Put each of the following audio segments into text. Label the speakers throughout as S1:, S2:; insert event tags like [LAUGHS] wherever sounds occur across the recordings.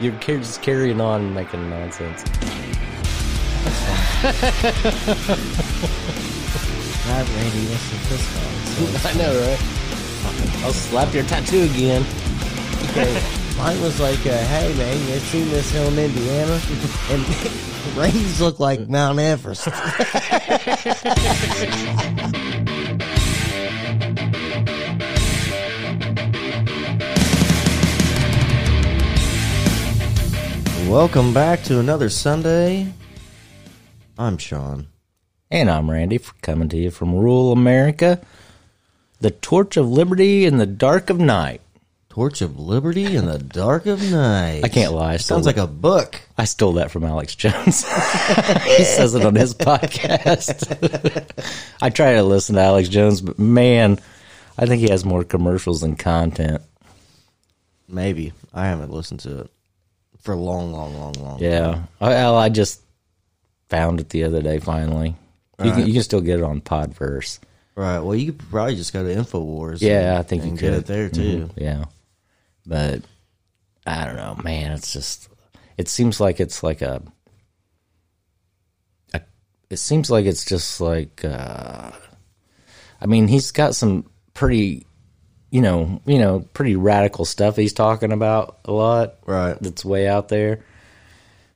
S1: You're ca- just carrying on making nonsense. [LAUGHS]
S2: Not Randy, listen to this one. So
S1: I know, right? I'll slap your tattoo again.
S2: mine was like, uh, hey man, you ever seen this hill
S1: [LAUGHS]
S2: in Indiana? And [LAUGHS] Randy's look like Mount
S1: [LAUGHS]
S2: Everest. Welcome back to another Sunday. I'm Sean.
S1: And I'm Randy, for coming to you from rural America. The torch of liberty in the dark of night.
S2: Torch of Liberty in the Dark of Night.
S1: I can't lie, I still-
S2: Sounds like a book.
S1: I stole that from Alex Jones. [LAUGHS] he says it on his podcast. [LAUGHS] I try to listen to Alex Jones, but man, I think he has more commercials than content.
S2: Maybe I haven't listened to it for a long, long, long, long.
S1: Yeah. Well, I just found it the other day finally. You, can, you can still get it on Podverse.
S2: Right. Well, you could probably just go to Infowars.
S1: Yeah, I think
S2: and
S1: you
S2: get
S1: could.
S2: it there
S1: Mhm,
S2: too.
S1: Yeah. But I don't know, man, it's just it seems like it's like a, a it seems like it's just like uh I mean, he's got some pretty you know, you know, pretty radical stuff he's talking about a lot
S2: Right.
S1: that's way out there,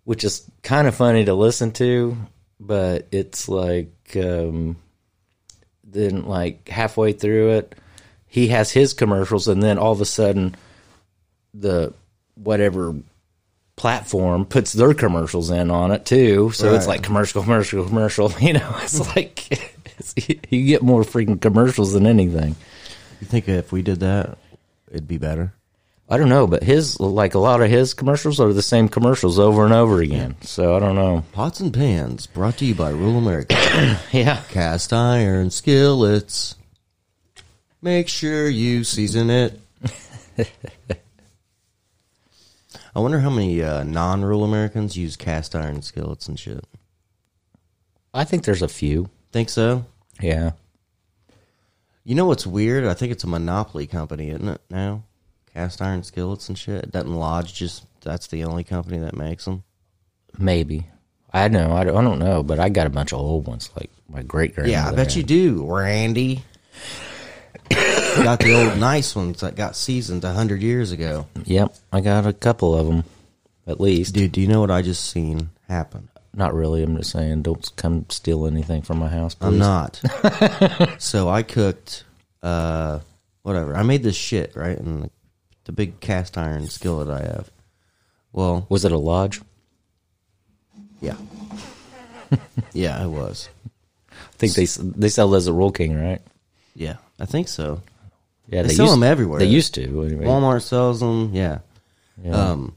S1: which is kind of funny to listen to, but it's like um, then like halfway through it, he has his commercials, and then all of a sudden, the whatever platform puts their commercials in on it too. So it's
S2: Right.
S1: like commercial, commercial, commercial. [LAUGHS] You know, it's like [LAUGHS] it's, you get more freaking commercials than anything.
S2: You think if we did that, it'd be better?
S1: I don't know, but his like a lot of his commercials are the same commercials over and over again. So I don't know.
S2: Pots and pans brought to you by Rural America. [COUGHS]
S1: Yeah.
S2: Cast iron skillets. Make sure you
S1: [LAUGHS]
S2: season it. I wonder how many uh, non-rural Americans use cast iron skillets and shit.
S1: I think there's a few.
S2: Think so?
S1: Yeah.
S2: You know what's weird? I think it's a monopoly company, isn't it? Now, cast iron skillets and shit. Doesn't Lodge just? That's the only company that makes them.
S1: Maybe. I know. I don't, I don't know, but I got a bunch of old ones like my great grandmother.
S2: Yeah, I bet you do, Randy. got the old nice ones that got seasoned a hundred years ago.
S1: Yep. I got a couple of them at least.
S2: Dude, do you know what I just seen happen?
S1: Not really. I'm just saying don't come steal anything from my house, please.
S2: I'm not. [LAUGHS] so I cooked, uh, whatever. I made this shit right in the, the big cast iron skillet I have. Well,
S1: Was it a lodge?
S2: [LAUGHS] yeah, yeah, it was.
S1: I think they s- they sell those at Roll King, right?
S2: Yeah, I think so.
S1: Yeah,
S2: They sell
S1: used-
S2: 'em everywhere.
S1: They used to. Anyway.
S2: Walmart sells them. Yeah. Um,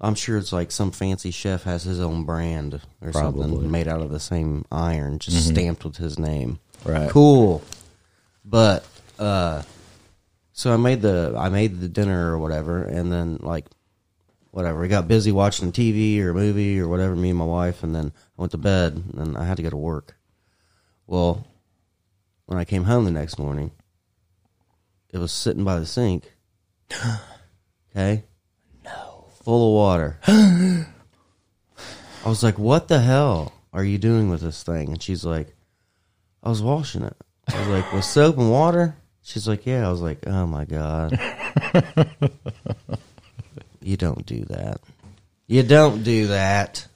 S2: I'm sure it's like some fancy chef has his own brand or
S1: Probably. Mm-hmm.
S2: something made out of the same iron, just stamped with his name.
S1: Right.
S2: Cool. But uh, so I made the I made the dinner or whatever, and then like whatever we got busy watching TV or a movie or whatever. Me and my wife, and then I went to bed, and I had to go to work. Well, when I came home the next morning, it was sitting by
S1: [GASPS]
S2: the sink. Okay. No. Full of water. I was like, "What the hell are you doing with this thing?" And she's like, "I was washing it." I was like, "With soap and water?" She's like, "Yeah." I was like, "Oh my god." you don't do that. You don't do that.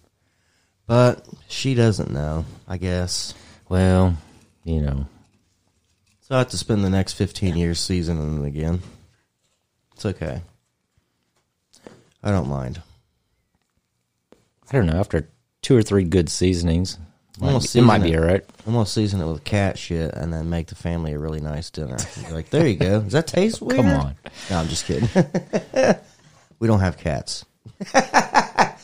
S2: But she doesn't know, I guess.
S1: Well, you know.
S2: So I have to spend the next 15 years seasoning them again. It's okay. I don't mind.
S1: I don't know. After two or three good seasonings,
S2: gonna
S1: might be- it
S2: season
S1: might be
S2: it.
S1: all right.
S2: I'm going to season it with cat shit and then make the family a really nice dinner. You're like, there you go. Does that taste weird?
S1: Come on.
S2: No, I'm just kidding. we don't have cats. [LAUGHS] there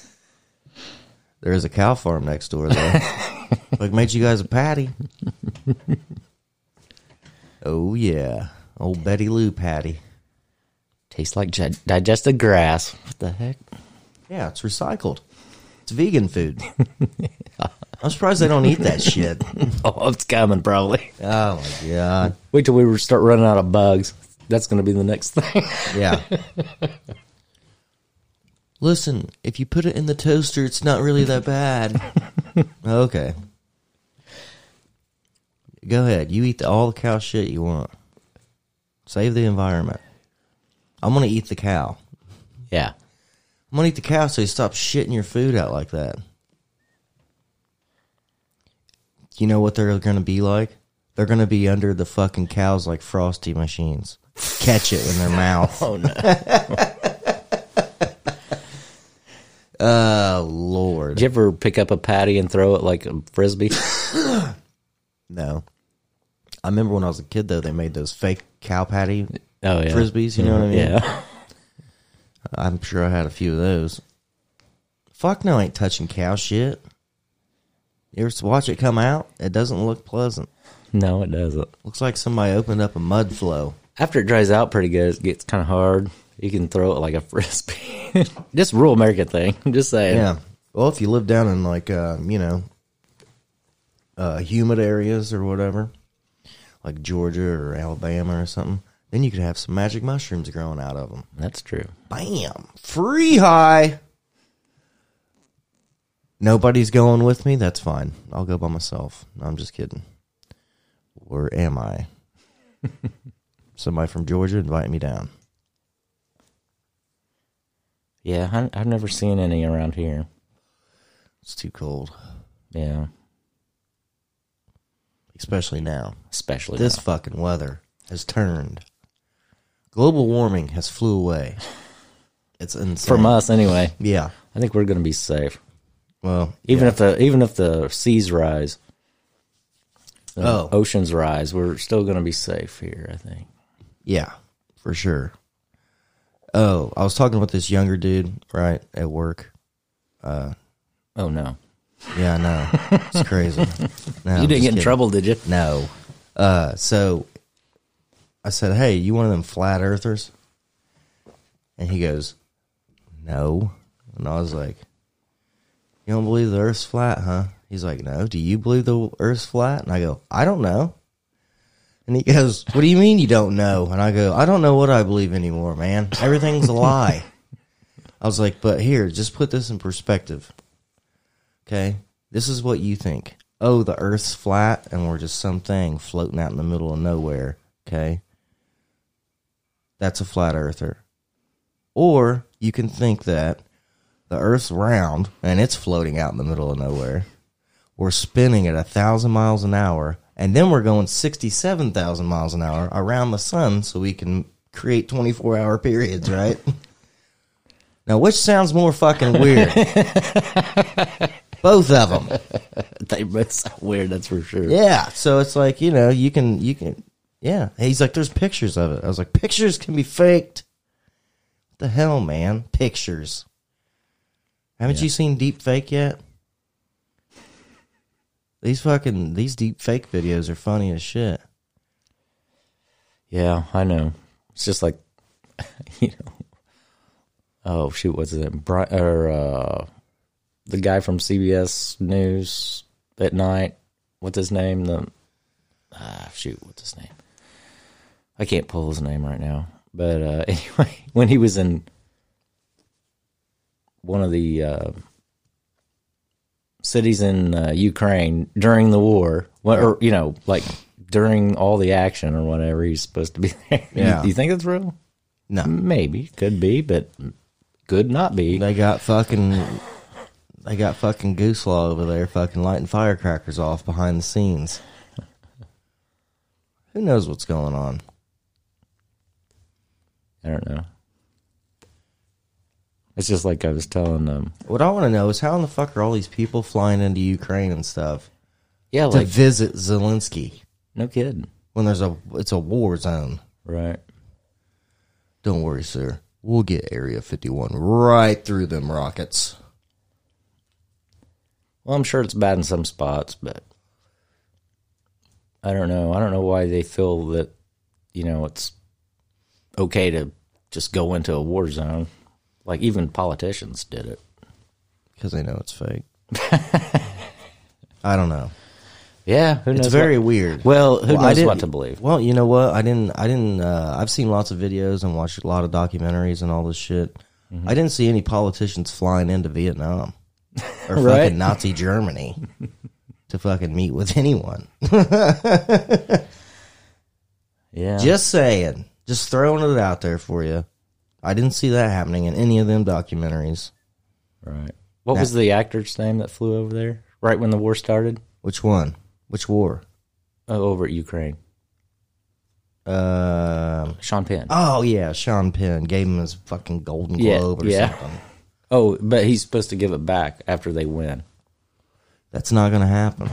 S2: is a cow farm next door, though.
S1: [LAUGHS]
S2: like, made you guys a patty. oh, yeah. Old Betty Lou patty.
S1: [LAUGHS] Tastes like gi- digested grass. What the
S2: [LAUGHS]
S1: heck?
S2: Yeah, it's recycled. It's
S1: [LAUGHS]
S2: vegan food. I'm surprised they don't eat that shit.
S1: Oh, it's coming probably.
S2: Oh my god.
S1: Wait till we start running out of bugs. That's going to be the next thing.
S2: Yeah. [LAUGHS] Listen, if you put it in the toaster, it's not really that bad. okay. Go ahead. You eat the, all the cow shit you want. Save the environment. I'm going to eat the cow.
S1: [LAUGHS] Yeah.
S2: I'm going to eat the cow so you stop shitting your food out like that. You know what they're going to be like? They're going to be under the fucking cows like frosty machines. Catch it in their mouth.
S1: Oh no.
S2: Oh, Lord.
S1: Did you ever pick up a patty and throw it like a
S2: [LAUGHS]
S1: frisbee?
S2: No. I remember when I was a kid, though, they made those fake cow patty
S1: Oh yeah.
S2: frisbees. You know what I mean?
S1: Yeah. [LAUGHS]
S2: I'm sure I had a few of those. Fuck no, I ain't touching cow shit. You ever watch it come out? It doesn't look pleasant.
S1: No, it doesn't.
S2: Looks like somebody opened up a mud flow.
S1: After it dries out pretty good, it gets kind of hard. You can throw it like a [LAUGHS] frisbee. Just rural America thing. [LAUGHS] I'm just saying.
S2: Yeah. Well, if you live down in like uh, you know, uh, humid areas or whatever, like Georgia or Alabama or something, then you could have some magic mushrooms growing out of them.
S1: That's true.
S2: Bam! Free high. Nobody's going with me. That's fine. I'll go by myself. No, I'm just kidding. Where am
S1: [LAUGHS]
S2: I? Somebody from Georgia invite me down.
S1: Yeah, I, I've never seen any around here.
S2: It's too cold,
S1: Yeah,
S2: especially now.
S1: especially
S2: This fucking weather has turned. Global warming has flew away. It's insane.
S1: from us anyway.
S2: Yeah.
S1: I think we're going to be safe,
S2: Well,
S1: even if the even if the seas rise, the
S2: Oh.
S1: oceans rise. We're still going to be safe here. I think.
S2: Yeah, for sure. Oh, I was talking with this younger dude, right, at work.
S1: Oh no,
S2: Yeah, I know.
S1: [LAUGHS]
S2: It's crazy. No, I'm
S1: you didn't
S2: just
S1: get in
S2: kidding.
S1: trouble, did you? [LAUGHS]
S2: No. Uh, so I said, Hey, you one of them flat earthers? And he goes, No. And I was like, You don't believe the earth's flat, huh? He's like, No. Do you believe the earth's flat? And I go, I don't know. And he goes, What do you mean you don't know? And I go, I don't know what I believe anymore, man. Everything's
S1: [LAUGHS]
S2: a lie. I was like, But here, just put this in perspective. Okay. This is what you think. Oh, the earth's flat and we're just some thing floating out in the middle of nowhere. Okay. That's a flat earther. Or you can think that the earth's round and it's floating out in the middle of nowhere. We're spinning at a thousand miles an hour and then we're going 67,000 miles an hour around the sun so we can create 24 hour periods, right? [LAUGHS] now, which sounds more fucking weird? Both of them.
S1: they both sound weird. That's for sure.
S2: Yeah. So it's like, you know, you can, you can, yeah. He's like, there's pictures of it. I was like, pictures can be faked. What the hell, man? Pictures. Haven't you seen deep fake yet? These fucking, these deep fake videos are funny as shit.
S1: Yeah, I know. It's just like, you know. Oh shoot, what's it? Bri or uh, the guy from CBS News at night. What's his name? The ah shoot, what's his name? I can't pull his name right now. But uh, [LAUGHS] anyway, when he was in one of the uh, cities in uh, Ukraine during the war, what, or you know, like during all the action or whatever, he's supposed to be [LAUGHS] there. You-
S2: Yeah.
S1: you think that's real?
S2: No.
S1: Maybe could be, but could not be.
S2: They got fucking, they got fucking Goose Law over there fucking lighting firecrackers off behind the scenes. Who knows what's going on?
S1: I don't know. It's just like I was telling them.
S2: What I want to know is how in the fuck are all these people flying into Ukraine and stuff
S1: Yeah, [LAUGHS]
S2: to
S1: like
S2: visit Zelensky
S1: no kidding,
S2: when there's a it's a war zone?
S1: right?
S2: Don't worry, sir. We'll get Area 51 right through them rockets.
S1: Well, I'm sure it's bad in some spots, but I don't know. I don't know why they feel that you know it's okay to just go into a war zone. Like even politicians did it.
S2: Because they know
S1: [LAUGHS]
S2: it's fake. I don't know.
S1: Yeah, who knows?
S2: It's very
S1: what-
S2: weird.
S1: well. Who
S2: I
S1: knows what
S2: didn't-
S1: to believe?
S2: Well, you know what? I didn't. I didn't. Uh, I've seen lots of videos and watched a lot of documentaries and all this shit.
S1: Mm-hmm.
S2: I didn't see any politicians flying
S1: [LAUGHS]
S2: into Vietnam or
S1: Right.
S2: fucking Nazi
S1: [LAUGHS]
S2: Germany to fucking meet with anyone.
S1: Yeah.
S2: Just saying, just throwing it out there for you. I didn't see that happening in any of them documentaries.
S1: right. What was the actor's name that flew over there right when the war started?
S2: Which one? Which war?
S1: Oh, over at Ukraine.
S2: Um.
S1: Sean Penn.
S2: oh yeah, Sean Penn gave him his fucking Golden
S1: Yeah,
S2: Globe or
S1: yeah.
S2: something.
S1: Oh, but he's supposed to give it back after they win.
S2: That's not gonna happen.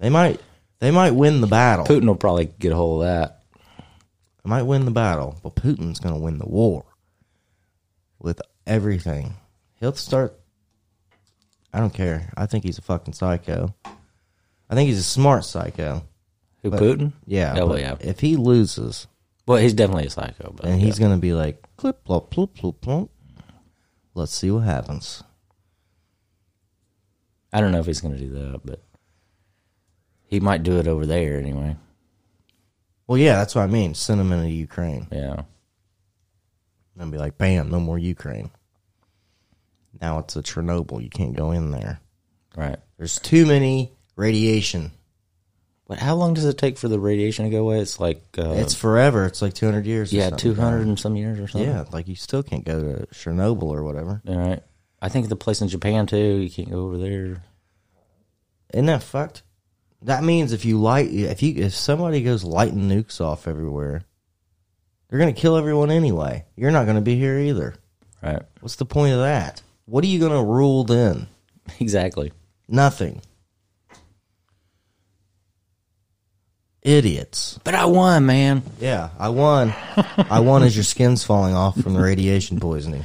S2: they might. They might win the battle.
S1: Putin will probably get a hold of that.
S2: They might win the battle, but Putin's gonna win the war with everything. He'll start. I don't care. I think he's a fucking psycho. I think he's a smart psycho.
S1: Who Putin?
S2: Yeah.
S1: Oh
S2: but
S1: yeah.
S2: If he loses,
S1: Well, he's definitely a psycho. But
S2: then he's gonna be like clip plop plop plop plop. Let's see what happens.
S1: I don't know if he's going to do that, but he might do it over there anyway.
S2: Well, yeah, that's what I mean. Send him into Ukraine
S1: Yeah.
S2: and be like, bam, no more Ukraine. Now it's a Chernobyl. You can't go in there.
S1: Right.
S2: There's too many radiation.
S1: But how long does it take for the radiation to go away? It's like uh,
S2: It's forever. It's like 200 years. or
S1: yeah,
S2: something. uh,
S1: two hundred and some years or something.
S2: Yeah, like you still can't go to Chernobyl or whatever.
S1: All right. I think the place in Japan too. You can't go over there.
S2: Isn't that fucked? That means if you light, if you if somebody goes lighting nukes off everywhere, they're gonna kill everyone anyway. You're not gonna be here either.
S1: Right. [LAUGHS]
S2: What's the point of that? What are you gonna rule then?
S1: Exactly.
S2: Nothing. Idiots.
S1: But I won, man.
S2: Yeah, I won. I won as your skin's falling off from the radiation poisoning.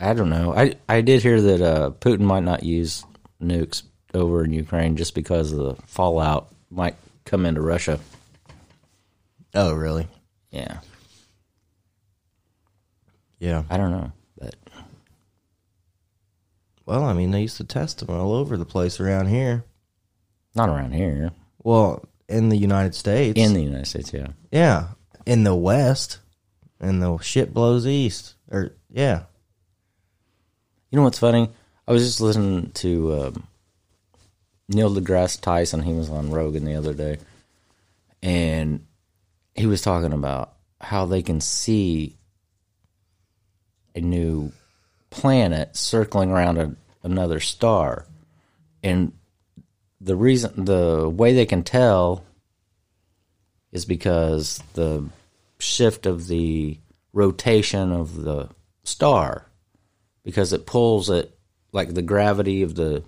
S1: I don't know. I I did hear that uh, Putin might not use nukes over in Ukraine just because of the fallout might come into Russia.
S2: Oh, really?
S1: Yeah.
S2: Yeah.
S1: I don't know, but
S2: Well, I mean, they used to test them all over the place around here.
S1: not around here
S2: Well, in the United States.
S1: in the United States. Yeah.
S2: yeah, in the West, and the shit blows east. Or yeah,
S1: You know what's funny? I was just listening to um, Neil deGrasse Tyson. He was on Rogan the other day, and he was talking about how they can see a new planet circling around a, another star, and the reason, the way they can tell, is because the shift of the rotation of the star because it pulls it like the gravity of the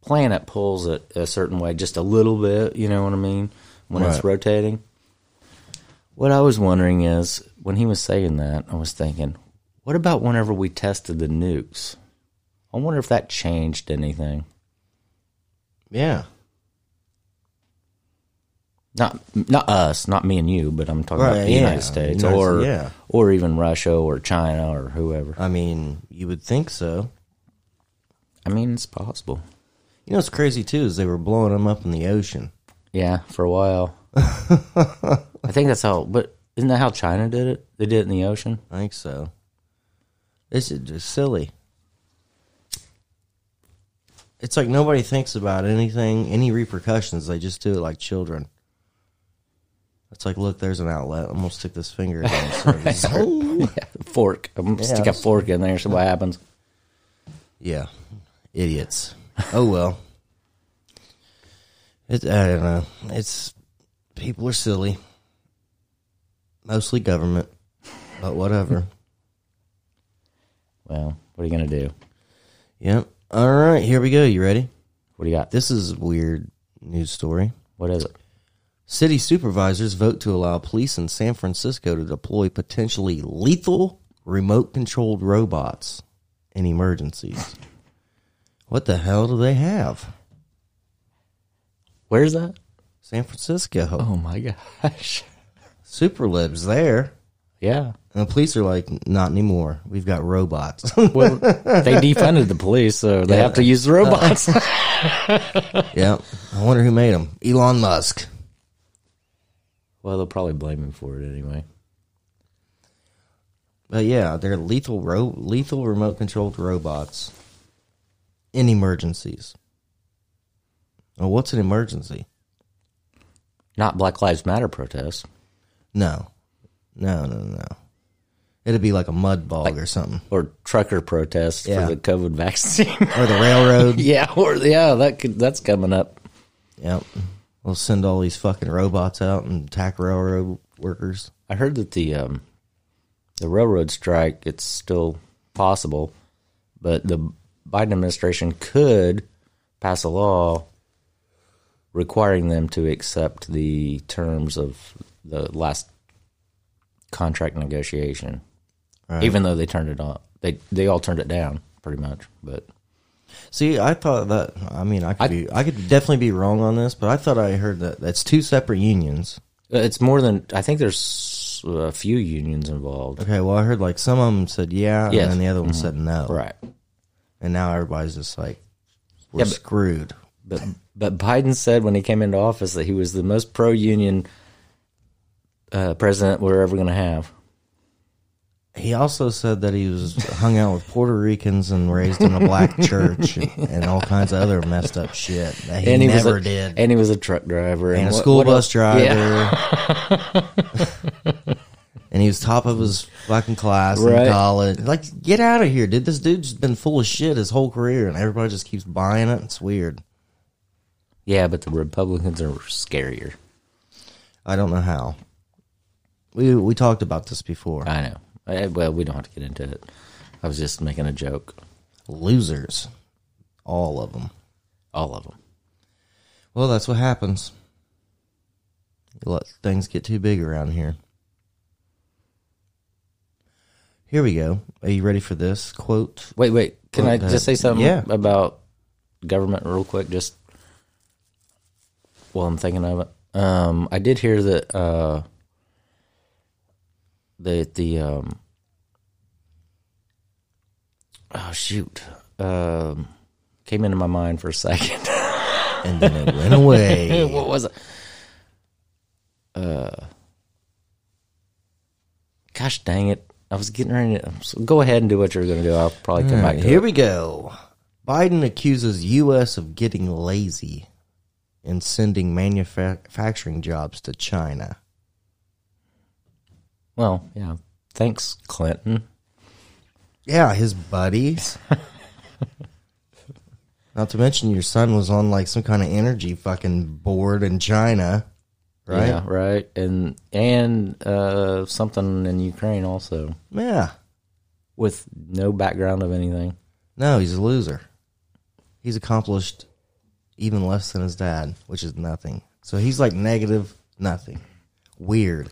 S1: planet pulls it a certain way just a little bit you know what i mean when it's
S2: Right.
S1: rotating what i was wondering is when he was saying that i was thinking what about whenever we tested the nukes i wonder if that changed anything
S2: yeah,
S1: not not us not me and you but i'm talking
S2: Right,
S1: about the
S2: yeah.
S1: united states
S2: United-
S1: or
S2: yeah.
S1: or even russia or china or whoever
S2: I mean, you would think so.
S1: i mean it's possible
S2: You know what's crazy too is they were blowing them up in the ocean.
S1: Yeah, for a
S2: [LAUGHS]
S1: while. I think that's how. But isn't that how China did it? They did it in the ocean. [LAUGHS]
S2: I think so. This is just silly. It's like nobody thinks about anything, any repercussions. They just do it like children. It's like, look, there's an outlet. I'm gonna stick this finger in. it. So it just-
S1: Yeah, fork. I'm gonna stick a
S2: that's-
S1: fork in there. See what happens.
S2: Yeah, idiots. Oh well. It, I don't know. It's people are silly. Mostly government, but whatever. [LAUGHS]
S1: Well, what are you gonna do?
S2: yep. All right, here we go. You ready?
S1: What do you got?
S2: This is a weird news story.
S1: What is it?
S2: City supervisors vote to allow police in San Francisco to deploy potentially lethal remote controlled robots in emergencies. what the hell do they have?
S1: Where's that?
S2: San Francisco.
S1: Oh my gosh.
S2: Super Libs there.
S1: Yeah.
S2: And the police are like, not anymore. We've got robots. [LAUGHS]
S1: Well, they defunded the police, so they have to use the
S2: [LAUGHS]
S1: robots.
S2: yeah. I wonder who made them. Elon Musk.
S1: well, they'll probably blame him for it anyway.
S2: But yeah, they're lethal ro- lethal remote controlled robots in emergencies. Well, what's an emergency?
S1: Not Black Lives Matter protests.
S2: No, no, no, no. It'd be like a mud bog or something,
S1: or trucker protests
S2: Yeah.
S1: for the COVID vaccine. [LAUGHS]
S2: or the railroad. [LAUGHS]
S1: yeah, or yeah, that could, that's coming up.
S2: Yep. We'll send all these fucking robots out and attack railroad workers.
S1: I heard that the um, the railroad strike it's still possible, but the Biden administration could pass a law requiring them to accept the terms of the last contract negotiation, even though they turned it off. They they all turned it down pretty much, but
S2: See, I thought that I mean I could be I could definitely be wrong on this, but I thought I heard that that's two separate unions.
S1: It's more than I think. There's a few unions involved,
S2: Okay, well I heard like some of them said yeah,
S1: Yes.
S2: and then the other one said no,
S1: right?
S2: and now everybody's just like we're
S1: but-
S2: screwed.
S1: But but Biden said when he came into office that he was the most pro union uh, president we're ever going to have.
S2: He also said that he was hung out with Puerto Ricans and raised in
S1: [LAUGHS]
S2: a black church and, and all kinds of other messed up shit that he,
S1: And he
S2: never
S1: was a,
S2: did.
S1: And he was a truck driver
S2: and a
S1: what-
S2: school
S1: what
S2: bus
S1: else?
S2: driver.
S1: Yeah, [LAUGHS]
S2: and he was top of his fucking class in
S1: Right.
S2: college. Like, get out of here, dude. This dude's been full of shit his whole career, and everybody just keeps buying it. It's weird.
S1: yeah, but the Republicans are scarier.
S2: I don't know how. We we talked about this before.
S1: I know. Eh, Well, we don't have to get into it. I was just making a joke.
S2: Losers, all of them.
S1: All of them.
S2: Well, that's what happens. You let things get too big around here. Here we go. Are you ready for this quote?
S1: Wait, wait. Can I
S2: Well, uh,
S1: just say something
S2: yeah.
S1: about government real quick? Just while I'm thinking of it, um, I did hear that uh, that the um, oh shoot um, came into my mind for a second. [LAUGHS]
S2: And then it went away.
S1: what was it? Uh, gosh dang it! I was getting ready. To, so go ahead and do what you're going to do. I'll probably come back to
S2: Here
S1: it.
S2: we go. Biden accuses U.S. of getting lazy and sending manufacturing jobs to China.
S1: Well, yeah. Thanks, Clinton.
S2: Yeah,
S1: [LAUGHS]
S2: his buddies. Not to mention your son was on like some kind of energy fucking board in China, right?
S1: Yeah, right. And and uh, something in Ukraine also
S2: yeah.
S1: with no background of anything.
S2: No, he's a loser. He's accomplished even less than his dad, which is nothing. So he's like negative nothing. Weird.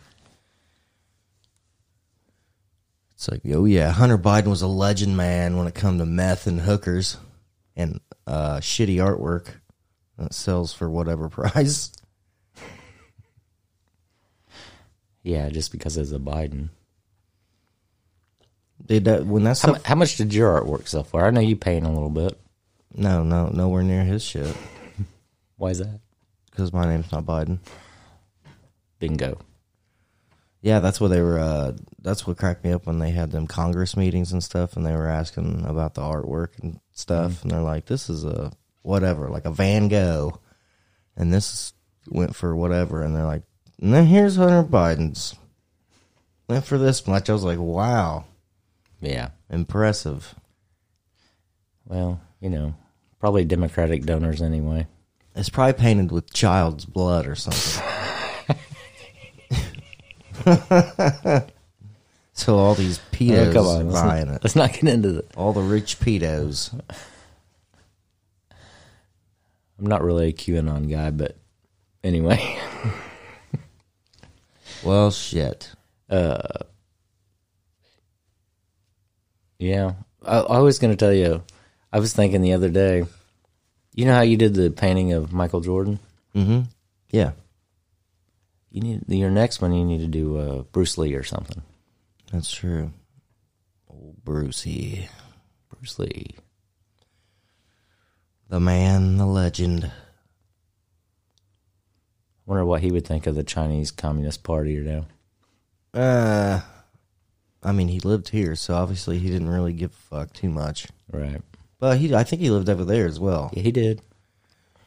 S2: It's like, oh yeah, Hunter Biden was a legend man when it come to meth and hookers and uh, shitty artwork that sells for whatever [LAUGHS] price.
S1: Yeah, just because it's a Biden.
S2: Dude, that when that's
S1: How, mu- how much did your artwork sell for? I know you paying a little bit.
S2: no, no, nowhere near his shit
S1: Why is that?
S2: because my name's not Biden.
S1: Bingo.
S2: Yeah, that's what they were. Uh, that's what cracked me up when they had them Congress meetings and stuff, and they were asking about the artwork and stuff,
S1: Mm-hmm.
S2: and they're like, "This is a whatever, like a Van Gogh," and this went for whatever, and they're like, "And then here's Hunter Biden's went for this much." I was like, "Wow,
S1: Yeah.
S2: impressive."
S1: Well, you know, probably Democratic donors anyway.
S2: It's probably painted with child's blood
S1: [LAUGHS]
S2: or something. [LAUGHS] so all these
S1: Oh,
S2: pedos
S1: come on,
S2: are
S1: let's
S2: buying
S1: not,
S2: it.
S1: let's not get into the.
S2: All the rich pedos.
S1: I'm not really a QAnon guy, but anyway. [LAUGHS]
S2: Well, shit.
S1: Yeah. I, I was going to tell you, I was thinking the other day, you know how you did the painting of Michael Jordan? Mm-hmm.
S2: Yeah.
S1: You need your next one. You need to do uh, Bruce Lee or something.
S2: That's true. Old Brucey.
S1: Bruce Lee.
S2: The man, the legend.
S1: Wonder what he would think of the Chinese Communist Party or now.
S2: Uh, I mean, he lived here, so obviously he didn't really give a fuck too much.
S1: Right.
S2: But he, I think he lived over there as well.
S1: Yeah, he did.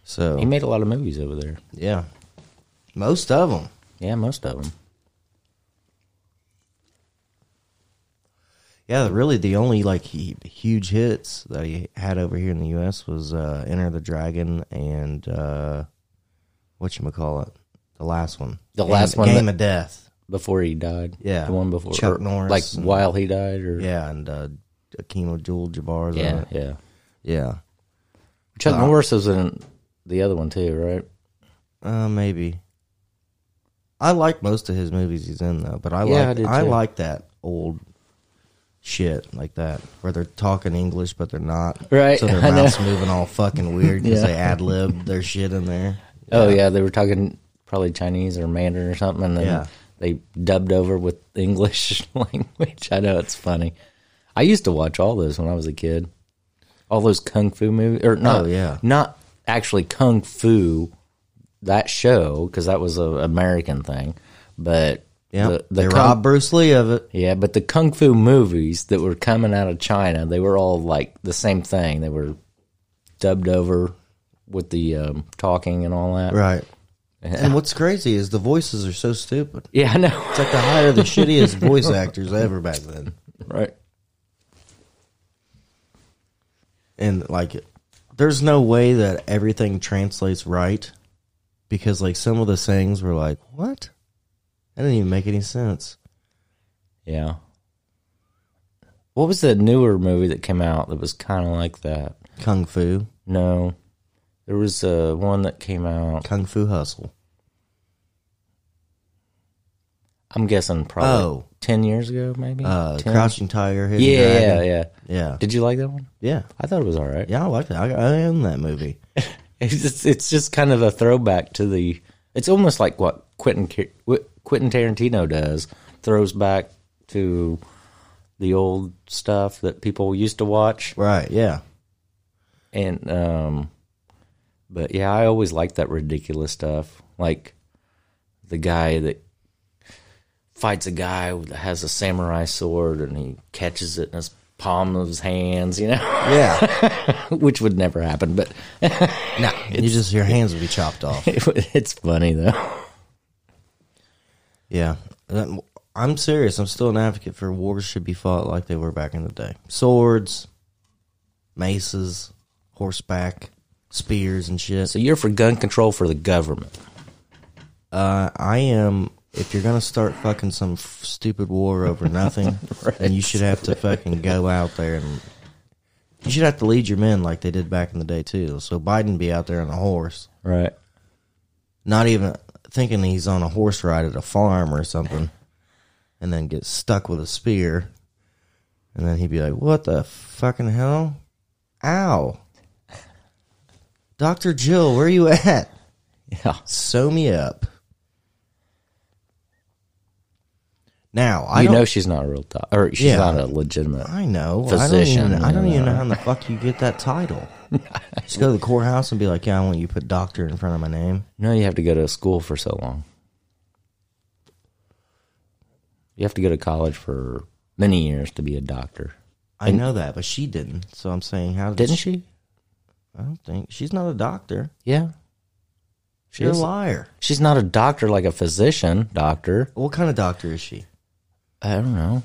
S2: So
S1: He made a lot of movies over there.
S2: yeah, most of them.
S1: Yeah, most of them.
S2: Yeah, really, the only like he, huge hits that he had over here in the U.S. was uh, "Enter the Dragon" and uh, what you call it, the last one,
S1: The
S2: Game-
S1: last one
S2: Game
S1: that-
S2: of Death.
S1: Before he died.
S2: Yeah.
S1: The one before.
S2: Chuck
S1: or,
S2: Norris
S1: Like
S2: and-
S1: while he died or.
S2: Yeah, and uh, Akeem Abdul Jabbar. is on
S1: Yeah.
S2: it.
S1: yeah.
S2: yeah,
S1: Chuck
S2: Uh,
S1: Norris was in the other one too, right?
S2: uh, maybe. I like most of his movies he's in though, but I
S1: Yeah, I
S2: like
S1: do,
S2: I,
S1: too.
S2: like that old shit like that where they're talking English but they're not.
S1: Right,
S2: so
S1: [LAUGHS]
S2: their
S1: I know.
S2: mouths moving all fucking weird
S1: [LAUGHS]
S2: because
S1: Yeah.
S2: they ad lib their shit in there.
S1: Oh yeah, they were talking probably Chinese or Mandarin or something, and then
S2: Yeah.
S1: they dubbed over with English [LAUGHS] language. I know it's funny. I used to watch all those when I was a kid. All those kung fu movies, or not?
S2: Oh, yeah.
S1: not actually kung fu. That show because that was an American thing, but
S2: Yeah,
S1: the, the
S2: they
S1: kung-
S2: robbed Bruce Lee of it.
S1: yeah, but the kung fu movies that were coming out of China, they were all like the same thing. They were dubbed over with the um, talking and all that.
S2: Right. And what's crazy is the voices are so stupid.
S1: Yeah, I know. [LAUGHS]
S2: It's like the hire the shittiest voice actors ever back then.
S1: Right.
S2: And like there's no way that everything translates right because like some of the sayings were like, What? That didn't even make any sense.
S1: Yeah. What was that newer movie that came out that was kind of like that?
S2: Kung Fu.
S1: No, there was uh, one that came out.
S2: Kung Fu hustle.
S1: I'm guessing probably
S2: Oh.
S1: ten years ago, maybe.
S2: Uh
S1: 10?
S2: Crouching Tiger, Hidden
S1: yeah, yeah,
S2: Dragon.
S1: yeah.
S2: Yeah.
S1: Did you like that one?
S2: Yeah.
S1: I thought it was all right.
S2: Yeah, I like that. I, I own that movie.
S1: [LAUGHS] It's just, it's just kind of a throwback to the. It's almost like what Quentin Ki- Wh- Quentin Tarantino does, throws back to the old stuff that people used to watch. [LAUGHS]
S2: Right, yeah.
S1: and um but yeah i always liked that ridiculous stuff like the guy that fights a guy that has a samurai sword and he catches it in his palm of his hands you know [LAUGHS]
S2: Yeah.
S1: which would never happen but [LAUGHS]
S2: nah. You just your hands would be chopped off.
S1: it, it's funny though
S2: Yeah. That- I'm serious. I'm still an advocate for wars should be fought like they were back in the day. Swords, maces, horseback, spears and shit.
S1: so you're for gun control for the government
S2: Uh, I am if you're going to start fucking some f- stupid war over nothing, then you should have to fucking go out there and you should have to lead your men like they did back in the day too. So Biden be out there on a horse,
S1: right
S2: not even thinking he's on a horse ride at a farm or something, and then get stuck with a spear, and then he'd be like, "What the fucking hell? Ow, Doctor Jill, where you at?
S1: yeah
S2: Sew me up." Now I
S1: you
S2: don't-
S1: know she's not a real doc- or she's
S2: Yeah.
S1: not a legitimate
S2: I know.
S1: Physician, uh,
S2: I don't even, I don't
S1: you
S2: even know
S1: know.
S2: how in the fuck you get
S1: [LAUGHS]
S2: that title. Just go to the courthouse and be like, "Yeah, I want you to put doctor in front of my name."
S1: No, you have to go to school for so long. You have to go to college for many years to be a doctor.
S2: I know that, but she didn't. So I'm saying, how did
S1: Didn't she?
S2: I don't think she's not a doctor.
S1: Yeah. She
S2: She's
S1: is-
S2: a liar.
S1: She's not a doctor like a physician doctor.
S2: What kind of doctor is she?
S1: I don't know.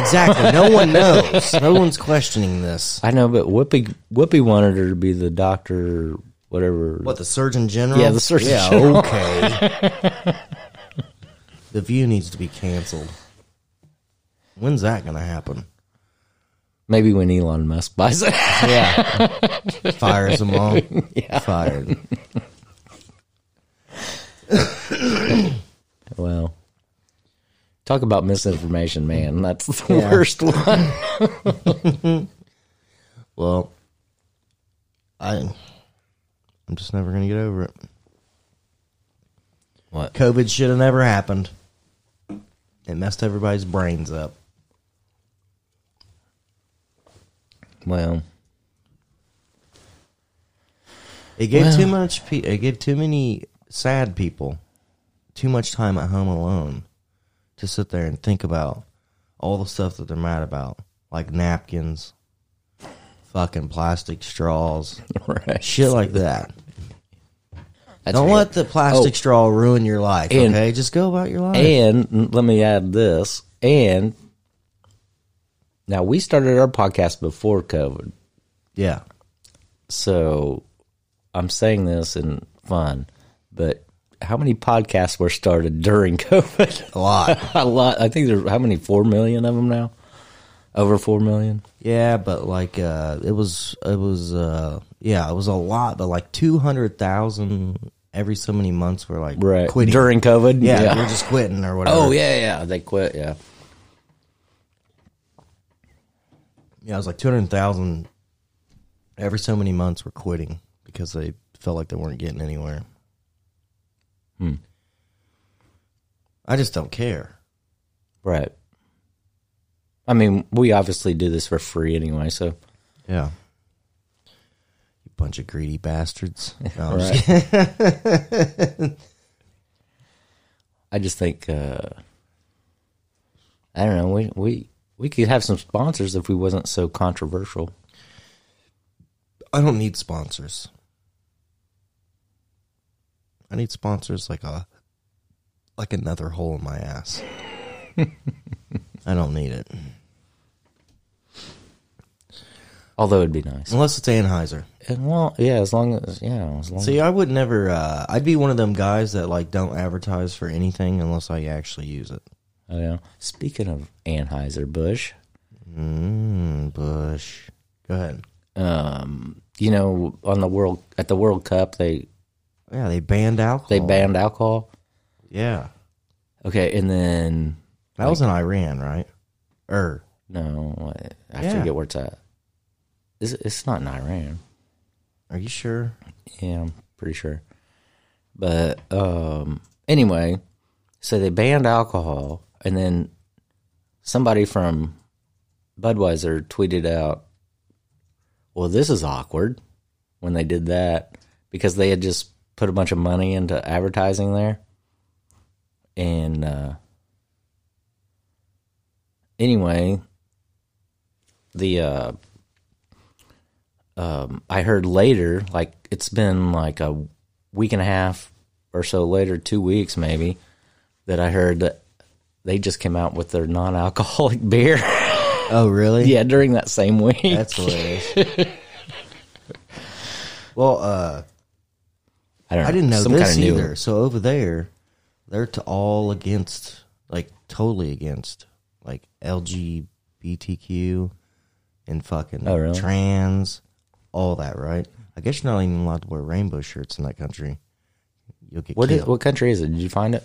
S2: Exactly. No one knows. No one's questioning this.
S1: I know, but Whoopi Whoopi wanted her to be the doctor, whatever.
S2: What the Surgeon General?
S1: Yeah, the Surgeon
S2: Yeah,
S1: General.
S2: Okay. the View needs to be canceled. When's that going to happen?
S1: Maybe when Elon Musk buys it. [LAUGHS]
S2: Yeah. Fires them [LAUGHS] all. Fired.
S1: well, talk about misinformation, man. That's the worst one.
S2: Well, I, I'm just never going to get over it.
S1: What?
S2: COVID should have never happened. It messed everybody's brains up.
S1: Well, [LAUGHS]
S2: It gave too much. Pe- it gave too many sad people too much time at home alone to sit there and think about all the stuff that they're mad about, like napkins, fucking plastic straws,
S1: right.
S2: shit like that.
S1: [LAUGHS] That's
S2: Don't
S1: right.
S2: let the plastic
S1: Oh.
S2: straw ruin your life.
S1: And-
S2: okay, just go about your life.
S1: And n- let me add this. And now we started our podcast before COVID.
S2: yeah,
S1: So I'm saying this in fun, but how many podcasts were started during [LAUGHS] COVID?
S2: a lot.
S1: a lot. I think there's how many? Four million of them now? Over four million?
S2: [LAUGHS] Yeah, but like uh it was it was uh yeah, it was a lot, but like 200,000 every so many months were like
S1: Right.
S2: quitting.
S1: During COVID?
S2: yeah, we're just quitting or whatever.
S1: Oh, yeah, yeah. They quit. Yeah.
S2: Yeah, it was like 200,000 every so many months were quitting because they felt like they weren't getting anywhere. I just don't care.
S1: Right. I mean, we obviously do this for free anyway. So,
S2: Yeah. You bunch of greedy bastards. No, I'm just
S1: Right. [LAUGHS] I just think uh, I don't know. We we we could have some sponsors if we wasn't so controversial.
S2: I don't need sponsors. I need sponsors like a like another hole in my ass. I don't need it.
S1: Although it'd be nice.
S2: Unless it's Anheuser.
S1: And well, yeah, as long as yeah, as long
S2: See, I would never uh I'd be one of them guys that like don't advertise for anything unless I actually use it.
S1: I know. Oh, Speaking of Anheuser Busch,
S2: Mm, Bush. Go ahead.
S1: um, you know, on the world at the World Cup, they
S2: Yeah, they banned alcohol.
S1: they banned alcohol.
S2: Yeah.
S1: Okay, and then
S2: That was in Iran, right? Er.
S1: no, I, I
S2: Yeah.
S1: forget where it's at. It's, it's not in Iran.
S2: Are you sure?
S1: Yeah, I'm pretty sure. But um, anyway, so they banned alcohol, and then somebody from Budweiser tweeted out, "Well, this is awkward." When they did that, because they had just put a bunch of money into advertising there, and uh, anyway, the uh, I heard later, like it's been like a week and a half or so later, two weeks maybe, that I heard that they just came out with their non alcoholic [LAUGHS] beer.
S2: Oh, really? [LAUGHS]
S1: yeah, during that same week.
S2: That's hilarious. well, uh,
S1: I, don't
S2: I didn't know
S1: some
S2: this
S1: kinda new-
S2: either. So over there, they're to all against, like totally against, like LGBTQ and fucking
S1: Oh, really?
S2: trans, all that, right? I guess you're not even allowed to wear rainbow shirts in that country. You'll get
S1: What,
S2: killed.
S1: is, what country is it? Did you find it?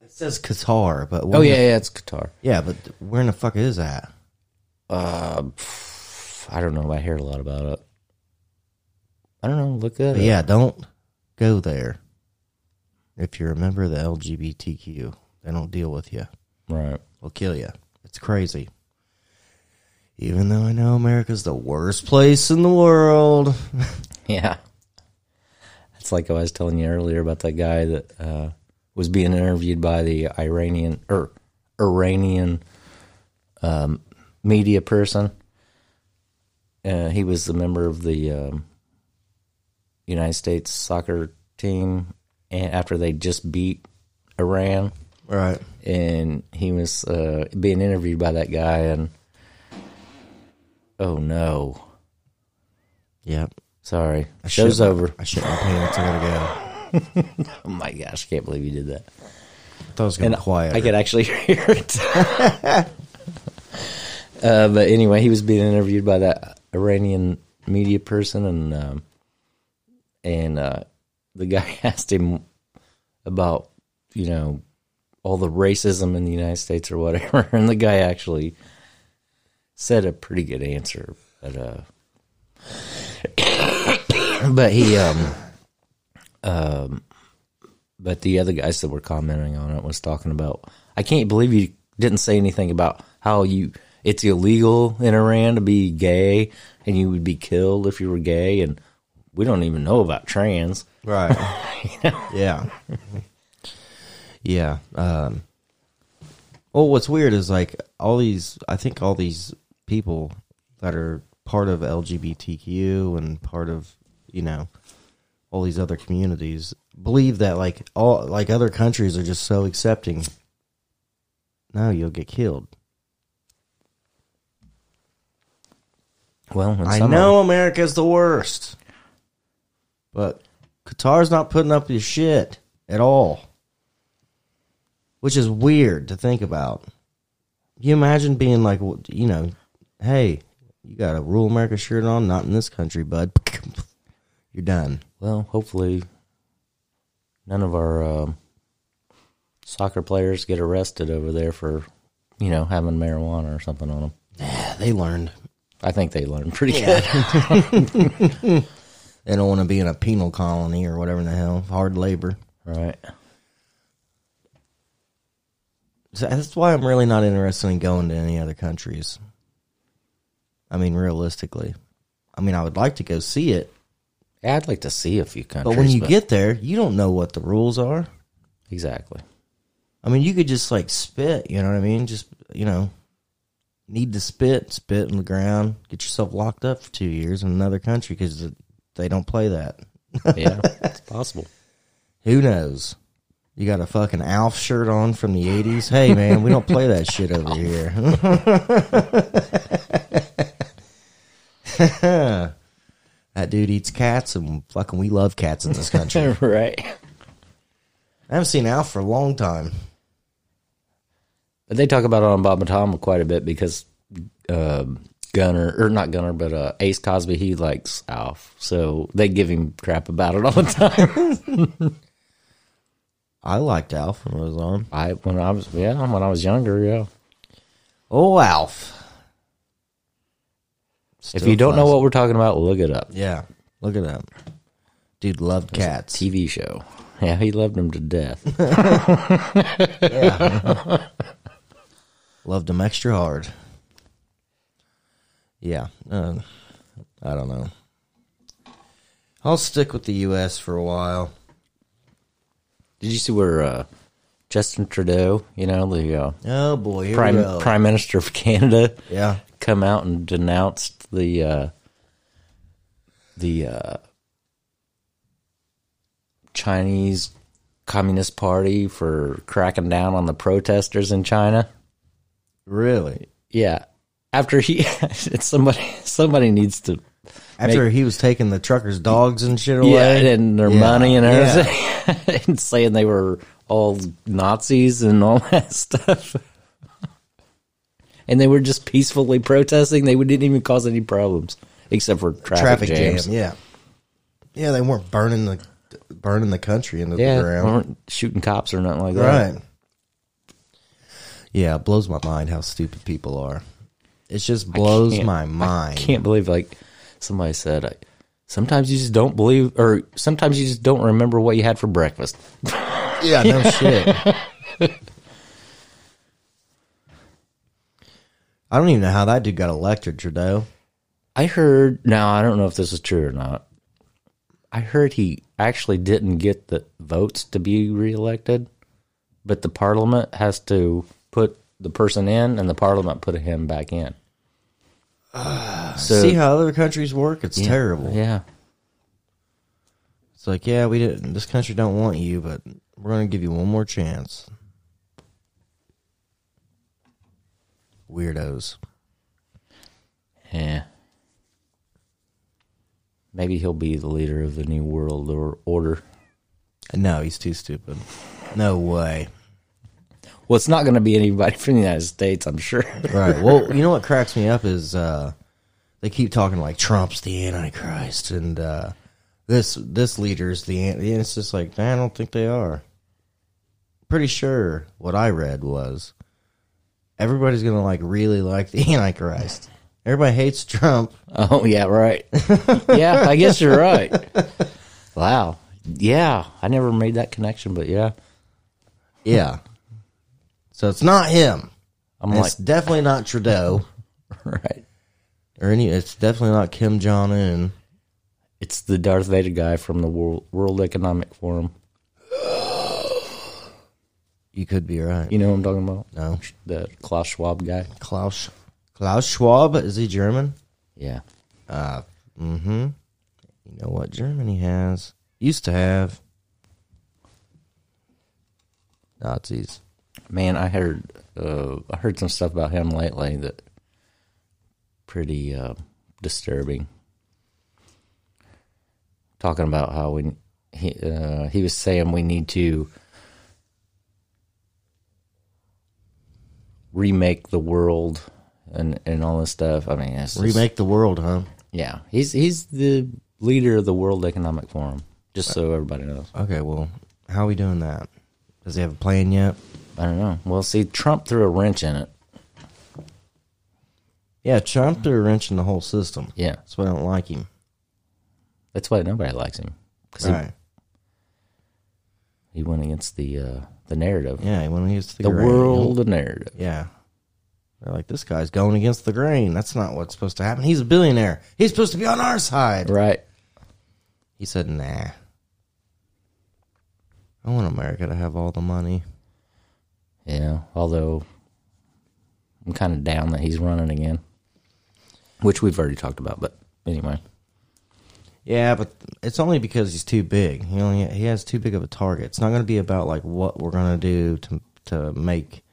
S2: it says Qatar, but
S1: Oh,
S2: where
S1: yeah,
S2: the-
S1: yeah, it's Qatar.
S2: yeah, but th- where in the fuck is that?
S1: Uh, [SIGHS] pff, I don't know. I heard a lot about it. I don't know. Look at
S2: But
S1: it.
S2: yeah, don't go there. If you remember the LGBTQ, they don't deal with you.
S1: Right.
S2: They'll kill you. It's crazy. Even though I know America's the worst place in the world. [LAUGHS]
S1: [LAUGHS] Yeah. It's like I was telling you earlier about that guy that uh, was being interviewed by the Iranian or Iranian um, media person. Uh, he was a member of the um, United States soccer team, and after they just beat Iran,
S2: Right.
S1: and he was uh, being interviewed by that guy, and oh no,
S2: Yep.
S1: sorry,
S2: I
S1: show's
S2: shouldn't-
S1: over.
S2: I shouldn't have painted so long ago.
S1: Oh my gosh, I can't believe you did that.
S2: I thought it was going to be quiet.
S1: I could actually [LAUGHS] hear it. uh, but anyway, he was being interviewed by that Iranian media person, and um, and uh, the guy [LAUGHS] asked him about you know all the racism in the United States or whatever, [LAUGHS] and the guy actually said a pretty good answer, but uh, [COUGHS] but he um but the other guys that were commenting on it was talking about I can't believe you didn't say anything about how you it's illegal in Iran to be gay and you would be killed if you were gay and we don't even know about trans.
S2: Right. yeah. Yeah. Um, Well, what's weird is like all these. I think all these people that are part of LGBTQ and part of you know all these other communities believe that like all like other countries are just so accepting. No, you'll get killed.
S1: Well, in
S2: I
S1: some
S2: know America's the worst, but Qatar's not putting up your shit at all, which is weird to think about. You imagine being like, w- you know, hey, you got a rule America shirt on, not in this country, bud. You're done.
S1: Well, hopefully, none of our um, soccer players get arrested over there for, you know, having marijuana or something on them.
S2: Yeah, they learned.
S1: I think they learned pretty good.
S2: They don't want to be in a penal colony or whatever in the hell, hard labor.
S1: Right.
S2: So that's why I'm really not interested in going to any other countries. I mean, realistically, I mean, I would like to go see it,
S1: Yeah, I'd like to see a few countries.
S2: but when you get there, you don't know what the rules are.
S1: Exactly.
S2: I mean, you could just like spit, you know what I mean? Just, you know, need to spit, spit on the ground, get yourself locked up for two years in another country because they don't play that.
S1: Yeah, it's possible.
S2: Who knows? You got a fucking Alf shirt on from the 80s. Hey, man, we don't play that shit over here. [LAUGHS] that dude eats cats, and fucking we love cats in this country.
S1: [LAUGHS] right.
S2: I haven't seen Alf for a long time.
S1: But they talk about it on Bob and Tom quite a bit because um Gunner, or not Gunner, but uh, Ace Cosby, he likes Alf. So they give him crap about it all the [LAUGHS] time.
S2: I liked Alf when it was on.
S1: I when I was yeah when I was younger yeah.
S2: Oh, Alf.
S1: if you don't know what we're talking about, look it up.
S2: Yeah, look at that. Dude loved cats.
S1: TV show. Yeah, he loved him to death. [LAUGHS]
S2: Loved them extra hard. Yeah. Uh, I don't know. I'll stick with the U.S. for a while.
S1: Did you see where uh, Justin Trudeau, you know the uh,
S2: Oh boy, here we
S1: prime
S2: go.
S1: prime minister of Canada,
S2: Yeah,
S1: come out and denounced the uh, the uh, Chinese Communist Party for cracking down on the protesters in China?
S2: really.
S1: Yeah, after he [LAUGHS] it's somebody somebody needs to
S2: After he was taking the truckers' dogs and shit away.
S1: yeah, and their
S2: Yeah,
S1: money and
S2: yeah.
S1: everything, [LAUGHS] and saying they were all Nazis and all that [LAUGHS] stuff. and they were just peacefully protesting. They didn't even cause any problems except for traffic,
S2: traffic
S1: jams.
S2: jam. Yeah, yeah. They weren't burning the burning the country into
S1: Yeah, uh-huh.
S2: the
S1: they
S2: ground.
S1: weren't shooting cops or nothing like that.
S2: Right. Yeah, it blows my mind how stupid people are. It just blows
S1: Can't-
S2: my
S1: I
S2: mind.
S1: can't believe like somebody said. I, sometimes you just don't believe, or sometimes you just don't remember what you had for breakfast.
S2: Yeah, [LAUGHS] no shit. I don't even know how that dude got elected, Trudeau.
S1: I heard now I don't know if this is true or not. I heard he actually didn't get the votes to be reelected, but the parliament has to put the person in and the parliament put him back in. so
S2: See how other countries work? It's terrible.
S1: yeah.
S2: It's like, yeah, we didn't. This country don't want you, but we're gonna give you one more chance. Weirdos.
S1: Yeah. Maybe he'll be the leader of the new world or order.
S2: No, he's too stupid. No way.
S1: Well, it's not going to be anybody [LAUGHS] from the United States, I'm sure. [LAUGHS]
S2: Right. Well, you know what cracks me up is uh, they keep talking like Trump's the Antichrist and uh, this this leader's the anti. It's just like man, I don't think they are. Pretty sure what I read was everybody's gonna like really like the [LAUGHS] Antichrist. Everybody hates Trump.
S1: Oh yeah, right. yeah, I guess you're right. Wow. Yeah, I never made that connection, but yeah,
S2: Yeah. So it's not him.
S1: I'm
S2: It's definitely not Trudeau
S1: like [LAUGHS] right.
S2: or any. It's definitely not Kim Jong Un.
S1: It's the Darth Vader guy from the World, World Economic Forum.
S2: You could be right.
S1: You know what I'm talking about?
S2: No.
S1: The Klaus Schwab guy.
S2: Klaus Klaus Schwab is he German?
S1: Yeah.
S2: Uh, mm-hmm. You know what Germany has used to have Nazis.
S1: Man, I heard uh, I heard some stuff about him lately that pretty uh, disturbing. Talking about how we he uh, he was saying we need to remake the world and and all this stuff. I mean, it's just-
S2: Remake the world, huh?
S1: Yeah, he's he's the leader of the World Economic Forum. Just so everybody knows.
S2: Okay, well, how are we doing that? Does he have a plan yet?
S1: I don't know. Well, see, Trump threw a wrench in it.
S2: Yeah, Trump threw a wrench in the whole system.
S1: Yeah,
S2: That's why I don't like him.
S1: that's why nobody likes him because
S2: Right.
S1: he, he went against the uh, the narrative,
S2: Yeah, when he was
S1: the world of narrative.
S2: Yeah. They're like, this guy's going against the grain. That's not what's supposed to happen. He's a billionaire. He's supposed to be on our side.
S1: Right.
S2: He said, nah. I want America to have all the money.
S1: Yeah. Although I'm kind of down that he's running again, which we've already talked about. But anyway,
S2: Yeah, but it's only because he's too big. He only he has too big of a target. It's not going to be about like what we're going to do to to make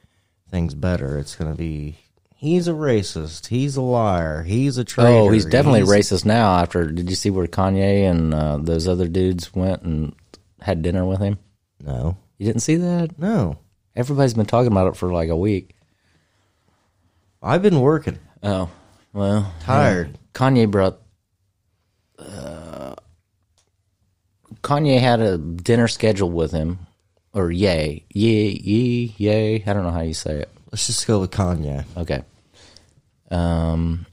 S2: things better. It's going to be he's a racist. He's a liar. He's a traitor.
S1: oh, he's definitely
S2: he's-
S1: racist now. After did you see where Kanye and uh, those other dudes went and had dinner with him?
S2: No,
S1: You didn't see that?
S2: no.
S1: Everybody's been talking about it for like a week.
S2: I've been working
S1: Oh, well,
S2: tired.
S1: Kanye brought. Uh, Kanye had a dinner scheduled with him, or yay, yay, yay, yay. I don't know how you say it.
S2: Let's just go with Kanye.
S1: Okay. Um,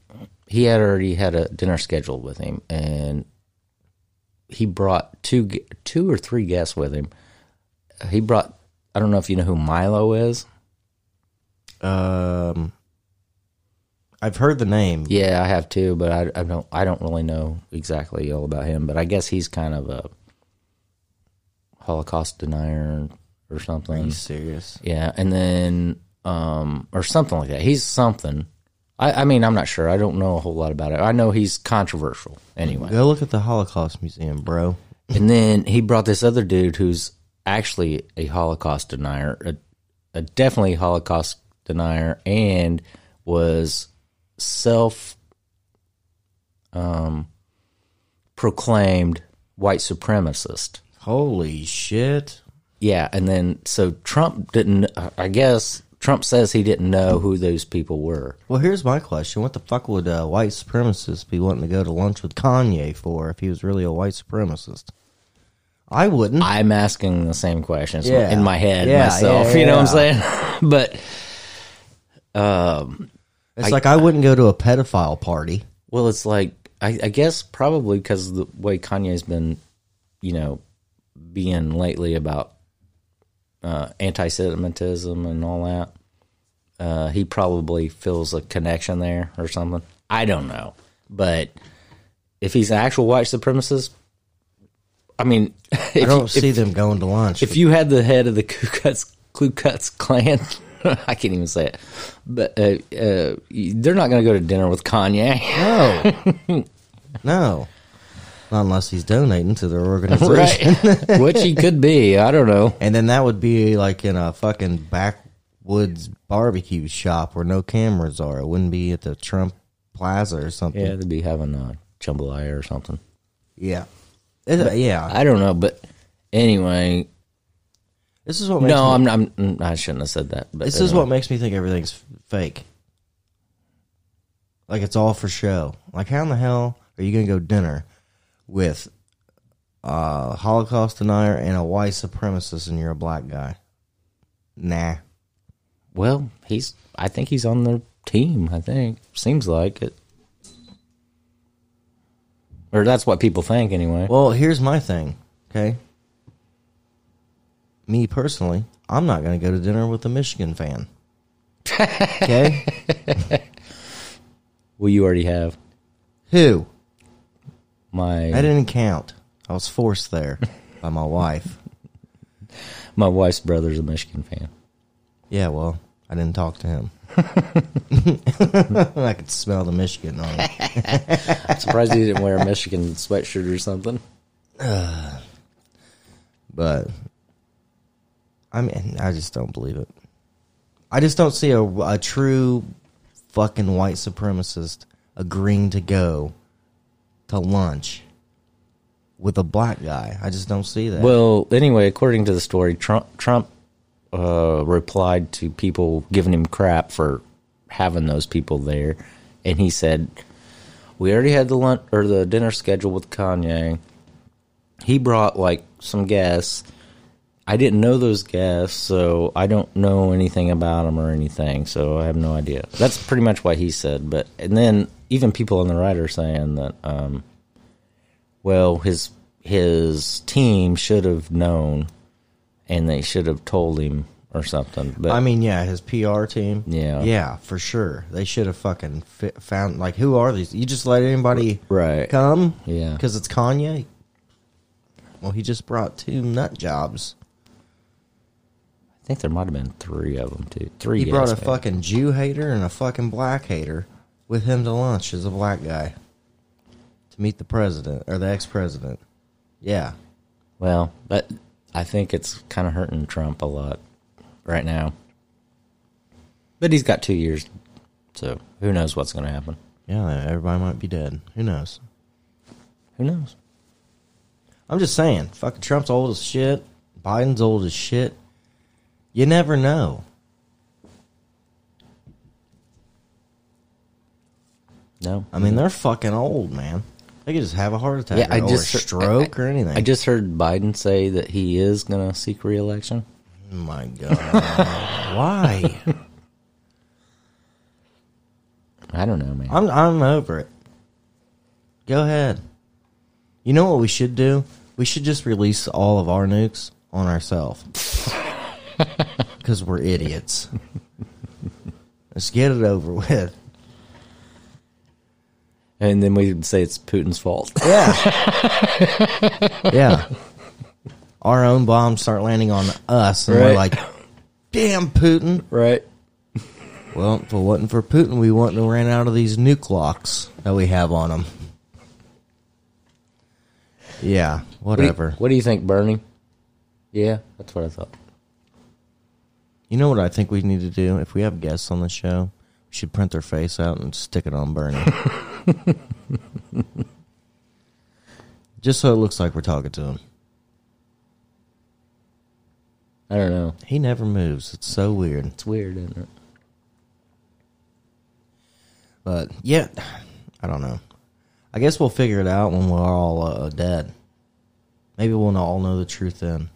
S1: he had already had a dinner scheduled with him, and he brought two, gu- two or three guests with him. He brought. I don't know if you know who Milo is.
S2: Um, I've heard the name.
S1: Yeah, I have too, but I, I don't I don't really know exactly all about him. But I guess he's kind of a Holocaust denier or something.
S2: He's serious.
S1: Yeah, and then um or something like that. He's something. I, I mean, I'm not sure. I don't know a whole lot about it. I know he's controversial anyway.
S2: Go look at the Holocaust Museum, bro.
S1: and then he brought this other dude who's actually a Holocaust denier, a, a definitely Holocaust denier, and was self um, proclaimed white supremacist.
S2: Holy shit!
S1: Yeah, and then so Trump didn't. I guess Trump says he didn't know who those people were.
S2: Well, here's my question: What the fuck would a white supremacist be wanting to go to lunch with Kanye for if he was really a white supremacist? I wouldn't.
S1: I'm asking the same questions
S2: Yeah.
S1: in my head
S2: Yeah,
S1: myself.
S2: yeah,
S1: you know what I'm
S2: yeah.
S1: saying? [LAUGHS] but
S2: it's like I wouldn't go to a pedophile party.
S1: Well, it's like I, I guess probably because the way Kanye's been, you know, being lately about uh, anti-Semitism and all that, uh, he probably feels a connection there or something. I don't know, but if he's an actual white supremacist, I mean, [LAUGHS] if,
S2: I
S1: you-
S2: don't see them going to lunch.
S1: if you had the head of the [LAUGHS] Ku Klux, Ku Klux Klan, [LAUGHS] I can't even say it, but uh, uh, they're not going to go to dinner with Kanye. [LAUGHS]
S2: no, no, not unless he's donating to their organization.
S1: [LAUGHS] right? Which he could be. I don't know.
S2: And then that would be like in a fucking backwoods barbecue shop where no cameras are. It wouldn't be at the Trump Plaza or something.
S1: Yeah, they'd be having a jambalaya or something.
S2: Yeah. It- uh, yeah.
S1: I don't know, but anyway,
S2: This is what makes
S1: no,
S2: me,
S1: I'm, I'm mm, I shouldn't have said that. But
S2: this is what makes me think everything's f- fake. Like it's all for show. Like how in the hell are you going to go dinner with a Holocaust denier and a white supremacist and you're a black guy? Nah.
S1: Well, he's. I think he's on their team. I think seems like it, or that's what people think anyway.
S2: Well, here's my thing, okay? Me personally, I'm not going to go to dinner with a Michigan fan.
S1: [LAUGHS]
S2: Okay?
S1: Well, you already have
S2: Who? I
S1: my
S2: didn't count. I was forced there by my wife.
S1: my wife's brother's a Michigan fan.
S2: Yeah, well, I didn't talk
S1: [LAUGHS]
S2: to him. [LAUGHS] I could smell the Michigan on him.
S1: I'm surprised he didn't wear a Michigan sweatshirt or something.
S2: But I mean, I just don't believe it. I just don't see a, a true fucking white supremacist agreeing to go to lunch with a black guy. I just don't see that.
S1: Well, anyway, according to the story, Trump Trump uh, replied to people giving him crap for having those people there, and he said, "We already had the lunch or the dinner scheduled with Kanye. He brought like some guests. I didn't know those guests, so I don't know anything about them or anything. So I have no idea. That's pretty much what he said. But and then even people on the right are saying that." Um, well his his team should have known and they should have told him or something but
S2: I mean, yeah, his PR team.
S1: Yeah.
S2: Yeah, for sure. They should have fucking fi- found, like, who are these? You just let anybody
S1: Right.
S2: come?
S1: Yeah.
S2: Because it's Kanye? Well, he just brought two nut jobs.
S1: i think there might have been three of them too three
S2: He brought
S1: guys,
S2: a
S1: man.
S2: fucking Jew hater and a fucking black hater with him to lunch as a black guy to meet the president or the ex president. Yeah.
S1: well but i think it's kind of hurting trump a lot right now but he's got two years so who knows what's going to happen
S2: Yeah, everybody might be dead. Who knows?
S1: who knows
S2: I'm just saying, fucking Trump's old as shit. Biden's old as shit. You never know.
S1: no
S2: I mean, they're fucking old, man. They could just have a heart attack
S1: Yeah, I
S2: or
S1: just-
S2: a stroke or anything.
S1: i just heard biden say that he is going to seek reelection
S2: oh
S1: [LAUGHS]
S2: my god, why?
S1: i don't know man
S2: I'm I'm over it. Go ahead. You know what we should do? We should just release all of our nukes on ourselves because we're idiots. Let's get it over with.
S1: and then we would say it's putin's fault
S2: Yeah. yeah. Our own bombs start landing on us, and we're
S1: Right.
S2: like, damn, Putin.
S1: right
S2: Well, if it wasn't for Putin, we wouldn't have ran out of these nuke locks that we have on them. Yeah, whatever.
S1: What do you, what do you think, Bernie? Yeah, that's what I thought.
S2: you know what I think we need to do? If we have guests on the show, we should print their face out and stick it on Bernie. Just so it looks like we're talking to him.
S1: I don't know.
S2: He never moves. It's so weird.
S1: It's weird, isn't it?
S2: But yeah, I don't know. I guess we'll figure it out when we're all uh, dead. Maybe we'll not all know the truth then.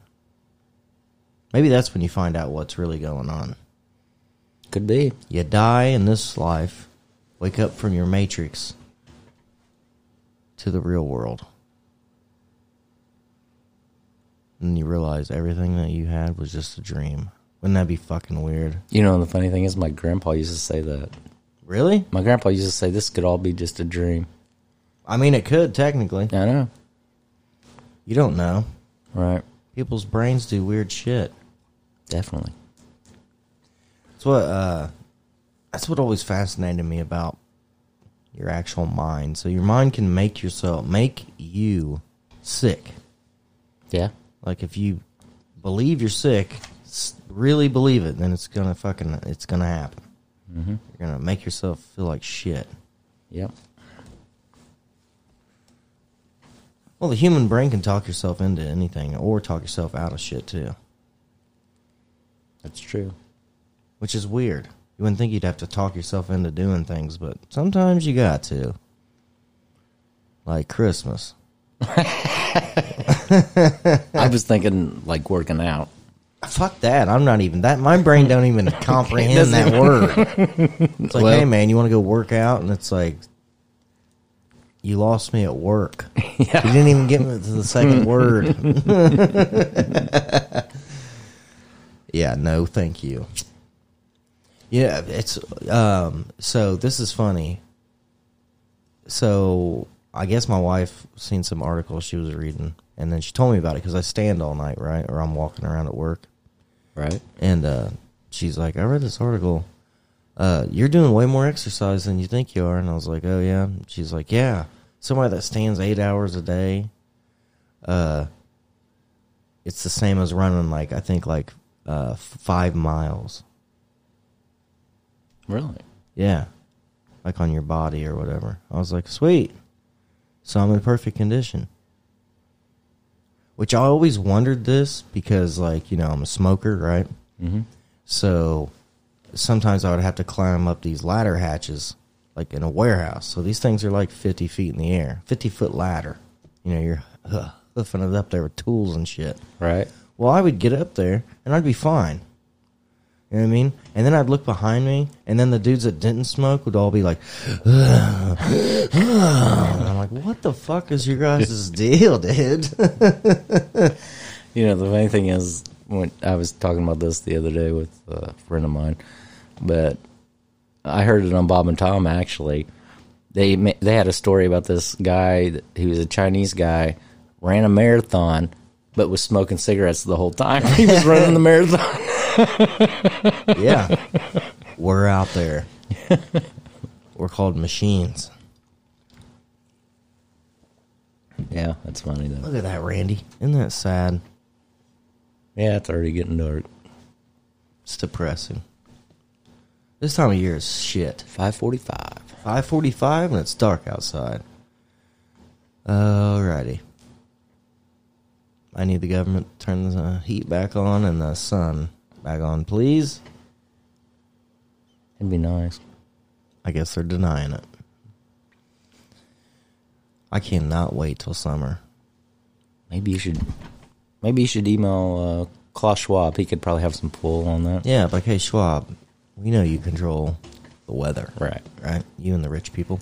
S2: Maybe that's when you find out what's really going on.
S1: Could be.
S2: You die in this life, wake up from your matrix to the real world. And you realize everything that you had was just a dream. Wouldn't that be fucking weird?
S1: You know, the funny thing is, my grandpa used to say that.
S2: Really?
S1: My grandpa used to say this could all be just a dream.
S2: I mean, it could, technically.
S1: I know,
S2: You don't know.
S1: right?
S2: People's brains do weird shit.
S1: Definitely.
S2: That's what uh, that's what always fascinated me about your actual mind. So your mind can make yourself make you sick.
S1: Yeah.
S2: Like if you believe you're sick, s- really believe it, then it's gonna fucking it's gonna happen. You're gonna make yourself feel like shit.
S1: Yep.
S2: Well, the human brain can talk yourself into anything, or talk yourself out of shit too,
S1: That's true.
S2: which is weird. You wouldn't think you'd have to talk yourself into doing things, but sometimes you got to. Like Christmas.
S1: I was thinking like working out.
S2: Fuck that. I'm not even that. My brain don't even comprehend that word. It's like,
S1: Well-
S2: hey man, you want to go work out? And it's like, you lost me at work. You didn't even get me to the second word. [LAUGHS] yeah, no, thank you. Yeah, it's um. So this is funny. So I guess my wife seen some article she was reading, and then she told me about it because I stand all night, right? Or I'm walking around at work
S1: Right.
S2: and uh, she's like, I read this article. Uh, you're doing way more exercise than you think you are. And I was like, oh, yeah. She's like, yeah. Somebody that stands eight hours a day, uh, it's the same as running, like, I think, like uh, f- five miles.
S1: Really?
S2: Yeah. Like on your body or whatever. I was like, sweet. So I'm in perfect condition. Which I always wondered this because, like, you know, I'm a smoker, right?
S1: Mm-hmm.
S2: So sometimes I would have to climb up these ladder hatches, like in a warehouse. So these things are like 50 feet in the air, 50 foot ladder. You know, you're uh, hoofing it up there with tools and shit.
S1: Right.
S2: Well, I would get up there and I'd be fine. You know what I mean? And then I'd look behind me, and then the dudes that didn't smoke would all be like, [SIGHS] and I'm like, what the fuck is your guys' deal, dude? [LAUGHS]
S1: You know, the main thing is when I was talking about this the other day with a friend of mine, but I heard it on Bob and Tom actually. They ma- they had a story about this guy. that- He was a Chinese guy, ran a marathon, but was smoking cigarettes the whole time [LAUGHS] he was running the marathon.
S2: yeah. We're out there. We're called machines.
S1: Yeah, that's funny though.
S2: Look at that, Randy. Isn't that sad?
S1: Yeah, it's already getting dark.
S2: It's depressing. This time of year is shit.
S1: Five forty-five.
S2: 5:45 and it's dark outside. Alrighty. I need the government to turn the heat back on and the sun back on, please.
S1: It'd be nice.
S2: I guess they're denying it. I cannot wait till summer.
S1: Maybe you should. Maybe you should email uh, Klaus Schwab. He could probably have some pull on that.
S2: Yeah, but hey, Schwab, we know you control the weather,
S1: Right.
S2: right? You and the rich people.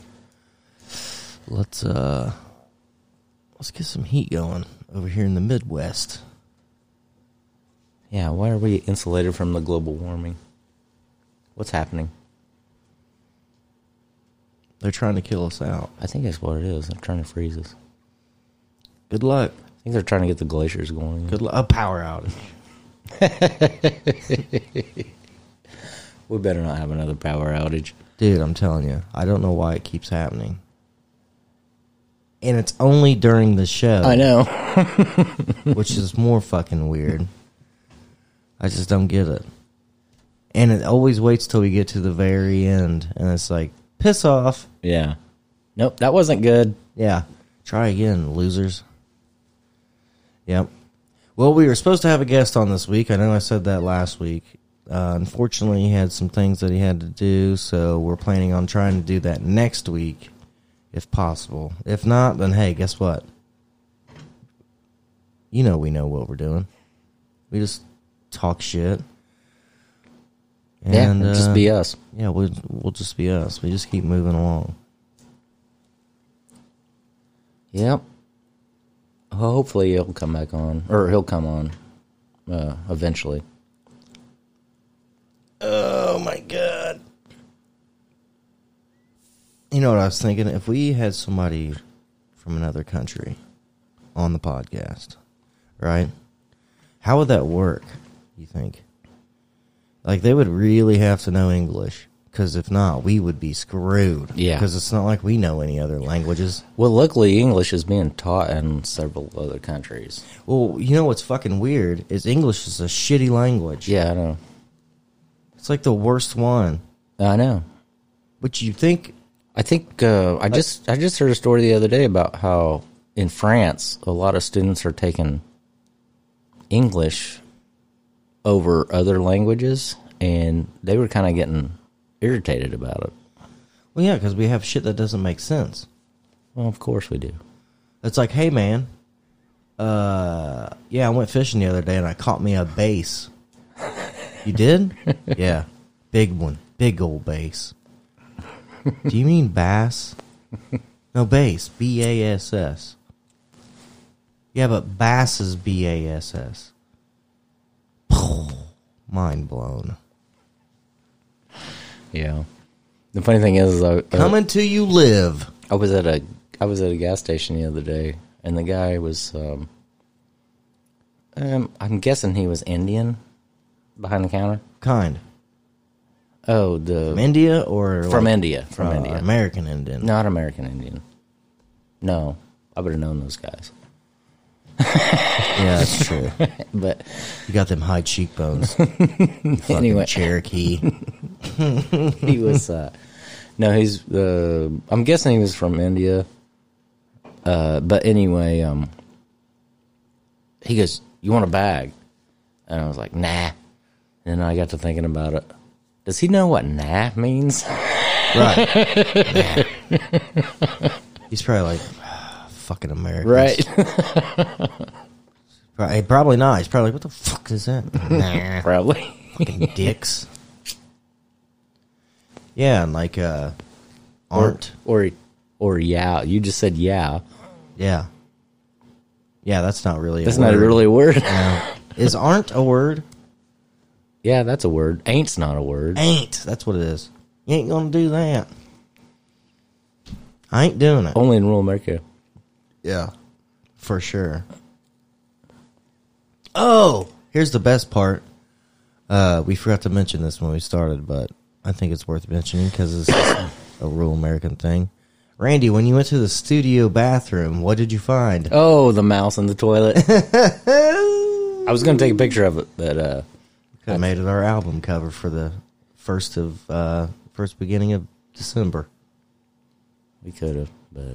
S2: Let's uh, let's get some heat going over here in the Midwest.
S1: Yeah. Why are we insulated from the global warming? What's happening?
S2: They're trying to kill us out.
S1: I think that's what it is. They're trying to freeze us.
S2: Good luck.
S1: I think they're trying to get the glaciers going.
S2: Good luck. A power outage.
S1: We better not have another power outage.
S2: Dude, I'm telling you, I don't know why it keeps happening. And it's only during the show,
S1: I know.
S2: which is more fucking weird. I just don't get it. And it always waits till we get to the very end, and it's like, piss off.
S1: Yeah. Nope. That wasn't good.
S2: Yeah. Try again, losers. Yep. Well, we were supposed to have a guest on this week. I know I said that last week. Uh, unfortunately, he had some things that he had to do, so we're planning on trying to do that next week, if possible. If not, then hey, guess what? You know we know what we're doing. We just talk shit.
S1: yeah. it'd just
S2: uh,
S1: be us.
S2: yeah, we'll we'll just be us. We just keep moving along.
S1: Yep. Well, Hopefully he'll come back on, or he'll come on uh, eventually.
S2: Oh my god. You know what I was thinking? If we had somebody from another country on the podcast, right? How would that work, you think? Like they would really have to know English cuz if not, we would be screwed.
S1: Yeah.
S2: Cuz it's not like we know any other languages.
S1: Well, luckily English is being taught in several other countries.
S2: Well, you know what's fucking weird is English is a shitty language.
S1: Yeah, I know.
S2: It's like the worst one.
S1: I know.
S2: But you think
S1: I think uh, I just I just heard a story the other day about how in France a lot of students are taking English over other languages, and they were kind of getting irritated about it.
S2: well yeah, cuz we have shit that doesn't make sense.
S1: Well, of course we do.
S2: It's like, hey man, uh, yeah, I went fishing the other day and I caught me a bass. You
S1: [LAUGHS]
S2: did? yeah, big one, big old bass. Do you mean bass? No, bass, B A S S. Yeah, but bass is B A S S. [SIGHS] Mind blown.
S1: Yeah. The funny thing is, uh, I, I,
S2: Coming to you live.
S1: I was at a I was at a gas station the other day, and the guy was um, um I'm guessing he was Indian, behind the counter?
S2: Kind
S1: Oh, the
S2: from India or
S1: from
S2: like,
S1: India, from
S2: uh,
S1: India,
S2: American
S1: [LAUGHS]
S2: Indian.
S1: not American Indian. No, I would have known those guys, [LAUGHS]
S2: Yeah, that's true.
S1: but
S2: You got them high cheekbones. You fucking
S1: Anyway. [LAUGHS]
S2: Cherokee.
S1: he was. Uh, no, he's. Uh, I'm guessing he was from India. Uh, but anyway, um, he goes, "You want a bag?" And I was like, "Nah." And I got to thinking about it. Does he know what "nah" means? [LAUGHS]
S2: Right. He's probably like, "Ah, fucking American. Probably, probably not. He's probably like, what the fuck is that?
S1: [LAUGHS]
S2: nah.
S1: Probably.
S2: fucking dicks. Yeah, and like uh aren't.
S1: Or or yeah, you just said yeah.
S2: Yeah. Yeah, that's not really
S1: That's
S2: a
S1: not
S2: word.
S1: really a word. [LAUGHS]
S2: No. Is aren't a word?
S1: yeah, that's a word. Ain't's not a word.
S2: Ain't. That's what it is. You ain't gonna do that. I ain't doing it.
S1: Only in rural America.
S2: Yeah. For sure. Oh, here's the best part. Uh, we forgot to mention this when we started, but I think it's worth mentioning because it's a real American thing. Randy, when you went to the studio bathroom, what did you find?
S1: Oh, the mouse in the toilet. [LAUGHS] I was gonna take a picture of it, but uh
S2: I made it our album cover for the first of uh, first beginning of December.
S1: we could have, but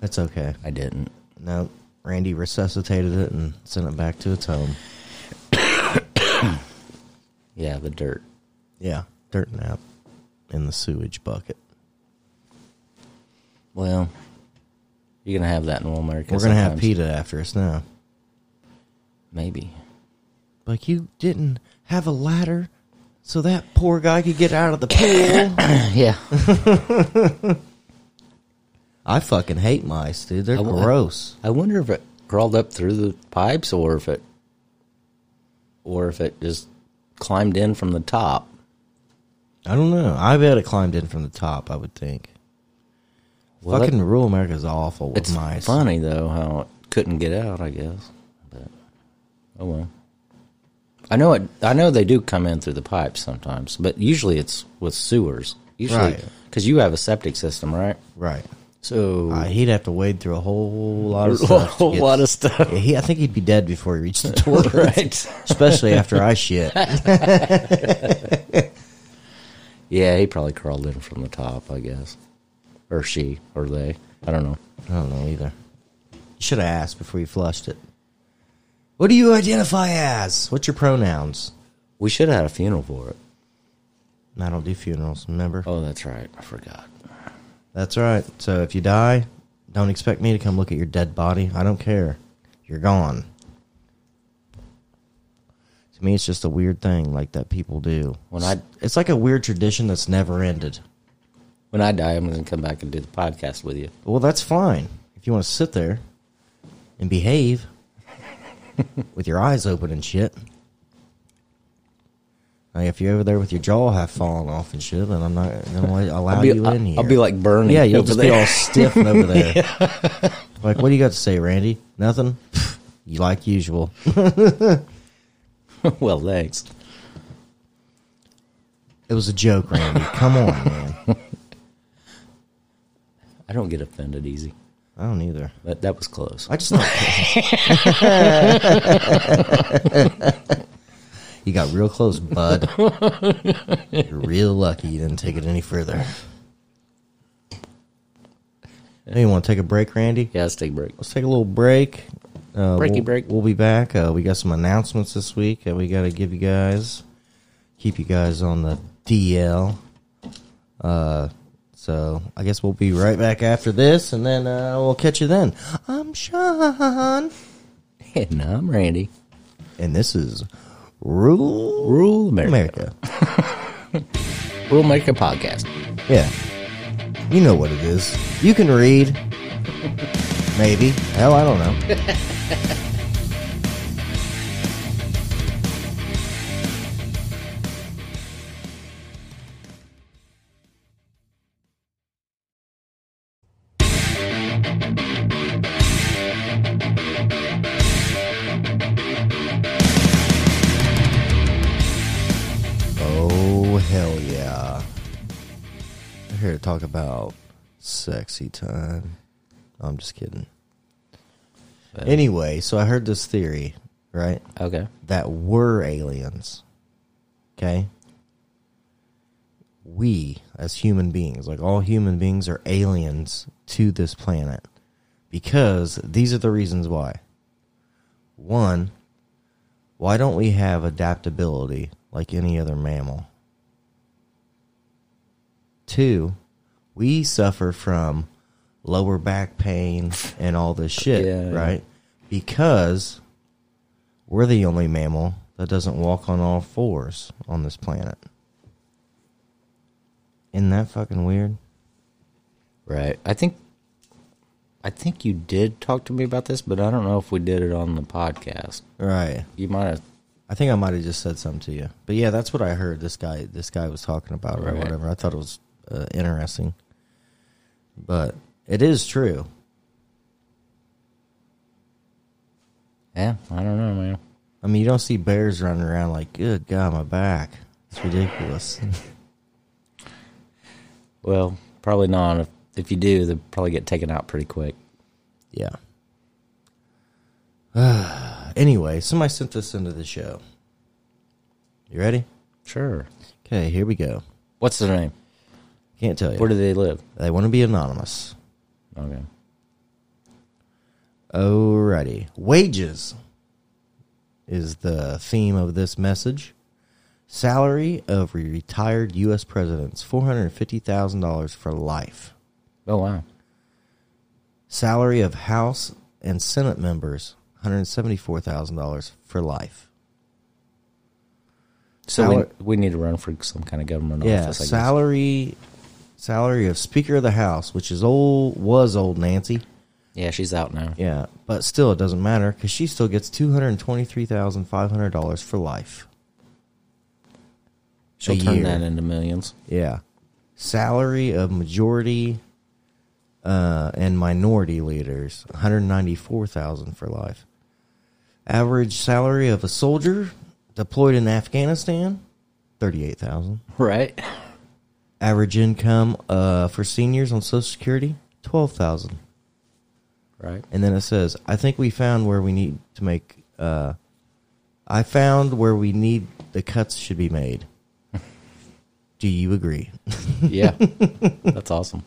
S2: That's okay.
S1: I didn't.
S2: No, Randy resuscitated it and sent it back to its home.
S1: Yeah, the dirt.
S2: Yeah, dirt nap in the sewage bucket.
S1: Well, you're gonna have that in rural America.
S2: We're gonna have
S1: sometimes.
S2: PETA after us now.
S1: Maybe. [CLEARS THROAT]
S2: Like you didn't have a ladder, so that poor guy could get out of the pool.
S1: yeah.
S2: [COUGHS] I fucking hate mice, dude. They're
S1: I wa-
S2: gross.
S1: I wonder if it crawled up through the pipes or if it or if it just climbed in from the top.
S2: I don't know. I bet it climbed in from the top. I would think.
S1: Well, that-
S2: fucking rural America is awful with
S1: It's
S2: mice.
S1: funny though how it couldn't get out. I guess, but oh well. I know it. I know they do come in through the pipes sometimes, but usually it's with sewers. Usually,
S2: Right.
S1: because you have a septic system, right?
S2: Right.
S1: So
S2: Uh, he'd have to wade through [LAUGHS] a whole lot of
S1: a
S2: stuff. to
S1: whole
S2: get-
S1: lot of [LAUGHS] stuff,
S2: Yeah, he, I think he'd be dead before he reached [LAUGHS] the toilet,
S1: right?
S2: especially after I shit.
S1: yeah, he probably crawled in from the top, I guess, or she, or they. I don't know.
S2: I don't know either. You should have asked before you flushed it. What do you identify as? What's your pronouns?
S1: We should have had a funeral for it.
S2: And I don't do funerals, remember?
S1: Oh, that's right. I forgot.
S2: That's right. So if you die, don't expect me to come look at your dead body. I don't care. You're gone. To me, it's just a weird thing like that people do.
S1: When I-
S2: it's like a weird tradition that's never ended.
S1: When I die, I'm going to come back and do the podcast with you.
S2: Well, that's fine if you want to sit there
S1: [LAUGHS]
S2: and behave with your eyes open and shit. Like if you're over there with your jaw half falling off and shit, then I'm not going to allow
S1: I'll be,
S2: you in
S1: I'll,
S2: here.
S1: I'll be like Bernie.
S2: yeah, you'll
S1: over [LAUGHS]
S2: just
S1: there.
S2: be all stiff over
S1: [LAUGHS]
S2: there. Like, what do you got to say, Randy? Nothing. you like usual. [LAUGHS]
S1: well, thanks.
S2: It was a joke, Randy. Come on, man.
S1: I don't get offended easy,
S2: I don't either.
S1: but that was close.
S2: I just not. you got real close, bud. You're real lucky you didn't take it any further. Hey, you want to take a break, Randy?
S1: yeah, let's take a break.
S2: Let's take a little break. Uh,
S1: Breaky
S2: we'll,
S1: break. [LAUGHS]
S2: We'll be back. Uh, we got some announcements this week that we got to give you guys. Keep you guys on the DL. Uh, so I guess we'll be right back after this, and then uh, we'll catch you then. I'm Sean,
S1: And I'm Randy.
S2: and this is Rule
S1: Rule America.
S2: America.
S1: Rule America podcast.
S2: Yeah, you know what it is. You can read, maybe. Hell, I don't know. Oh yeah. We're here to talk about sexy time. I'm just kidding. Anyway, so I heard this theory, right?
S1: Okay.
S2: That we're aliens. Okay? We as human beings, like all human beings are aliens to this planet. Because these are the reasons why. One, why don't we have adaptability like any other mammal? Two, we suffer from lower back pain and all this shit,
S1: Yeah, yeah.
S2: right? Because we're the only mammal that doesn't walk on all fours on this planet. Isn't that fucking weird?
S1: Right. I think I think you did talk to me about this, but I don't know if we did it on the podcast.
S2: Right.
S1: You might have
S2: I think I might have just said something to you, but yeah, that's what I heard. This guy, this guy was talking about or
S1: Right.
S2: whatever. I thought it was uh, interesting, but it is true.
S1: Yeah, I don't know, man.
S2: I mean, you don't see bears running around like, "Good God, my back!" It's ridiculous. [LAUGHS]
S1: Well, probably not. If if you do, they'll probably get taken out pretty quick.
S2: yeah. [SIGHS] anyway, somebody sent this into the show. You ready?
S1: Sure.
S2: Okay, here we go.
S1: What's their name?
S2: Can't tell you.
S1: Where do they live?
S2: they want to be anonymous.
S1: Okay.
S2: Alrighty. Wages is the theme of this message. Salary of retired U.S. presidents $450,000 for life.
S1: Oh wow.
S2: Salary of House and Senate members $174,000 for life.
S1: So
S2: Salar-
S1: we, we need to run for some kind of government
S2: Yeah,
S1: office. I guess.
S2: salary salary of Speaker of the House, which is old was old Nancy.
S1: yeah, she's out now.
S2: Yeah, but still it doesn't matter cuz she still gets $223,500 for life.
S1: She'll
S2: A
S1: turn
S2: year.
S1: that into
S2: [LAUGHS]
S1: millions.
S2: Yeah. Salary of majority uh, and minority leaders, 194,000 for life. Average salary of a soldier deployed in Afghanistan, 38,000.
S1: Right.
S2: Average income uh, for seniors on Social Security, 12,000.
S1: Right.
S2: And then it says, I think we found where we need to make uh, I found where we need the cuts should be made. [LAUGHS] Do you agree? [LAUGHS]
S1: Yeah. That's awesome.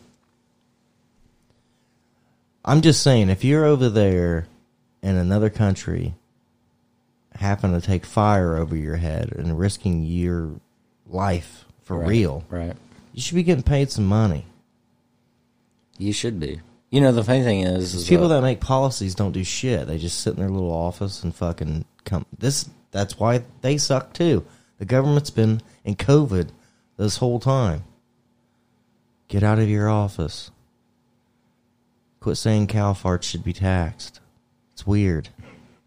S2: I'm just saying, if you're over there in another country, happen to take fire over your head and risking your life for
S1: Right.
S2: real,
S1: Right.
S2: you should be getting paid some money.
S1: You should be. You know the funny thing is, is
S2: These people
S1: that-
S2: that make policies don't do shit. They just sit in their little office and fucking come. This that's why they suck too. The government's been in COVID this whole time. Get out of your office. Quit saying cow farts should be taxed. It's weird.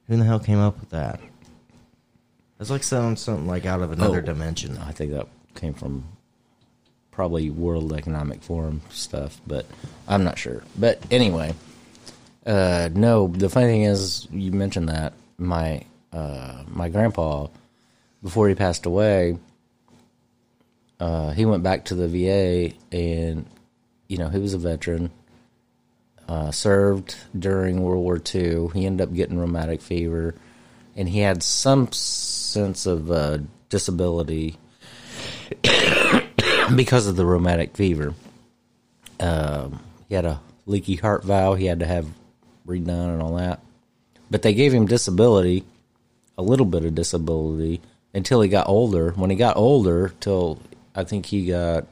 S2: Who in the hell came up with that? That's like sounding something like out of another
S1: Oh.
S2: dimension.
S1: I think that came from probably World Economic Forum stuff, but I'm not sure. But anyway, uh, no. The funny thing is, you mentioned that my uh, my grandpa, before he passed away, uh, he went back to the VA, and you know he was a veteran. Uh, served during World War II. He ended up getting rheumatic fever, and he had some sense of uh, disability [CLEARS THROAT] because of the rheumatic fever. Um, he had a leaky heart valve. He had to have redone and all that. But they gave him disability, a little bit of disability, until he got older. When he got older, till I think he got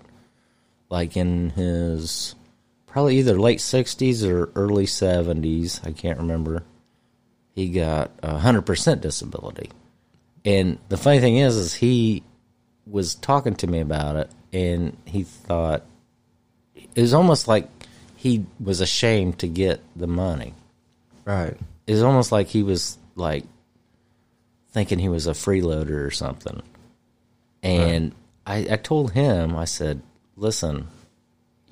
S1: like in his probably either late 60s or early 70s. I can't remember. He got a 100% disability. And the funny thing is, is he was talking to me about it, and he thought it was almost like he was ashamed to get the money.
S2: Right.
S1: It was almost like he was like thinking he was a freeloader or something. And I, I told him, I said, "Listen,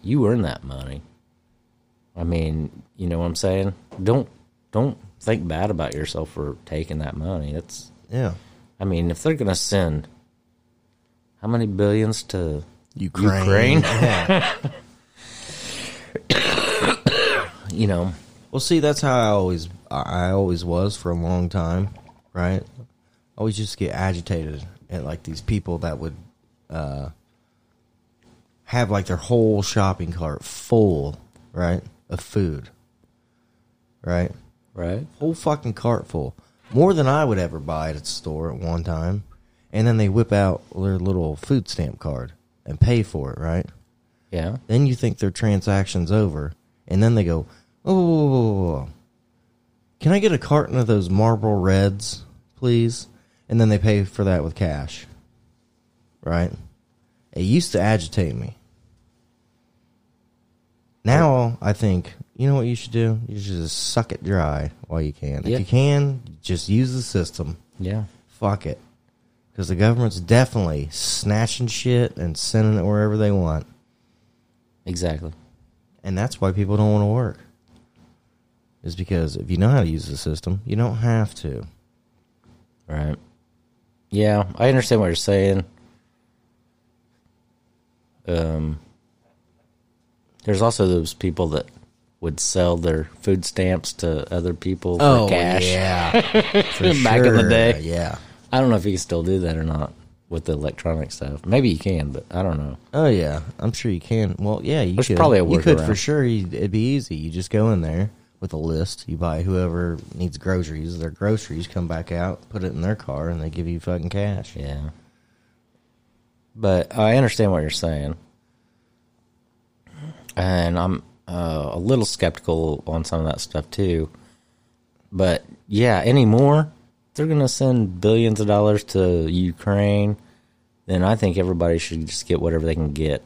S1: you earn that money. I mean, you know what I'm saying? Don't don't think bad about yourself for taking that money. That's
S2: Yeah.
S1: I mean, if they're going to send how many billions to
S2: Ukraine.
S1: Ukraine?
S2: Yeah.
S1: [COUGHS] you know?
S2: Well, see, that's how I always I I always was for a long time, right? I always used to get agitated at like these people that would uh, have like their whole shopping cart full, right, of food, right,
S1: Right.
S2: whole fucking cart full, more than I would ever buy at a store at one time, and then they whip out their little food stamp card and pay for it, right?
S1: Yeah.
S2: Then you think their transaction's over, and then they go, "Oh, whoa, whoa, whoa, whoa, whoa. can I get a carton of those Marlboro Reds, please?" And then they pay for that with cash. Right? It used to agitate me. Now I think you know what you should do. You should just suck it dry while you can.
S1: Yeah.
S2: If you can, just use the system
S1: Yeah.
S2: fuck it. Because the government's definitely snatching shit and sending it wherever they want.
S1: Exactly.
S2: And that's why people don't want to work. Is because if you know how to use the system, you don't have to.
S1: Right. Yeah, I understand what you're saying. Um, there's also those people that would sell their food stamps to other people for cash.
S2: yeah. For
S1: Oh, [LAUGHS] Back in the day.
S2: Yeah.
S1: I don't know if you can still do that or not with the electronic stuff. Maybe you can, but I don't know.
S2: Oh, yeah. I'm sure you can. Well, yeah, you
S1: There's
S2: could.
S1: probably a
S2: You could for
S1: workaround.
S2: sure. You, it'd be easy. You just go in there with a list. You buy whoever needs groceries, their groceries, come back out, put it in their car, and they give you fucking cash.
S1: Yeah. But I understand what you're saying. And I'm uh, a little skeptical on some of that stuff too. But yeah, anymore, they're going to send billions of dollars to Ukraine. Then I think everybody should just get whatever they can get.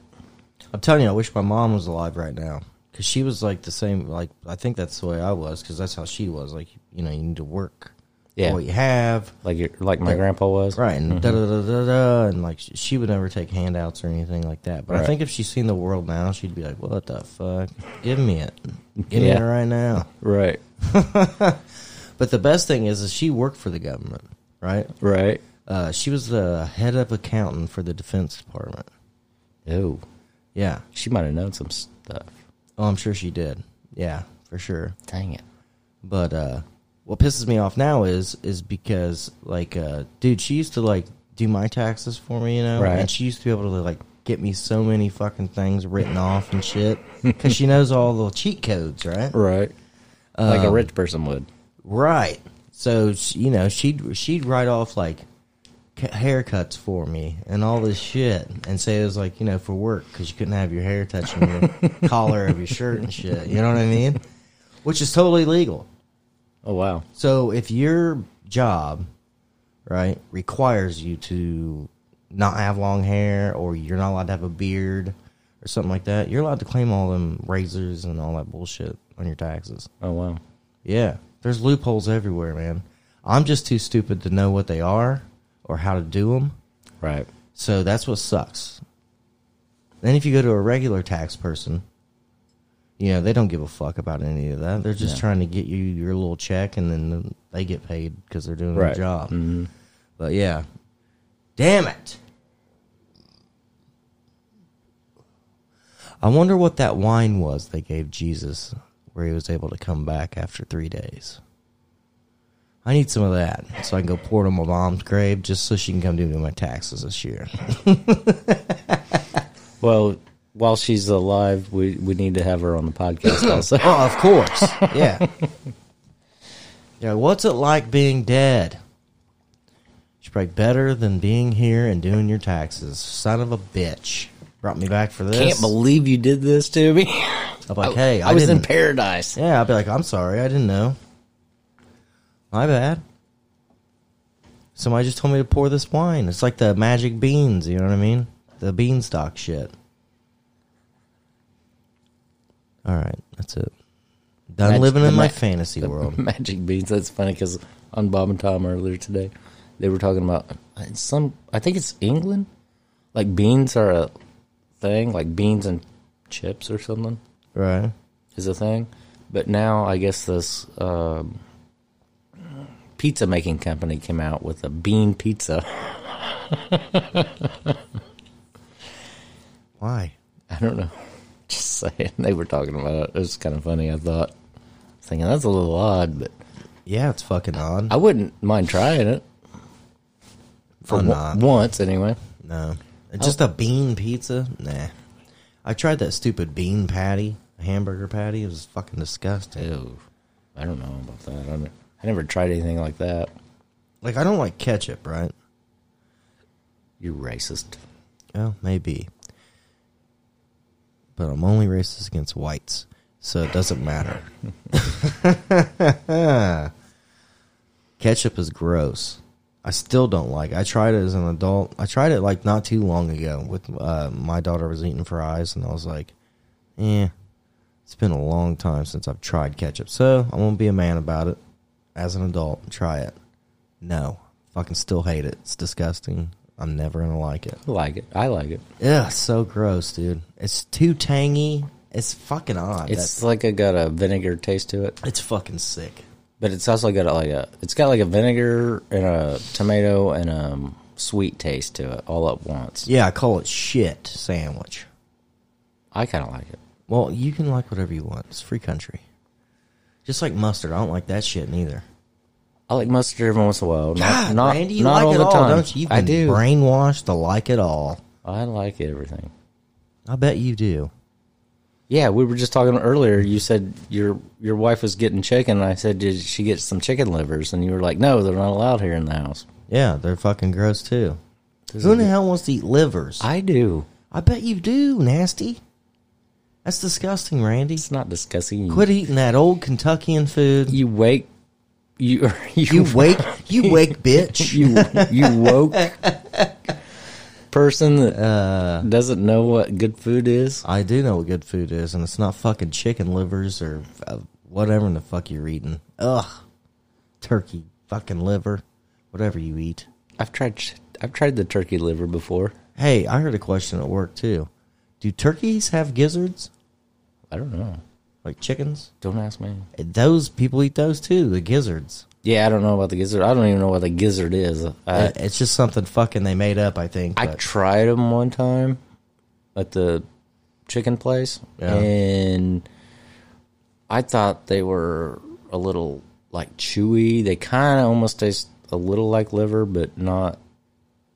S2: I'm telling you, I wish my mom was alive right now because she was like the same. Like I think that's the way I was because that's how she was. Like you know, you need to work.
S1: Yeah.
S2: What you have,
S1: Like your, like my grandpa was.
S2: right? And da da da da da. And like sh- she would never take handouts or anything like that. But I
S1: Right.
S2: think if she's seen the world now, she'd be like, "What the fuck? Give me it. Give
S1: Yeah.
S2: me it right now."
S1: Right.
S2: But the best thing is, is she worked for the government, right?
S1: Right.
S2: Uh, she was the head of accountant for the Defense Department.
S1: Oh,
S2: Yeah.
S1: she might have known some stuff.
S2: Oh, I'm sure she did. Yeah, for sure.
S1: Dang it.
S2: But uh what pisses me off now is is because like uh dude, she used to like do my taxes for me, you know,
S1: Right.
S2: and she used to be able to like get me so many fucking things written off and shit because she knows all the cheat codes, right?
S1: Right. Um, like a rich person would.
S2: Right. So she- you know she'd she'd write off like ca- haircuts for me and all this shit and say it was like you know for work because you couldn't have your hair touching your collar of your shirt and shit. You know what I mean? Which is totally legal.
S1: Oh, wow.
S2: So if your job, right, requires you to not have long hair or you're not allowed to have a beard or something like that, you're allowed to claim all them razors and all that bullshit on your taxes.
S1: Oh, wow.
S2: Yeah. There's loopholes everywhere, man. I'm just too stupid to know what they are or how to do them.
S1: Right.
S2: So that's what sucks. Then if you go to a regular tax person, you know, they don't give a fuck about any of that. They're just
S1: No.
S2: trying to get you your little check and then they get paid because they're doing
S1: Right.
S2: their job. But yeah. Damn it. I wonder what that wine was they gave Jesus where he was able to come back after three days. I need some of that so I can go pour it on my mom's grave just so she can come do me my taxes this year.
S1: Well, while she's alive, we, we need to have her on the [COUGHS] podcast also.
S2: Oh, of course. Yeah. yeah. What's it like being dead? She's probably better than being here and doing your taxes. Son of a bitch. Brought me back for this.
S1: Can't believe you did this to me.
S2: I'm like, hey, I,
S1: I was
S2: didn't.
S1: in paradise.
S2: yeah, I'd be like, I'm sorry, I didn't know. My bad. Somebody just told me to pour this wine. It's like the magic beans, you know what I mean? The beanstalk shit. All right, that's it. Done
S1: Mag-
S2: living
S1: the
S2: in my
S1: ma-
S2: fantasy
S1: [LAUGHS]
S2: world.
S1: Magic beans. That's funny because on Bob and Tom earlier today, they were talking about it's some. I think it's England. Like beans are a thing. Like beans and chips or something
S2: Right.
S1: is a thing. But now I guess this um, pizza [LAUGHS] making company came out with a bean pizza.
S2: Why?
S1: I don't know. [LAUGHS] Just saying. They were talking about it. It was kind of funny. I thought, thinking that's a little odd, but
S2: Yeah, it's fucking odd.
S1: I wouldn't mind trying it for
S2: I'm
S1: wo-
S2: not.
S1: once anyway.
S2: No. Just a bean pizza? Nah. I tried that stupid bean patty, hamburger patty. It was fucking disgusting.
S1: Ew. I don't know about that. I, don't- I never tried anything like that.
S2: Like, I don't like ketchup, right?
S1: You racist.
S2: Well, maybe. But I'm only racist against whites, so it doesn't matter. [LAUGHS] Ketchup is gross. I still don't like. It. I tried it as an adult. I tried it like not too long ago with uh, my daughter was eating fries, and I was like, "Eh, it's been a long time since I've tried ketchup." So I'm gonna be a man about it. As an adult, and try it. No, fucking still hate it. It's disgusting. I'm never gonna like it.
S1: I like it. I like it.
S2: Yeah, so gross, dude. It's too tangy. It's fucking odd.
S1: It's
S2: It's
S1: like it got a vinegar taste to it,
S2: it's fucking sick.
S1: but it's also got like a it's got like a vinegar and a tomato and um sweet taste to it all at once.
S2: Yeah, I call it shit sandwich.
S1: I kind of like it.
S2: Well, you can like whatever you want. It's free country. Just like mustard, I don't like that shit neither.
S1: I like mustard every once in a while. Not,
S2: God,
S1: Ah, not,
S2: Randy, you
S1: not
S2: like
S1: all
S2: it
S1: the
S2: all,
S1: time.
S2: don't you? You've been
S1: I do.
S2: brainwashed to like it all.
S1: I like everything.
S2: I bet you do.
S1: Yeah, we were just talking earlier. You said your your wife was getting chicken. And I said, did she get some chicken livers? And you were like, no, they're not allowed here in the house.
S2: Yeah, they're fucking gross too. Who in the hell wants to eat livers? I,
S1: I do.
S2: bet you do, nasty. That's disgusting, Randy.
S1: It's not disgusting. You,
S2: Quit eating that old Kentuckian food.
S1: you wake. You [LAUGHS]
S2: You [LAUGHS]
S1: you
S2: wake, you [LAUGHS] wake, bitch.
S1: you you woke [LAUGHS] person that uh, doesn't know what good food is.
S2: I do know what good food is, and it's not fucking chicken livers or uh, whatever in the fuck you're eating. Ugh, turkey, fucking liver, whatever you eat.
S1: I've tried ch- I've tried the turkey liver before.
S2: Hey, I heard a question at work too. Do turkeys have gizzards
S1: I don't know.
S2: like chickens?
S1: Don't ask me.
S2: Those people eat those too. The gizzards.
S1: Yeah, I don't know about the gizzard. I don't even know what the gizzard is. I,
S2: It- it's just something fucking they made up. Uh, I think.
S1: I
S2: but-
S1: tried them one time at the chicken place,
S2: Yeah.
S1: and I thought they were a little like chewy. They kind of almost taste a little like liver, but not.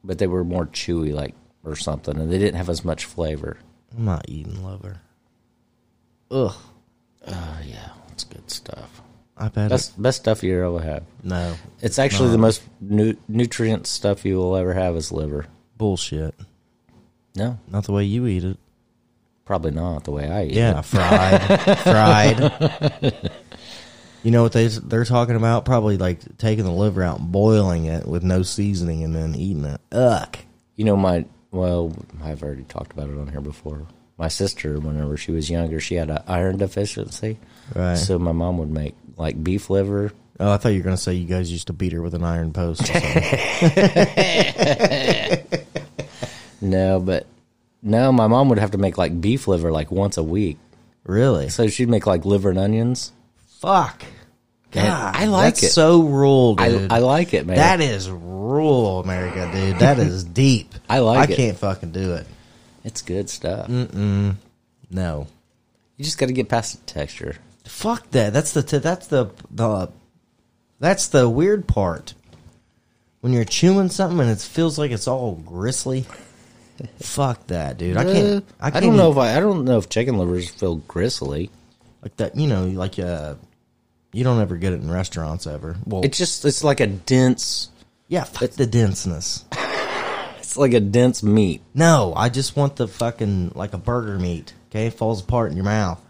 S1: But they were more chewy, like or something, and they didn't have as much flavor.
S2: I'm not eating liver. Ugh,
S1: Oh yeah, it's good stuff.
S2: I bet. It,
S1: Best best stuff you ever have.
S2: no
S1: It's actually
S2: Uh-huh.
S1: the most nu- nutrient stuff you will ever have is liver.
S2: bullshit.
S1: No,
S2: Not the way you eat it.
S1: probably not the way I eat.
S2: Yeah, fried, fried. You know what they they're talking about? Probably like taking the liver out and boiling it with no seasoning and then eating it. Ugh.
S1: You know, my well, I've already talked about it on here before. My sister, whenever she was younger, she had an iron deficiency,
S2: Right.
S1: so my mom would make like beef liver.
S2: Oh, I thought you were gonna say you guys used to beat her with an iron post.
S1: [LAUGHS]
S2: Or something.
S1: No, but no, my mom would have to make like beef liver like once a week.
S2: really?
S1: So she'd make like liver and onions.
S2: Fuck.
S1: And I like
S2: that's
S1: it.
S2: So rule,
S1: I,
S2: dude.
S1: I like it, man.
S2: that is rule, America, dude. That is deep.
S1: [LAUGHS] I like
S2: I
S1: it.
S2: can't fucking do it.
S1: it's good stuff.
S2: Mm. No.
S1: You just got to get past the texture.
S2: Fuck that. That's the t- that's the the that's the weird part. When you're chewing something and it feels like it's all gristly. Fuck that, dude. I can't.
S1: Uh,
S2: I, can't e-
S1: don't know
S2: eat-
S1: if I, I don't know if chicken livers feel gristly.
S2: like that. You know, like uh, you don't ever get it in restaurants ever. Well,
S1: It's just it's like a dense
S2: yeah, fuck the denseness.
S1: it's like a dense meat.
S2: No, I just want the fucking like a burger meat. Okay, it falls apart in your mouth.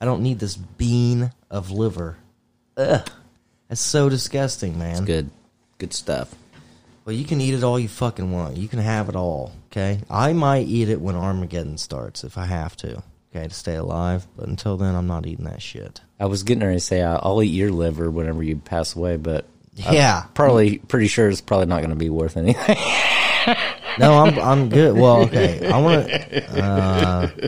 S2: I don't need this bean of liver. Ugh, that's so disgusting, man.
S1: Good, good stuff.
S2: Well, you can eat it all you fucking want. You can have it all. Okay. I might eat it when Armageddon starts if I have to. Okay, to stay alive. But until then, I'm not eating that shit.
S1: I was getting ready to say I- I'll eat your liver whenever you pass away, but
S2: Yeah.
S1: probably pretty sure it's probably not going to be worth anything. [LAUGHS]
S2: No, I'm I'm good. Well, okay. I want to.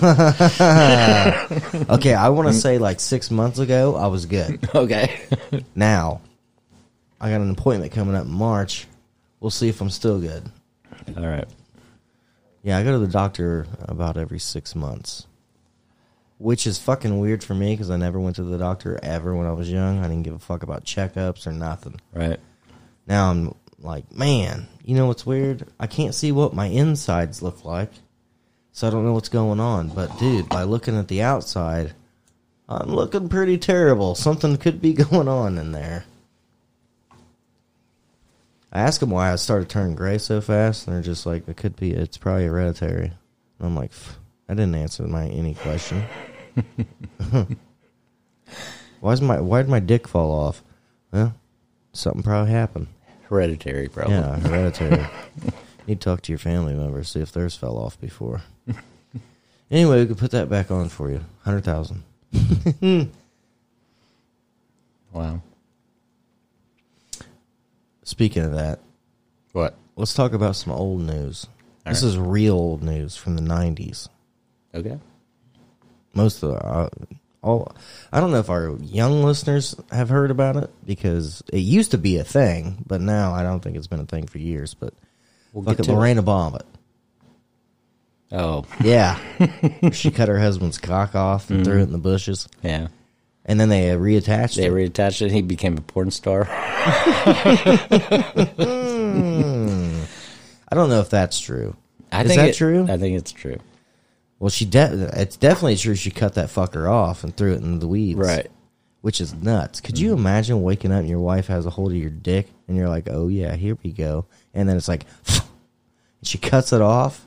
S2: Uh, [LAUGHS] okay, I want to say like six months ago I was good.
S1: okay,
S2: Now, I got an appointment coming up in March We'll see if I'm still good.
S1: All right.
S2: Yeah, I go to the doctor about every six months, which is fucking weird for me because I never went to the doctor ever when I was young. I didn't give a fuck about checkups or nothing.
S1: Right.
S2: Now I'm like, man, you know what's weird? I can't see what my insides look like, so I don't know what's going on. But dude, by looking at the outside, I'm looking pretty terrible. Something could be [LAUGHS] going on in there. I asked them why I started turning gray so fast, and they're just like, "It could be. It's probably hereditary." And I'm like, "Pff, "I didn't answer my any question. [LAUGHS] Why's my Why did my dick fall off? Well, something probably happened.
S1: Hereditary problem. [LAUGHS]
S2: Yeah, hereditary. Need to talk to your family members see if theirs fell off before. anyway, we could put that back on for you. Hundred thousand.
S1: Wow.
S2: Speaking of that,
S1: What?
S2: let's talk about some old news.
S1: All
S2: this
S1: right.
S2: is real old news from the nineties.
S1: Okay.
S2: most of the uh, all I don't know if our young listeners have heard about it because it used to be a thing, but now I don't think it's been a thing for years. But
S1: We'll
S2: look
S1: get
S2: at
S1: to
S2: Lorena Bobbitt.
S1: it. Oh, [LAUGHS]
S2: Yeah, she cut her husband's cock off and threw it in the bushes,
S1: yeah.
S2: and then they uh, reattached
S1: They
S2: it.
S1: reattached it. He became a porn star.
S2: I don't know if that's true.
S1: I
S2: Is
S1: think
S2: that
S1: it-
S2: true?
S1: I think it's true.
S2: well, she de- it's definitely true. She cut that fucker off and threw it in the weeds,
S1: Right.
S2: Which is nuts. Could you imagine waking up and your wife has a hold of your dick and you're like, "Oh yeah, here we go," and then it's like, [LAUGHS] she cuts it off.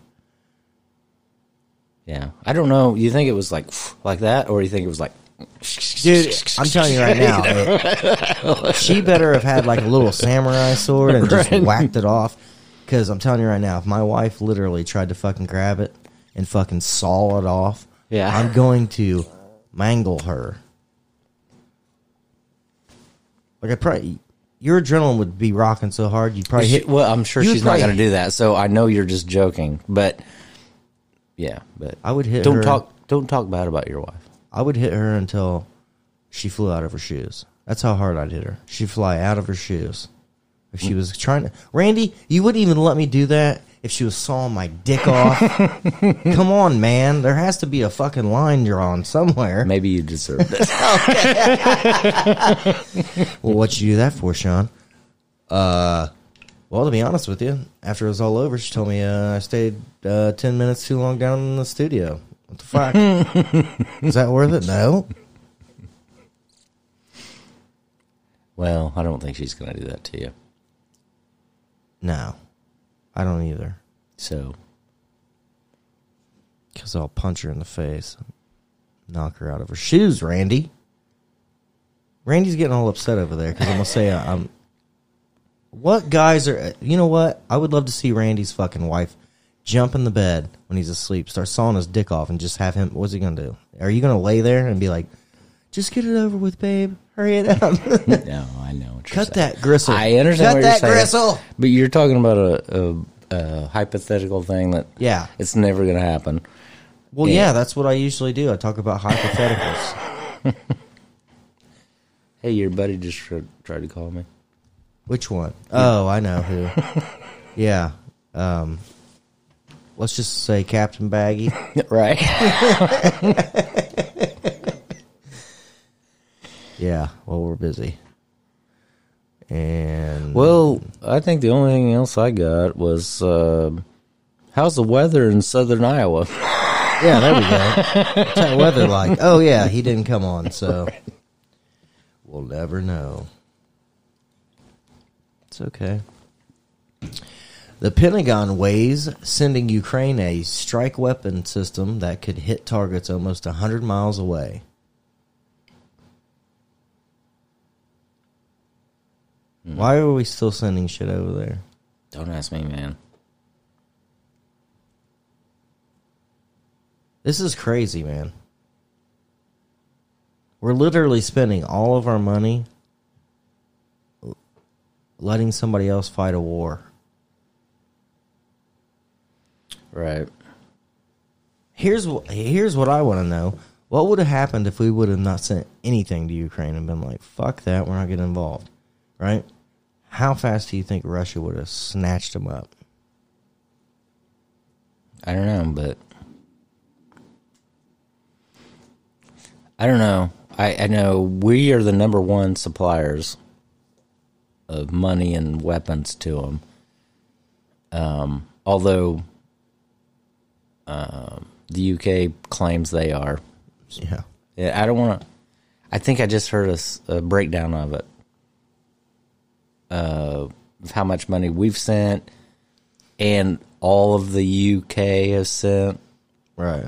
S1: Yeah. I don't know. You think it was like [SIGHS] like that, or you think it was like [LAUGHS]
S2: dude. I'm telling you right now, it- she better have had like a little samurai sword and just whacked it off. Because I'm telling you right now, if my wife literally tried to fucking grab it and fucking saw it off,
S1: Yeah.
S2: I'm going to mangle her. Like I probably, your adrenaline would be rocking so hard you'd probably
S1: She-
S2: hit.
S1: well, I'm sure
S2: you
S1: she's not
S2: probably-
S1: going to do that. So I know you're just joking, but yeah, but
S2: I would hit
S1: Don't
S2: her.
S1: talk. Don't talk bad about your wife.
S2: I would hit her until she flew out of her shoes. That's how hard I'd hit her. She'd fly out of her shoes. If she was trying to. Randy, you wouldn't even let me do that if she was sawing my dick off. Come on, man. There has to be a fucking line drawn somewhere.
S1: Maybe you deserve
S2: [LAUGHS]
S1: this.
S2: Well, what'd you do that for, Sean? Uh, well, to be honest with you, after it was all over, she told me uh, I stayed uh, 10 minutes too long down in the studio. What the fuck? Is that worth it? No.
S1: well, I don't think she's going to do that to you.
S2: No. I don't either.
S1: So
S2: Because I'll punch her in the face. Knock her out of her shoes, Randy. Randy's getting all upset over there because I'm going to say uh, I'm. What guys are. uh, You know what? I would love to see Randy's fucking wife jump in the bed when he's asleep, start sawing his dick off, and just have him. What's he going to do? Are you going to lay there and be like, just get it over with, babe? Hurry it up.
S1: no, I know. What you're
S2: [LAUGHS] Cut
S1: saying.
S2: that gristle.
S1: I understand.
S2: Cut
S1: what
S2: that
S1: you're saying,
S2: gristle.
S1: But you're talking about a, a, a hypothetical thing that
S2: Yeah.
S1: it's never going to happen.
S2: Well,
S1: Yeah.
S2: yeah. that's what I usually do. I talk about hypotheticals.
S1: Hey, your buddy just tri- tried to call me.
S2: Which one? Oh, I know who. yeah. Um, let's just say Captain Baggy.
S1: right?
S2: yeah. Well, we're busy.
S1: [LAUGHS]
S2: And
S1: Well, I think the only thing else I got was uh, how's the weather in southern Iowa? [LAUGHS]
S2: yeah, there we go. What's that weather like? Oh yeah, he didn't come on, so we'll never know. It's okay. The Pentagon weighs sending Ukraine a strike weapon system that could hit targets almost 100 miles away. Why are we still sending shit over there?
S1: Don't ask me, man.
S2: This is crazy, man. We're literally spending all of our money l- letting somebody else fight a war.
S1: Right.
S2: Here's wh- here's what I want to know. What would have happened if we would have not sent anything to Ukraine and been like, "Fuck that, we're not getting involved." Right? How fast do you think Russia would have snatched him up?
S1: I don't know, but I don't know. I, I know we are the number one suppliers of money and weapons to them. Um, although um, the UK claims they are.
S2: Yeah.
S1: Yeah, I don't want to. I think I just heard a, s- a breakdown of it uh, of how much money we've sent and all of the UK has sent,
S2: Right.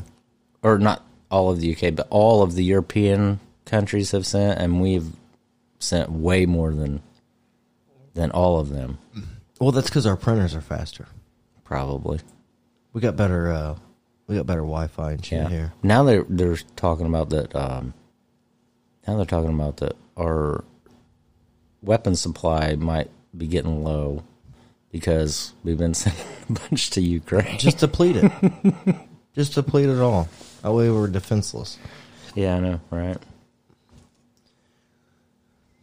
S1: or not all of the UK, but all of the European countries have sent, and we've sent way more than than all of them,
S2: Well, that's because our printers are faster.
S1: probably.
S2: We got better. Uh, we got better Wi-Fi and shit
S1: Yeah.
S2: here.
S1: Now they're they're talking about that. Um, now they're talking about that our weapon supply might be getting low because we've been sending [LAUGHS] a bunch to
S2: [LAUGHS]
S1: Ukraine.
S2: Just deplete it. [LAUGHS] Just deplete it all. That way we're defenseless.
S1: yeah, I know, right?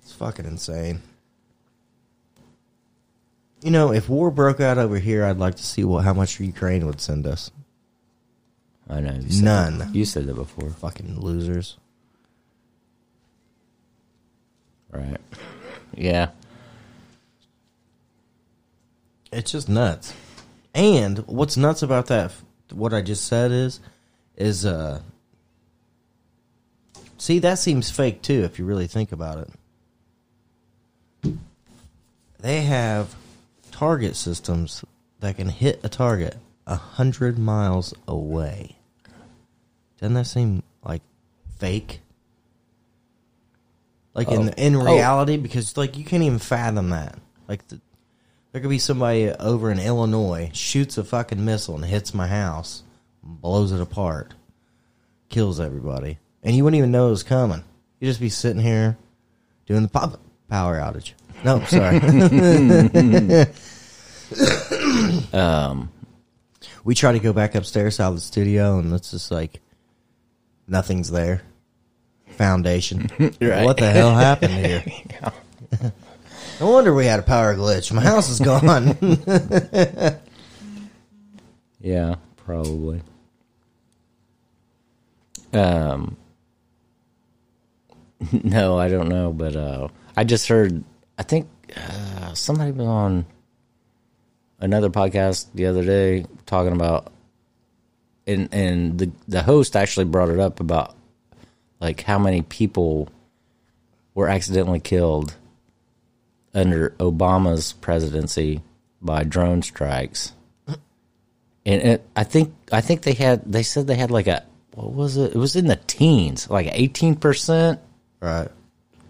S2: It's fucking insane. You know, if war broke out over here, I'd like to see what how much Ukraine would send us.
S1: I know. You said
S2: None.
S1: That. You said that before,
S2: Fucking losers.
S1: right? Yeah.
S2: It's just nuts. And what's nuts about that what I just said is is uh See, that seems fake too if you really think about it. They have target systems that can hit a target a hundred miles away. Doesn't that seem like fake? Like in
S1: Oh.
S2: in
S1: Oh.
S2: reality, because like you can't even fathom that. Like the, there could be somebody over in Illinois shoots a fucking missile and hits my house, blows it apart, kills everybody, and you wouldn't even know it was coming. You'd just be sitting here doing the pop power outage. No,
S1: [LAUGHS]
S2: sorry. we try to go back upstairs out of the studio, and it's just like nothing's there. Foundation.
S1: [LAUGHS] Right.
S2: What the hell happened
S1: [LAUGHS]
S2: here? no wonder we had a power glitch. My house
S1: [LAUGHS]
S2: is gone.
S1: Yeah, probably. Um, [LAUGHS] no, I don't know, but uh, I just heard. I think uh, somebody was on another podcast the other day talking about, and and the the host actually brought it up about like how many people were accidentally killed under Obama's presidency by drone strikes and it, I think I think they had they said they had like a what was it? It was in the teens, like eighteen percent
S2: right.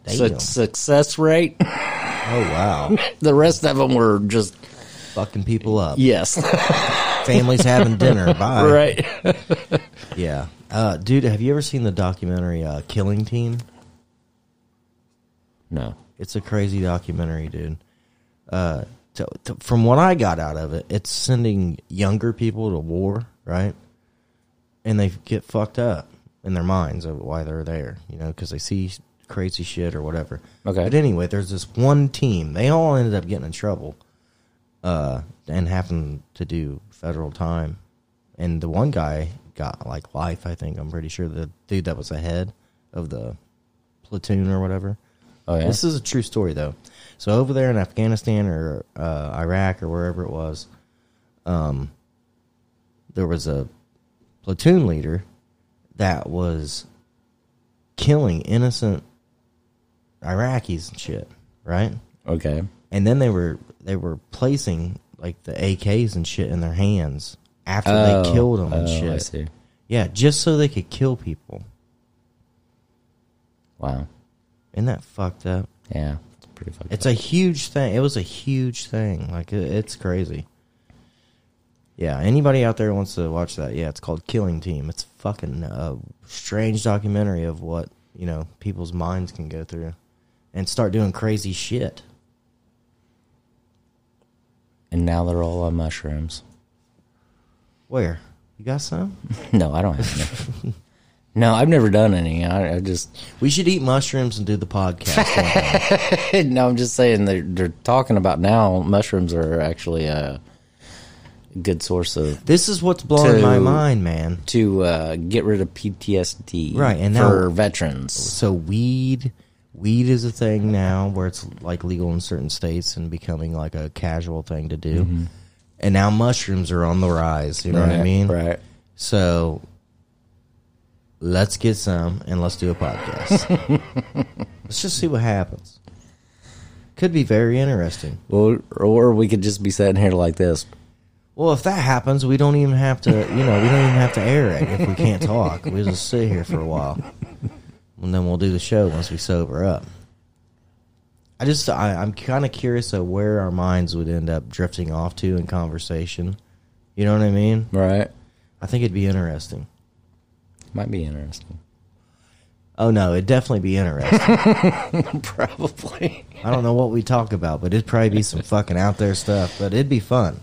S2: Damn.
S1: success rate. [LAUGHS]
S2: Oh wow.
S1: the rest of them were just
S2: Fucking people up. [LAUGHS]
S1: yes, [LAUGHS]
S2: Families having dinner. Bye.
S1: right.
S2: Yeah. Uh, dude, have you ever seen the documentary uh, Killing Team?
S1: No,
S2: It's a crazy documentary, dude. Uh, to, to, from what I got out of it, it's sending younger people to war, right? And they get fucked up in their minds of why they're there, you know, because they see crazy shit or whatever.
S1: Okay.
S2: But anyway, there's this one team. They all ended up getting in trouble, uh, and happened to do federal time. And the one guy got like life. I think I'm pretty sure the dude that was ahead of the platoon or whatever.
S1: oh yeah,
S2: This is a true story, though. So over there in Afghanistan or uh, Iraq or wherever it was, um, there was a platoon leader that was killing innocent Iraqis and shit, right?
S1: okay,
S2: And then they were they were placing like the AKs and shit in their hands after they
S1: Oh.
S2: killed them and
S1: Oh, I
S2: shit.
S1: see.
S2: Yeah, just so they could kill people.
S1: Wow,
S2: Isn't that fucked up?
S1: yeah, it's pretty fucking.
S2: It's a huge thing. It was a huge thing. Like it, it's crazy. Yeah, anybody out there wants to watch that? Yeah, it's called Killing Team. It's fucking a strange documentary of what you know people's minds can go through, and start doing crazy shit.
S1: and now they're all on mushrooms. [LAUGHS]
S2: Where you got some?
S1: no, [LAUGHS] I don't have any. No, I've never done any. I, I just [LAUGHS]
S2: We should eat mushrooms and do the podcast. one time.
S1: no, I'm just saying they're they're talking about now. Mushrooms are actually a good source of
S2: this is what's blowing
S1: To-
S2: my mind, man.
S1: to uh, get rid of PTSD,
S2: Right, and now-
S1: for veterans.
S2: So weed, weed is a thing now where it's like legal in certain states and becoming like a casual thing to do. And now mushrooms are on the rise. You know what I
S1: Mm-hmm. Right,
S2: mean?
S1: Right.
S2: So let's get some and let's do a podcast.
S1: [LAUGHS]
S2: let's just see what happens. Could be very interesting.
S1: Well, or we could just be sitting here like this.
S2: Well, if that happens, we don't even have to, you know, we don't even have to air it if we can't talk. We just sit here for a while. And then we'll do the show once we sober up. I just, I, I'm kind of curious of where our minds would end up drifting off to in conversation. You know what I mean?
S1: Right.
S2: I think it'd be interesting.
S1: Might be interesting. [LAUGHS]
S2: Oh, no, it'd definitely be interesting.
S1: Probably.
S2: I don't know what we talk about, but it'd probably be some fucking out there stuff, but it'd be fun.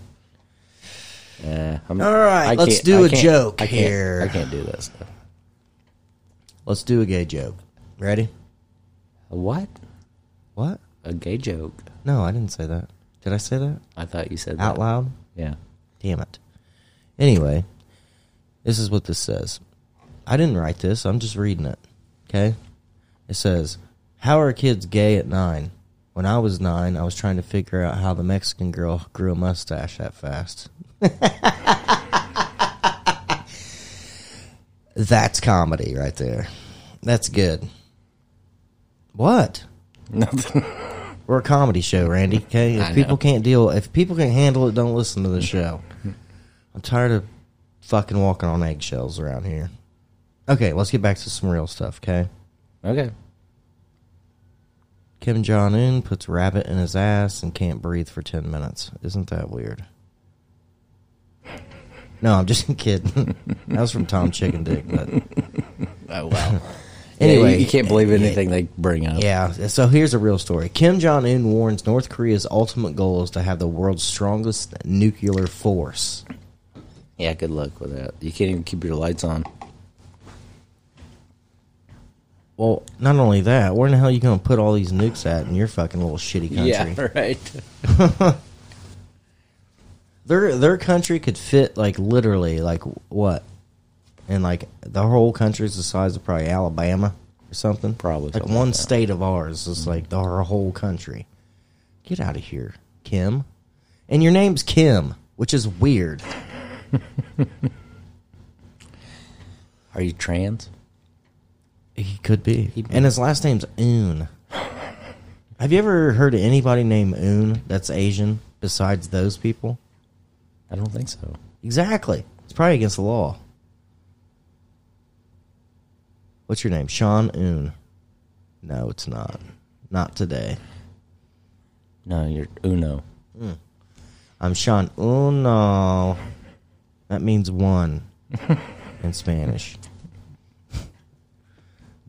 S1: Yeah. I'm-
S2: All right,
S1: I
S2: let's
S1: can't-
S2: do
S1: I
S2: a
S1: can't-
S2: joke
S1: I can't,
S2: here.
S1: I can't do that stuff.
S2: Let's do a gay joke. Ready?
S1: A what?
S2: What?
S1: A gay joke?
S2: No, I didn't say that. Did I say that
S1: I thought you said
S2: out
S1: that.
S2: loud?
S1: Yeah.
S2: Damn it. Anyway, this is what this says. I didn't write this, I'm just reading it. Okay? It says, How are kids gay at nine? When I was nine, I was trying to figure out how the Mexican girl grew a mustache that fast. [LAUGHS] That's comedy right there. That's good. What?
S1: Nothing. [LAUGHS]
S2: We're a comedy show, Randy. Okay,
S1: I
S2: if
S1: know.
S2: people can't deal, if people can't handle it, don't listen to the show. I'm tired of fucking walking on eggshells around here. Okay, let's get back to some real stuff. Okay,
S1: okay.
S2: Kim Jong Un puts rabbit in his ass and can't breathe for ten minutes. Isn't that weird? No, I'm just [LAUGHS] kidding. that was from Tom Chicken Dick, but [LAUGHS]
S1: Oh wow.
S2: Anyway.
S1: anyway, you, you can't believe anything they bring up.
S2: Yeah. So here's a real story. Kim Jong Un warns North Korea's ultimate goal is to have the world's strongest nuclear force.
S1: Yeah, good luck with that. You can't even keep your lights on.
S2: Well, not only that, where in the hell are you going to put all these nukes at in your fucking little shitty
S1: [LAUGHS]
S2: country?
S1: right.
S2: Their their country could fit like literally like what, and like the whole country's the size of probably Alabama or something.
S1: Probably
S2: like
S1: something
S2: one
S1: like that. Mm-hmm.
S2: state of ours is like our whole country. Get out of here, Kim. And your name's Kim, which is weird.
S1: Are you trans?
S2: He could be. And his last name's Un. Have you ever heard of anybody named Un that's Asian besides those people?
S1: I don't think so.
S2: Exactly. It's probably against the law. What's your name? Sean Un. No, it's not. Not today.
S1: No, you're Uno.
S2: I'm Sean Uno. That means one in Spanish.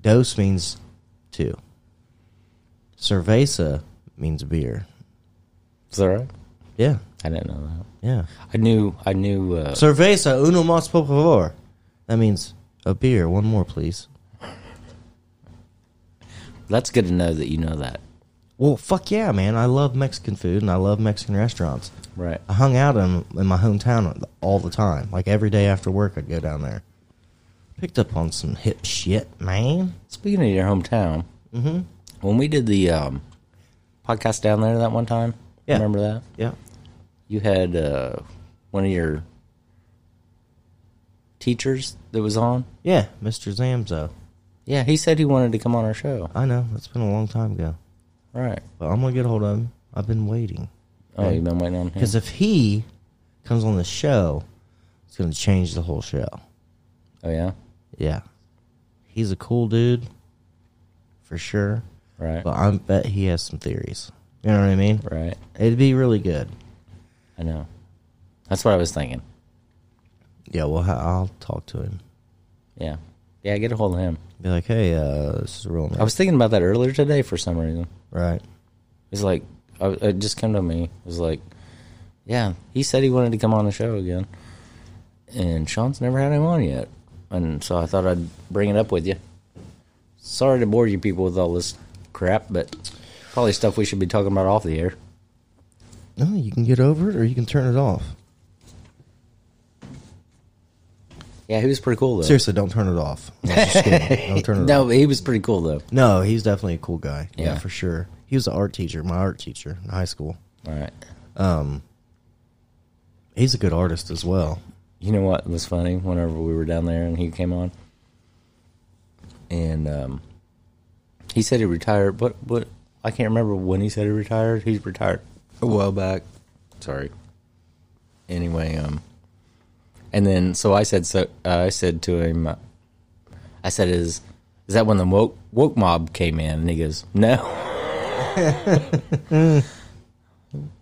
S2: Dos means two. Cerveza means beer.
S1: Is that right?
S2: Yeah,
S1: I didn't know that.
S2: yeah.
S1: I knew. I knew. Uh,
S2: Cerveza, uno más, por favor. That means a beer. One more, please.
S1: that's good to know that you know that.
S2: Well, fuck yeah, man. I love Mexican food and I love Mexican restaurants.
S1: Right.
S2: I hung out in, in my hometown all the time. Like every day after work, I'd go down there. Picked up on some hip shit, man.
S1: Speaking of your hometown, when we did the um, podcast down there that one time,
S2: Yeah.
S1: remember that?
S2: Yeah.
S1: You had uh, one of your teachers that was on.
S2: Yeah, Mr. Zamzo.
S1: Yeah, he said he wanted to come on our show.
S2: I know. It's been a long time ago.
S1: Right.
S2: But I'm going to get hold of him. I've been waiting.
S1: Oh, you've been waiting on him.
S2: Because if he comes on the show, it's going to change the whole show.
S1: Oh yeah.
S2: Yeah. He's a cool dude, for sure.
S1: Right.
S2: But I bet he has some theories. You know what I mean?
S1: Right.
S2: It'd be really good.
S1: I know. That's what I was thinking.
S2: Yeah, well, I- I'll talk to him.
S1: Yeah. Yeah, get a hold of him.
S2: Be like, hey, uh, this is a real name.
S1: I was thinking about that earlier today for some reason.
S2: right.
S1: It's like, I, it just came to me. It was like, yeah, he said he wanted to come on the show again. And Sean's never had him on yet. and so I thought I'd bring it up with you. Sorry to bore you people with all this crap, but probably stuff we should be talking about off the air.
S2: No, you can get over it or you can turn it off.
S1: Yeah, he was pretty cool though.
S2: Seriously, don't turn it off.
S1: [LAUGHS]
S2: That's just cool. don't turn it
S1: No,
S2: off.
S1: but he was pretty cool though.
S2: No, he's definitely a cool guy. Yeah.
S1: Yeah.
S2: for sure. He was an art teacher, my art teacher in high school.
S1: All right.
S2: He's a good artist as well.
S1: You know what was funny? Whenever we were down there and he came on, and um, he said he retired. What? What? I can't remember when he said he retired. He's retired a while back. Sorry. Anyway, um, and then so I said so. Uh, I said to him, uh, I said, "Is is that when the woke woke mob came in?" And he goes, "No." [LAUGHS]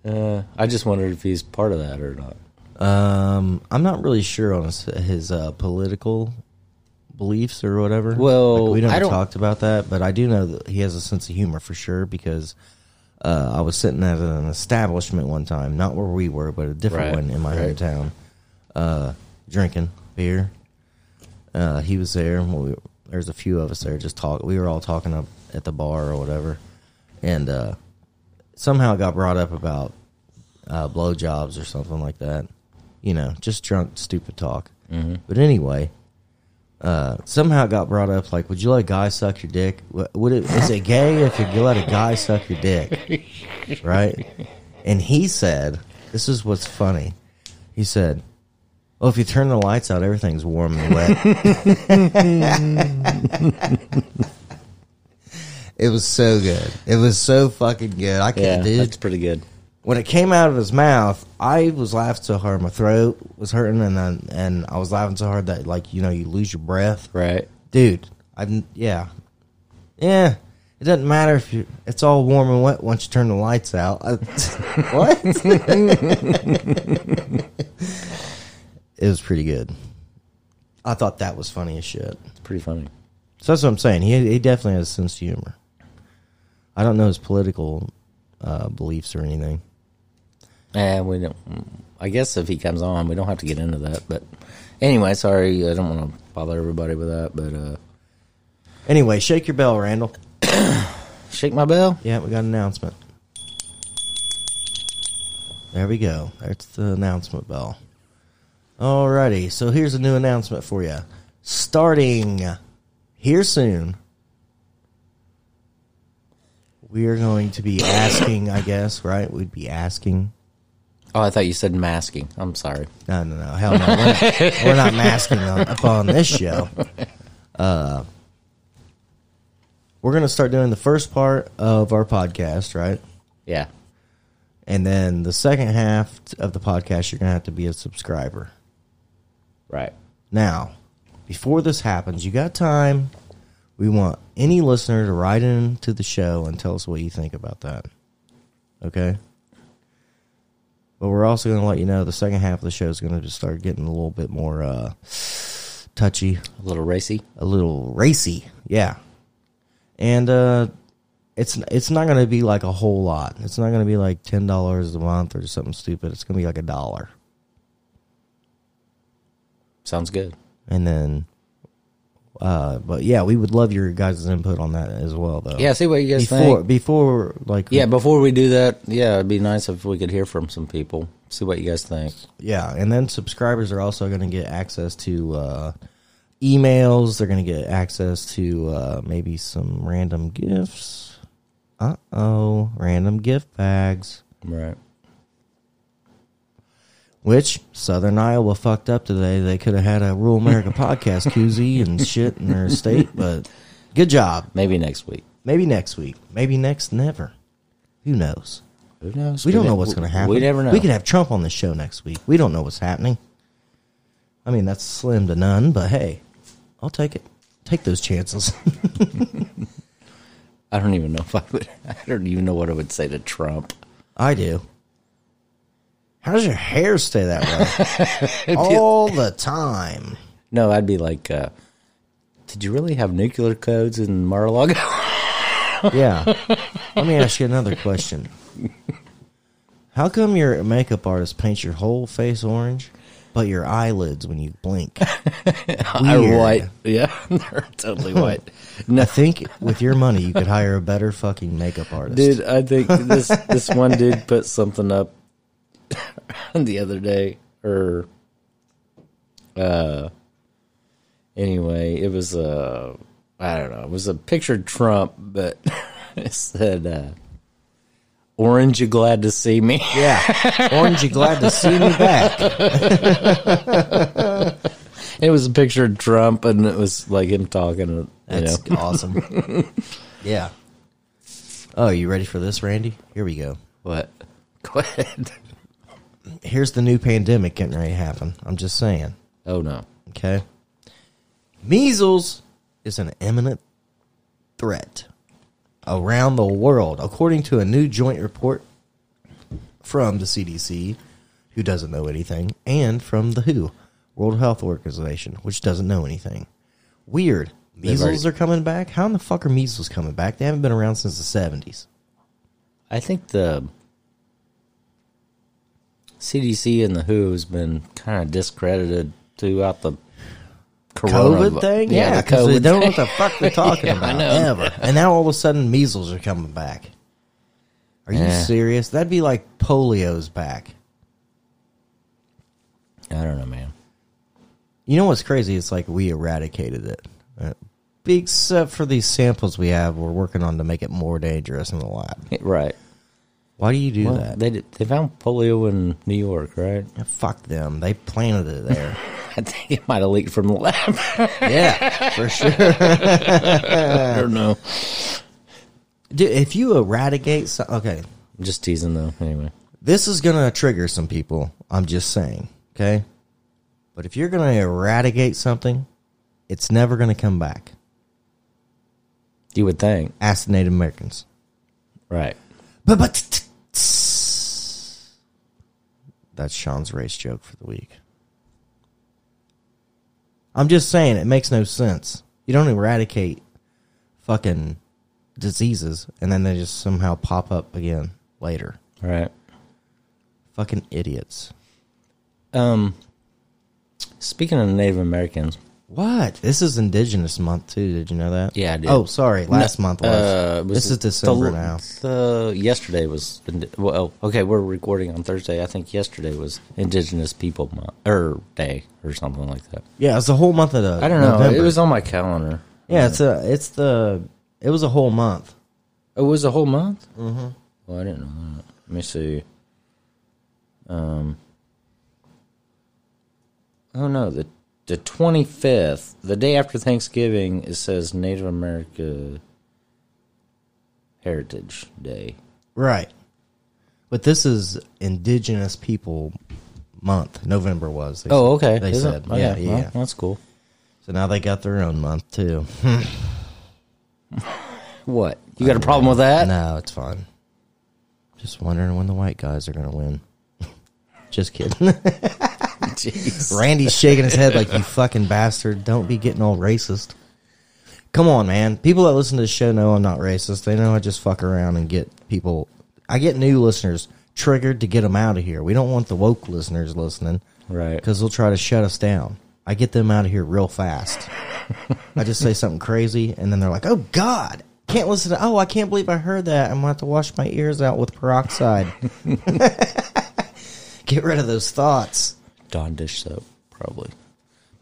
S1: uh, I just wondered if he's part of that or not.
S2: Um, I'm not really sure on his, his uh, political beliefs or whatever.
S1: Well,
S2: Like, we
S1: I
S2: never
S1: don't-
S2: talked about that, but I do know that he has a sense of humor for sure because uh, I was sitting at an establishment one time, not where we were, but a different
S1: Right,
S2: one in my
S1: right.
S2: hometown, uh, drinking beer. Uh, he was there. and We, there's a few of us there just talk. We were all talking up at the bar or whatever, and uh, somehow it got brought up about uh, blowjobs or something like that. You know, just drunk, stupid talk.
S1: Mm-hmm.
S2: But anyway, uh, somehow it got brought up. Like, would you let a guy suck your dick? Wh- Would it is it gay if you let a guy suck your dick?
S1: [LAUGHS]
S2: Right? And he said, "This is what's funny." He said, "Well, if you turn the lights out, everything's warm and
S1: [LAUGHS]
S2: wet." it was so good. It was so fucking good. I
S1: Yeah,
S2: can't, dude
S1: that's pretty good.
S2: when it came out of his mouth, I was laughing so hard my throat was hurting, and I, and I was laughing so hard that like you know you lose your breath,
S1: Right.
S2: dude. I yeah, yeah. It doesn't matter if you. It's all warm and wet once you turn the lights out. I, [LAUGHS] what? [LAUGHS] it was pretty good. I thought that was funny as shit.
S1: It's pretty funny.
S2: So that's what I'm saying. He he definitely has a sense of humor. I don't know his political uh, beliefs or anything.
S1: Yeah, we don't. I guess if he comes on, we don't have to get into that. But anyway, sorry, I don't want to bother everybody with that. But uh,
S2: Anyway, shake your bell, Randall.
S1: shake my bell.
S2: Yeah, we got an announcement. There we go. That's the announcement bell. Alrighty, so here's a new announcement for you. Starting here soon, we are going to be asking, I guess, right? We'd be asking.
S1: Oh, I thought you said masking. I'm sorry.
S2: No, no, no. Hell no. We're, we're not masking on, up on this show. Uh, we're going to start doing the first part of our podcast, right?
S1: Yeah,
S2: And then the second half of the podcast, you're going to have to be a subscriber.
S1: right.
S2: Now, before this happens, you got time. We want any listener to write in to the show and tell us what you think about that. Okay? But we're also going to let you know the second half of the show is going to just start getting a little bit more uh, touchy,
S1: A little racy.
S2: a little racy. Yeah. And uh, it's it's not going to be like a whole lot. It's not going to be like $10 a month or something stupid. It's going to be like a dollar.
S1: Sounds good.
S2: and then uh but yeah we would love your guys' input on that as well though
S1: Yeah, see what you guys
S2: before
S1: think.
S2: before like
S1: Yeah, before we do that, yeah, it'd be nice if we could hear from some people. See what you guys think.
S2: yeah and then subscribers are also going to get access to uh emails they're going to get access to uh maybe some random gifts uh-oh random gift bags
S1: Right.
S2: which southern iowa fucked up today they could have had a
S1: [LAUGHS]
S2: rural america podcast koozie and shit in their state but good job
S1: Maybe next week.
S2: Maybe next week. Maybe next never. Who knows?
S1: Who knows?
S2: We don't know what's going to happen.
S1: We never know.
S2: We could have Trump on the show next week. We don't know what's happening. I mean, that's slim to none, but hey, I'll take it. Take those chances. [LAUGHS]
S1: I don't even know if I would. [LAUGHS] I don't even know what I would say to Trump.
S2: I do. How does your hair stay that way?
S1: [LAUGHS]
S2: All the time.
S1: No, I'd be like, uh, did you really have nuclear codes in Mar-a-Lago? [LAUGHS]
S2: Yeah. Let me ask you another question. How come your makeup artist paints your whole face orange? but your eyelids when you blink.
S1: They're
S2: Weird.
S1: white. Yeah, [LAUGHS] they're totally
S2: [LAUGHS]
S1: white.
S2: I think with your money you could hire a better fucking makeup artist.
S1: Dude, I think this this one dude put something up [LAUGHS] the other day, or uh, anyway, it was a I don't know, it was a picture of Trump, but [LAUGHS] it said uh, "Orange, you glad to see me?" [LAUGHS]
S2: Yeah, [LAUGHS] orange, you glad to see me back?
S1: It was a picture of Trump, and it was like him talking. uh, You know,
S2: That's awesome. Yeah. Oh, you ready for this, Randy? Here we go.
S1: what? [LAUGHS] Go ahead.
S2: Here's the new pandemic getting ready to happen. I'm just saying.
S1: Oh no.
S2: Okay. Measles is an imminent threat around the world, according to a new joint report from the CDC, who doesn't know anything, and from the WHO, World Health Organization, which doesn't know anything. Weird. Measles
S1: already-
S2: are coming back? How in the fuck are measles coming back? They haven't been around since the 70s.
S1: I think the CDC and the WHO has been kind of discredited throughout the corona-
S2: COVID thing?
S1: Yeah, the
S2: 'cause they
S1: COVID
S2: don't know
S1: thing.
S2: what the fuck they're talking about ever. And now all of a sudden, measles are coming back. Are you
S1: Yeah.
S2: serious? That'd be like polio's back.
S1: I don't know, man.
S2: You know what's crazy? It's like we eradicated it, Uh, except for these samples we have. We're working on to make it more dangerous in the lab.
S1: Right?
S2: Why do you do
S1: Well,
S2: that?
S1: they did, they found polio in New York, right? [LAUGHS]
S2: Fuck them. They planted it there.
S1: I think it might have leaked from the lab. [LAUGHS]
S2: yeah, for sure.
S1: I don't know.
S2: Dude, if you eradicate, some, okay,
S1: I'm just teasing though. Anyway,
S2: this is going to trigger some people. I'm just saying, okay? But if you're going to eradicate something, it's never going to come back.
S1: you would think,
S2: Ask the Native Americans.
S1: right?
S2: But, but t- t- tss. that's Sean's race joke for the week. I'm just saying, it makes no sense. You don't eradicate fucking diseases and then they just somehow pop up again later.
S1: Right.
S2: Fucking idiots.
S1: Um, speaking of Native Americans,
S2: What? This is Indigenous Month too. Did you know that?
S1: Yeah, I did.
S2: Oh, sorry. Last
S1: No,
S2: month was.
S1: uh, was
S2: this is
S1: it the-
S2: December now.
S1: The yesterday was well. Okay, we're recording on Thursday. I think yesterday was Indigenous People Month or Day or something like that.
S2: Yeah, it's a whole month of. The
S1: I don't know.
S2: November.
S1: It was on my calendar.
S2: Yeah, it's a. It's the. It was a whole month.
S1: It was a whole month. Mm-hmm. Well, I didn't know that. Let me see. Um. Oh no the the twenty fifth, the day after Thanksgiving, it says Native America Heritage Day.
S2: Right. But this is Indigenous People Month. November was. They
S1: Oh,
S2: said-
S1: okay.
S2: They
S1: Is it?
S2: said.
S1: Okay,
S2: Yeah,
S1: well,
S2: yeah.
S1: that's cool.
S2: So now they got their own month too.
S1: What? You got a problem with [LAUGHS]
S2: [LAUGHS]
S1: that?
S2: no, it's fine. Just wondering when the white guys are gonna win. [LAUGHS] Just kidding.
S1: Jeez.
S2: [LAUGHS] Randy's shaking his head like you fucking bastard. Don't be getting all racist. Come on, man. People that listen to this show know I'm not racist. They know I just fuck around and get people. I get new listeners triggered to get them out of here. We don't want the woke listeners listening
S1: Right.
S2: because they'll try to shut us down. I get them out of here real fast. I just say something crazy, and then they're like, "Oh God, can't listen to." Oh, I can't believe I heard that. I'm gonna have to wash my ears out with peroxide. [LAUGHS] get rid of those thoughts.
S1: Dawn dish soap, probably.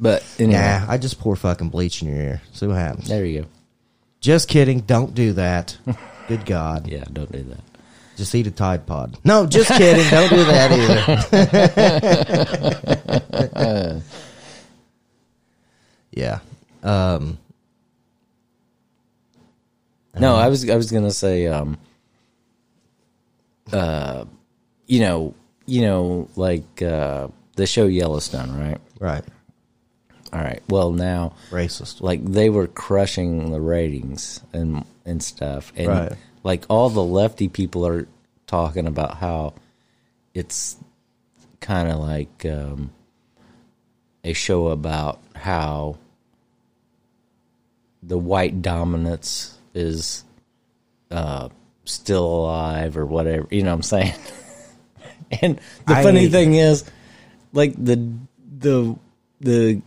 S1: But anyway,
S2: Nah, I just pour fucking bleach in your ear. See what happens.
S1: there you go.
S2: Just kidding. Don't do
S1: [LAUGHS]
S2: that. Good God.
S1: Yeah, don't do that.
S2: Just eat a Tide Pod. No, just kidding. Don't do that either. [LAUGHS] yeah. Um,
S1: No, I was I was gonna say, um, uh, you know, you know, like uh, the show Yellowstone, right?
S2: right.
S1: All right. Well, now
S2: Racist.
S1: like they were crushing the ratings and and stuff and
S2: Right.
S1: like all the lefty people are talking about how it's kind of like um, a show about how the white dominance is uh, still alive or whatever you know what i'm saying [LAUGHS] and the
S2: I-
S1: funny thing is like the the the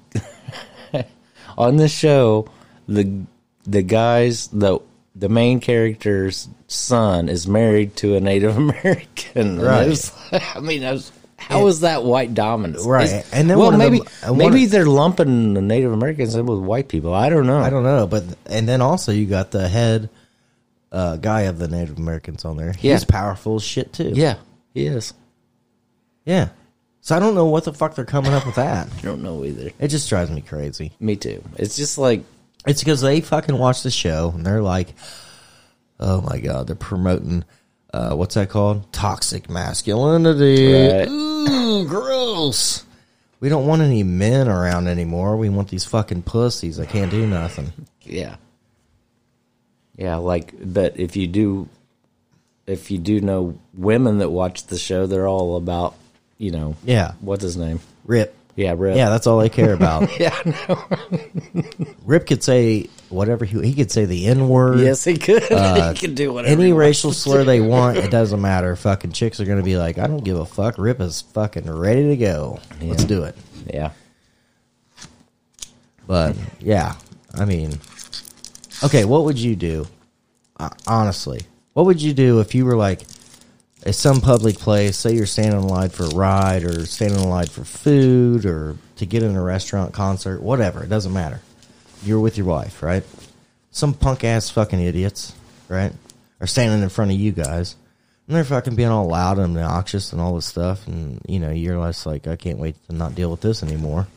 S1: on the show the the guys the the main character's son is married to a Native [LAUGHS] American. And it
S2: Right.
S1: was- I mean, I was, how is that white dominance?
S2: Right.
S1: It's-
S2: And then
S1: well,
S2: one of
S1: maybe
S2: them- uh, one
S1: maybe
S2: of-
S1: they're lumping the Native Americans in with white people. I don't know.
S2: I don't know, but and then also you got the head uh, guy of the Native Americans on there. He's
S1: Yeah.
S2: powerful as shit too.
S1: yeah, he is.
S2: yeah. So I don't know what the fuck they're coming up with that.
S1: I don't know either.
S2: It just drives me crazy.
S1: Me too. It's just like
S2: It's because they fucking watch the show and they're like, "Oh my god, they're promoting uh, what's that called? Toxic masculinity.
S1: Right.
S2: Ooh, gross. We don't want any men around anymore. We want these fucking pussies. that can't do nothing.
S1: yeah yeah like but if you do if you do know women that watch the show they're all about you know
S2: Yeah,
S1: what's his name
S2: rip.
S1: yeah Rip.
S2: Yeah, that's all
S1: [LAUGHS]
S2: they care about.
S1: yeah I know. [LAUGHS]
S2: Rip could say whatever he he could say the n word.
S1: yes he could [LAUGHS] he could do whatever
S2: Any
S1: he wants.
S2: racial slur they want, it doesn't matter. Fucking chicks are gonna be like, I don't give a fuck. Rip is fucking ready to go. Let's do it.
S1: [LAUGHS] yeah
S2: But yeah, I mean, okay, what would you do? Uh, honestly, what would you do if you were like at some public place? Say you're standing in line for a ride, or standing in line for food, or to get in a restaurant, concert, whatever. It doesn't matter. You're with your wife, right? Some punk ass fucking idiots, right, are standing in front of you guys. And they're fucking being all loud and obnoxious and all this stuff, and you know you're just like, I can't wait to not deal with this anymore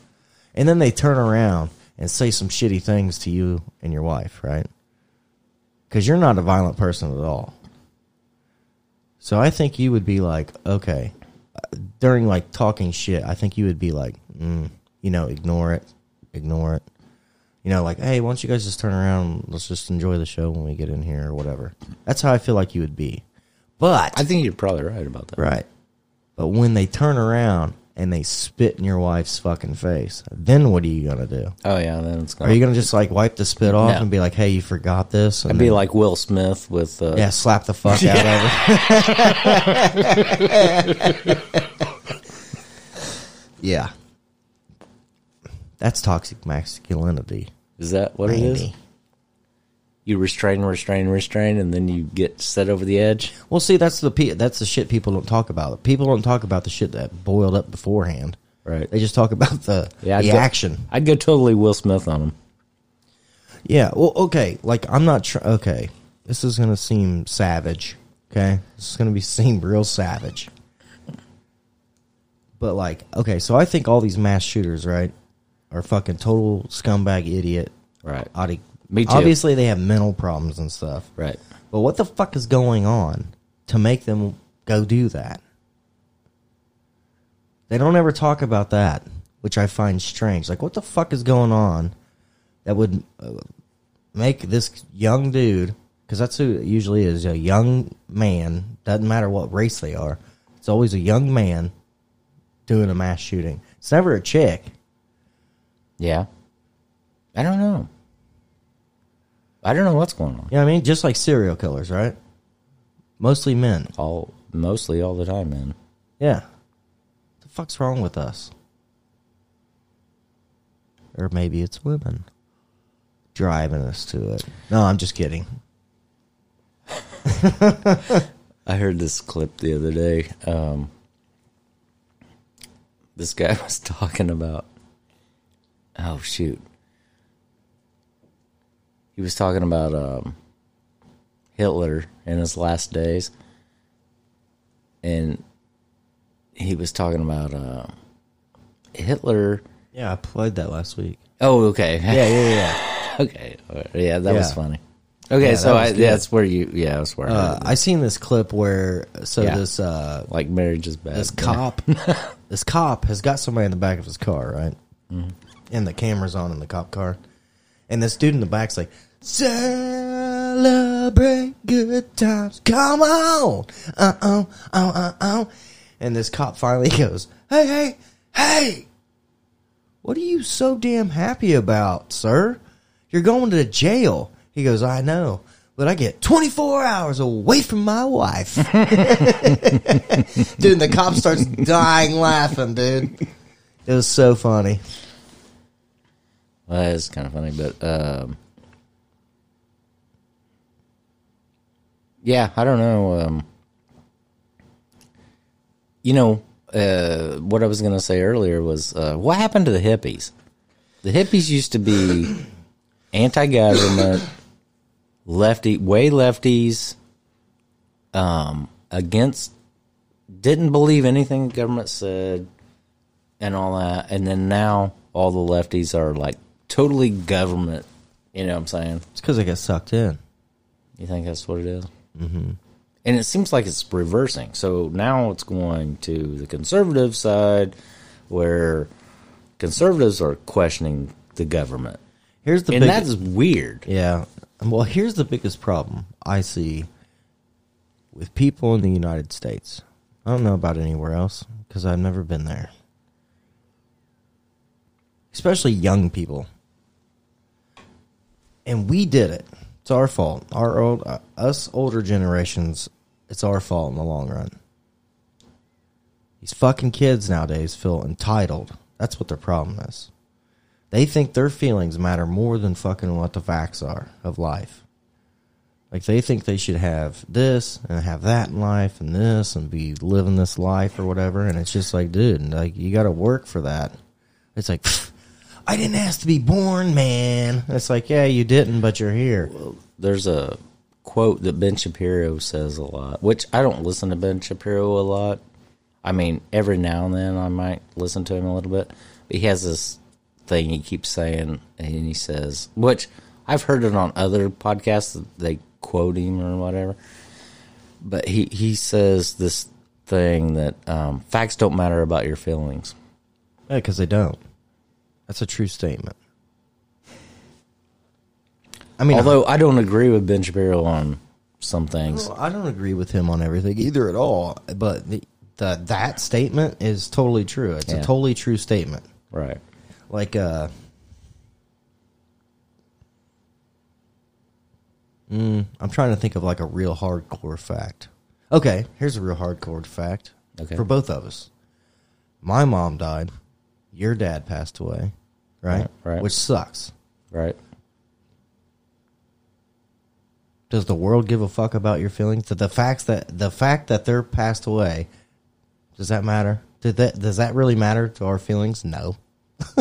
S2: and then they turn around and say some shitty things to you and your wife, right? Because you're not a violent person at all. So I think you would be like, okay, uh, during like talking shit, I think you would be like, mm, you know, ignore it, ignore it. You know, like, hey, why don't you guys just turn around? Let's just enjoy the show when we get in here or whatever. That's how I feel like you would be. But
S1: i think you're probably right about that
S2: Right. But when they turn around and they spit in your wife's fucking face, then what are you gonna do?
S1: oh yeah then it's
S2: Are
S1: gonna
S2: you gonna just like wipe the spit off
S1: No.
S2: and be like, "Hey, you forgot this"? And
S1: I'd be like will smith with uh,
S2: yeah, slap the fuck out of her. [LAUGHS] yeah, that's toxic masculinity.
S1: is that what it is
S2: Maybe.
S1: you restrain restrain restrain and then you get set over the edge
S2: Well, see, that's the pe- that's the shit people don't talk about. People don't talk about the shit that boiled up beforehand.
S1: Right.
S2: They just talk about the
S1: yeah I'd
S2: the
S1: go-
S2: action.
S1: i'd go totally will smith on him
S2: Yeah. Well, okay. Like I'm not tr- okay. This is gonna seem savage. Okay. This is gonna be [LAUGHS] seem real savage. But like, okay, so I think all these mass shooters, right, are fucking total scumbag idiot.
S1: Right.
S2: Audi-
S1: Me too.
S2: Obviously, they have mental problems and stuff.
S1: right
S2: But what the fuck is going on to make them go do that? They don't ever talk about that, which I find strange. Like, what the fuck is going on that would uh, make this young dude, because that's who it usually is a young man, doesn't matter what race they are, it's always a young man doing a mass shooting. It's never a chick.
S1: Yeah. I don't know. I don't know what's going on.
S2: You know what I mean? Just like serial killers, right? Mostly men.
S1: All mostly all the time, man.
S2: Yeah. The fuck's wrong with us? Or maybe it's women driving us to it. No, I'm just kidding.
S1: I heard this clip the other day. Um, this guy [LAUGHS] was talking about. Oh shoot. He was talking about um, Hitler in his last days, and he was talking about uh, Hitler.
S2: Yeah, I played that last week.
S1: Oh, okay.
S2: Yeah, yeah, yeah.
S1: okay. Yeah, that was
S2: Yeah.
S1: funny. Okay,
S2: Yeah,
S1: so
S2: that
S1: I,
S2: was
S1: yeah, that's where you. Yeah, that's where. I heard
S2: Uh,
S1: it.
S2: I seen this clip where so
S1: Yeah.
S2: this uh,
S1: like marriage is bad.
S2: this cop this cop has got somebody in the back of his car, right? And the camera's on in the cop car, and this dude in the back's like, "Celebrate good times, come on, uh oh, oh uh oh," and this cop finally [LAUGHS] goes, "Hey hey hey, what are you so damn happy about, sir? You're going to jail." He goes, "I know." But I get 24 hours away from my wife. Dude, the cop starts dying laughing, dude. [LAUGHS] It was so funny.
S1: Well, that is kind of funny, but um, yeah, I don't know. Um, you know, uh, what I was going to say earlier was uh, what happened to the hippies? The hippies used to be [COUGHS] anti government, lefty, way lefties, um, against, didn't believe anything the government said, and all that. And then now all the lefties are like totally government. You know what I'm saying?
S2: It's because I got sucked in.
S1: You think that's what it is? Mm-hmm. And it seems like it's reversing. So now it's going to the conservative side, where conservatives are questioning the government,
S2: Here's the
S1: and
S2: big-
S1: that's weird.
S2: Yeah. Well, here's the biggest problem I see with people in the United States. I don't know about anywhere else because I've never been there. Especially young people. And we did it. It's our fault. Our old, uh, us older generations, it's our fault in the long run. These fucking kids nowadays feel entitled. That's what their problem is. They think their feelings matter more than fucking what the facts are of life. Like they think they should have this and have that in life and this and be living this life or whatever. And it's just like, dude, like you got to work for that. It's like, "Pfft, I didn't ask to be born, man. It's like, yeah, you didn't, but you're here.
S1: There's a quote that Ben Shapiro says a lot, which I don't listen to Ben Shapiro a lot. I mean, every now and then I might listen to him a little bit. But he has this thing he keeps saying, and he says, which I've heard it on other podcasts that they quote him or whatever. But he he says this thing that um, facts don't matter about your feelings.
S2: because they don't. That's a true statement. I mean,
S1: Although I don't agree with Ben Shapiro on some things.
S2: Well, I don't agree with him on everything either at all, but the, the that statement is totally true. It's
S1: Yeah.
S2: a totally true statement.
S1: Right.
S2: Like uh mm, I'm trying to think of like a real hardcore fact. Okay, here's a real hardcore fact
S1: Okay.
S2: for both of us. My mom died. Your dad passed away, right?
S1: Right, right.
S2: Which sucks.
S1: Right.
S2: Does the world give a fuck about your feelings? That the facts that the fact that they're passed away, does that matter? Did that does that really matter to our feelings? No. [LAUGHS]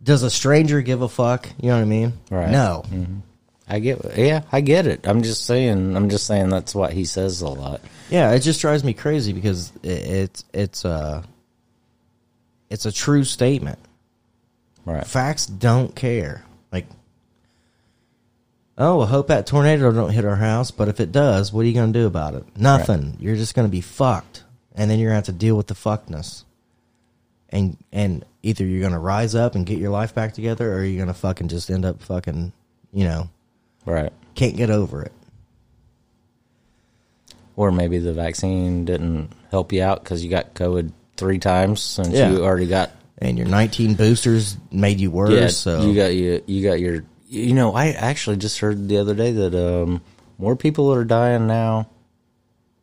S2: does a stranger give a fuck? You know what I mean?
S1: Right.
S2: No.
S1: I get, yeah, I get it. I'm just saying, I'm just saying that's what he says a lot.
S2: Yeah, it just drives me crazy because it, it's it's a it's a true statement.
S1: Right.
S2: Facts don't care. Like, oh, I hope that tornado don't hit our house. But if it does, what are you going to do about it? Nothing. You're just going to be fucked, and then you're going to have to deal with the fuckness. And and either you're going to rise up and get your life back together, or you're going to fucking just end up fucking, you know,
S1: Right.
S2: can't get over it.
S1: Or maybe the vaccine didn't help you out because you got COVID three times since
S2: Yeah.
S1: you already got.
S2: And your 19 boosters made you worse.
S1: Yeah,
S2: so
S1: you got you you got your. You know, I actually just heard the other day that um, more people are dying now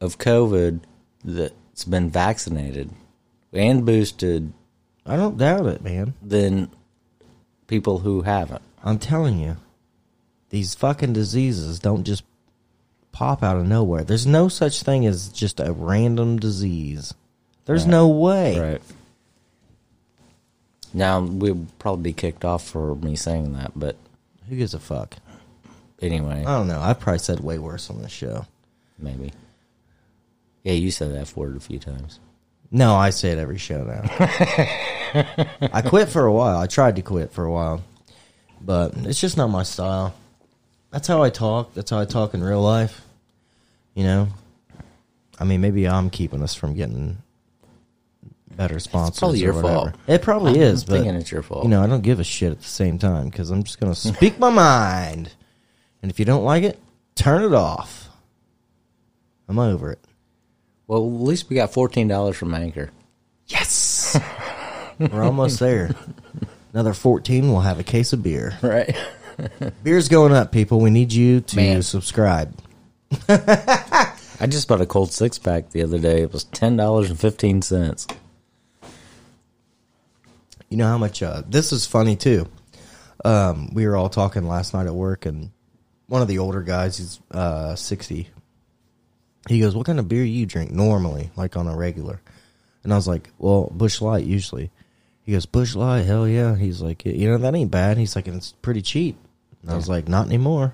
S1: of COVID that's been vaccinated and boosted
S2: I don't doubt it, man.
S1: than people who haven't.
S2: I'm telling you, these fucking diseases don't just pop out of nowhere. There's no such thing as just a random disease. There's no way.
S1: Right. Now we'll probably be kicked off for me saying that, but
S2: Who gives a fuck?
S1: anyway,
S2: I don't know. I probably said way worse on this show.
S1: maybe. Yeah, you said the F word a few times.
S2: No, I say it every
S1: [LAUGHS]
S2: show now. I quit for a while. I tried to quit for a while, but it's just not my style. That's how I talk. That's how I talk in real life. You know, I mean, maybe I'm keeping us from getting better sponsors.
S1: probably
S2: or
S1: your
S2: whatever.
S1: fault.
S2: It probably
S1: I'm
S2: is, but
S1: thinking it's your fault.
S2: You know, I don't give a shit at the same time because I'm just going to speak my mind, and if you don't like it, turn it off. I'm over it.
S1: Well, at least we got fourteen dollars from Anchor. [LAUGHS]
S2: Yes. [LAUGHS] We're almost there. Another 14, we'll have a case of beer.
S1: Right.
S2: Beer's going up, people. We need you to
S1: Man.
S2: subscribe.
S1: I just bought a cold six pack the other day. It was ten dollars and fifteen cents.
S2: You know how much uh, this is funny too. Um, we were all talking last night at work, and one of the older guys, he's uh, sixty. He goes, "What kind of beer you drink normally, like on a regular?" And I was like, "Well, Bush Light usually." He goes, "Bush Light, hell yeah." He's like, "You know that ain't bad." He's like, "And it's pretty cheap." And I was like, "Not anymore."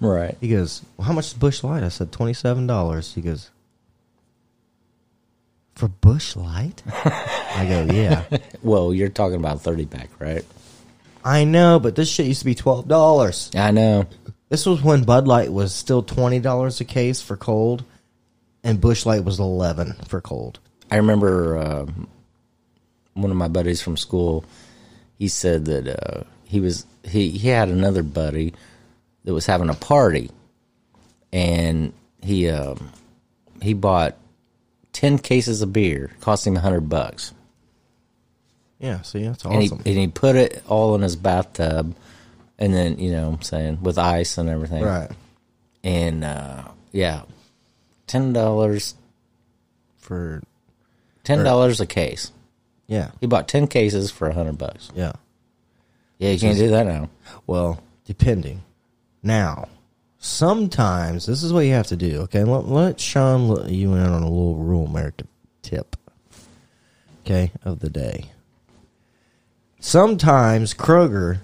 S1: Right.
S2: He goes, well, "How much is Bush Light?" I said, 27 dollars." He goes, "For Bush Light?" I
S1: [LAUGHS]
S2: go, "Yeah."
S1: Well, you're talking about 30 pack, right?
S2: I know, but this shit used to be twelve dollars.
S1: I know.
S2: This was when Bud Light was still twenty dollars a case for cold, and Bush Light was eleven for cold.
S1: I remember um one of my buddies from school. He said that uh, he was he he had another buddy that was having a party, and he um, he bought ten cases of beer, cost him a hundred bucks,
S2: Yeah, see, that's
S1: and
S2: awesome.
S1: he and he put it all in his bathtub, and then you know what I'm saying with ice and everything,
S2: right
S1: And uh, yeah, ten dollars
S2: for
S1: ten dollars a case.
S2: yeah,
S1: He bought ten cases for a hundred bucks.
S2: yeah.
S1: Yeah, you can't do that now.
S2: Well, depending. Now, sometimes this is what you have to do. Okay, let, let Sean let you in on a little rural America tip. Okay, of the day. Sometimes Kroger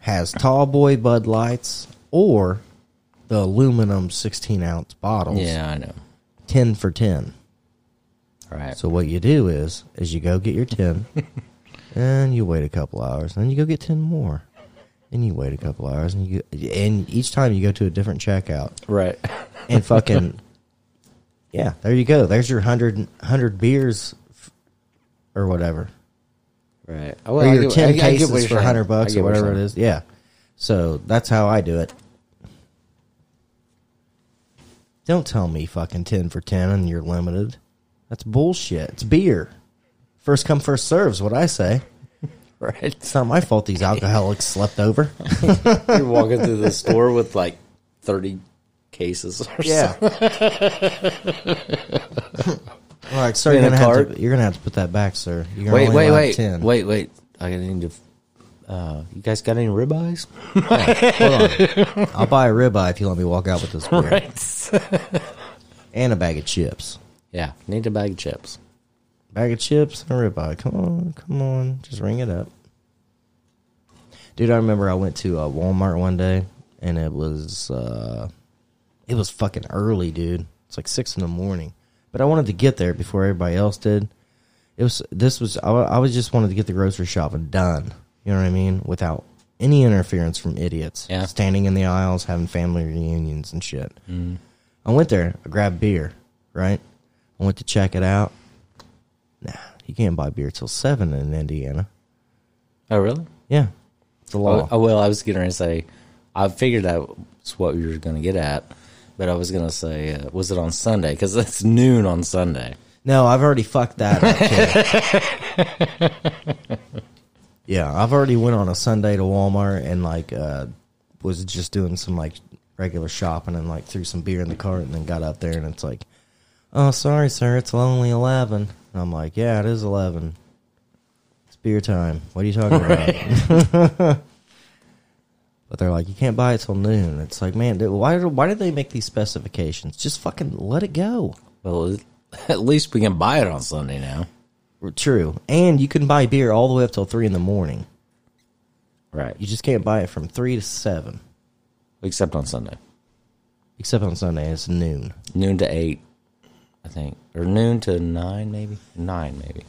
S2: has tall boy Bud Lights or the aluminum sixteen ounce bottles.
S1: Yeah, I know.
S2: ten for ten.
S1: All right.
S2: So what you do is, is you go get your ten, and you wait a couple hours, and you go get ten more, and you wait a couple hours, and you go, and each time you go to a different checkout,
S1: right.
S2: and fucking, yeah, there you go. There's your hundred hundred beers, f- or whatever,
S1: Right.
S2: or
S1: I
S2: your
S1: get- I- I
S2: ten
S1: get what
S2: cases
S1: you're
S2: for
S1: saying. I
S2: hundred bucks
S1: get
S2: or
S1: what you're
S2: whatever it
S1: saying.
S2: is. Yeah, so that's how I do it. Don't tell me fucking ten for ten and you're limited. That's bullshit. It's beer. First come, first serves. What I say.
S1: Right. [LAUGHS]
S2: It's not my fault these alcoholics slept over.
S1: You're walking through the store with like 30 cases or
S2: [LAUGHS] Yeah. All right, sir. You're
S1: In a
S2: gonna, have
S1: cart?
S2: to, you're gonna have to put that back, sir. You're gonna
S1: Wait,
S2: only
S1: wait,
S2: allow
S1: wait.
S2: 10.
S1: Wait, wait. I need to. Uh, you guys got any ribeyes?
S2: [LAUGHS] I'll buy a ribeye if you let me walk out with this beer
S1: Right.
S2: and a bag of chips.
S1: yeah. Need a bag of chips.
S2: Bag of chips and a ribeye. Come on, come on. Just ring it up, dude. I remember I went to uh, Walmart one day and it was uh, it was fucking early, dude. It's like six in the morning, but I wanted to get there before everybody else did. It was this was I, I was just wanted to get the grocery shopping done. You know what I mean? Without any interference from idiots
S1: Yeah.
S2: standing in the aisles having family reunions and shit.
S1: Mm-hmm.
S2: I went there. I grabbed beer. Right. I went to check it out. Nah, you can't buy beer till seven in Indiana.
S1: Oh, really?
S2: Yeah, it's a law.
S1: Oh, oh, well, I was going to say, I figured that's what you were going to get at, but I was going to say, uh, was it on Sunday? Because it's noon on Sunday.
S2: No, I've already fucked that up. Too. yeah, I've already went on a Sunday to Walmart and like uh, was just doing some like regular shopping and like threw some beer in the cart and then got up there and it's like, oh sorry sir, it's only eleven. And I'm like, yeah, it is eleven. It's beer time. What are you talking about? [LAUGHS] but they're like, you can't buy it till noon. It's like, man, dude, why why did they make these specifications? Just fucking let it go.
S1: Well, at least we can buy it on Sunday now.
S2: True. And you can buy beer all the way up till three in the morning.
S1: Right.
S2: You just can't buy it from three to seven.
S1: Except on Sunday.
S2: Except on Sunday, it's noon.
S1: noon to eight, I think, or noon to nine, maybe nine, maybe.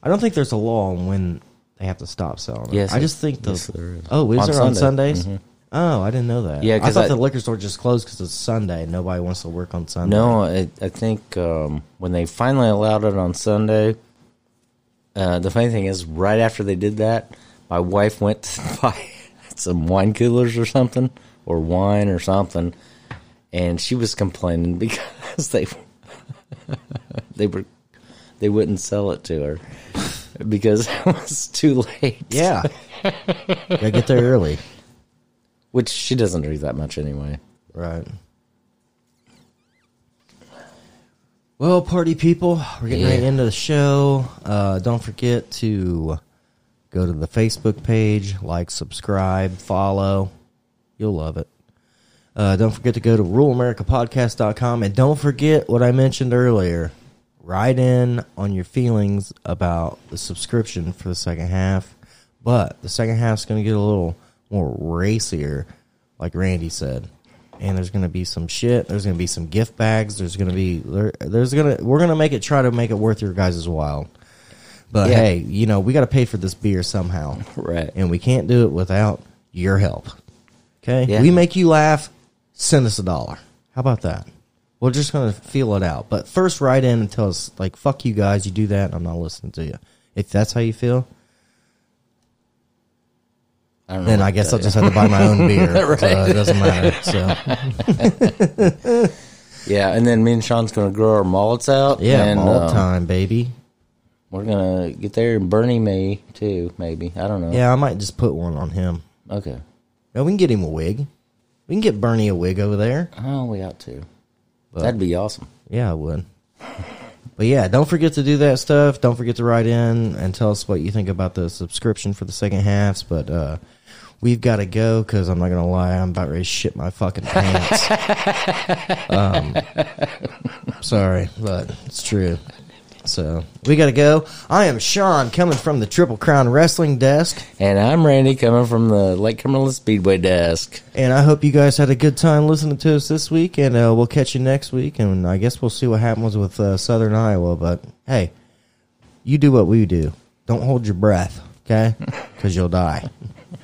S2: I don't think there's a law on when they have to stop selling it.
S1: Yes,
S2: I just think the
S1: yes, there is.
S2: oh, is
S1: On
S2: there on
S1: Sunday. Mm-hmm.
S2: Sundays? Oh, I didn't know that.
S1: Yeah,
S2: I
S1: 'cause
S2: thought
S1: I-
S2: the liquor store just closed because it's Sunday. and Nobody wants to work on Sunday.
S1: No, I, I think um, when they finally allowed it on Sunday, uh, the funny thing is, right after they did that, my wife went to [LAUGHS] buy some wine coolers or something, or wine or something, and she was complaining [LAUGHS] because they they were they wouldn't sell it to her [LAUGHS] because [LAUGHS] it was too late. [LAUGHS]
S2: Yeah, gotta get there early.
S1: which she doesn't drink that much anyway.
S2: Right. Well, party people, we're getting right
S1: Yeah.
S2: into the show. Uh, don't forget to Go to the Facebook page, like, subscribe, follow. You'll love it. Uh, don't forget to go to ruramericapodcast.com and don't forget what I mentioned earlier. Write in on your feelings about the subscription for the second half, but the second half's going to get a little more racier, like Randy said. And there's going to be some shit. There's going to be some gift bags. There's going to be there, there's going to we're going to make it try to make it worth your guys' while. But
S1: Yeah.
S2: hey, you know we got to pay for this beer somehow,
S1: Right.
S2: And we can't do it without your help. Okay.
S1: Yeah.
S2: We make you laugh, send us a dollar. How about that? We're just going to feel it out. But first, write in and tell us, like, fuck you guys, you do that, and I'm not listening to you. If that's how you feel,
S1: I don't know.
S2: then I
S1: what
S2: guess
S1: to
S2: I'll
S1: tell
S2: just have to buy my
S1: [LAUGHS]
S2: own beer. so it doesn't matter. So,
S1: you. yeah, and then me and Sean's gonna grow our mullets out.
S2: yeah,
S1: and,
S2: all
S1: uh,
S2: time, baby.
S1: We're gonna get there and Bernie May too, maybe. I don't know.
S2: Yeah, I might just put one on him.
S1: Okay.
S2: No, we can get him a wig. We can get Bernie a wig over there.
S1: Oh, we ought to. That'd be awesome.
S2: Yeah, I would. But yeah, don't forget to do that stuff. Don't forget to write in and tell us what you think about the subscription for the second halves. But uh, we've got to go because I'm not gonna lie, I'm about ready to shit my fucking pants. um, sorry, but it's true. So we got to go. I am Sean, coming from the Triple Crown Wrestling Desk,
S1: And I'm Randy coming from the Lake Cumberland Speedway desk.
S2: and I hope you guys had a good time listening to us this week. And uh, we'll catch you next week. And I guess we'll see what happens with uh, Southern Iowa. But hey. you do what we do. Don't hold your breath, okay? [LAUGHS] Because you'll die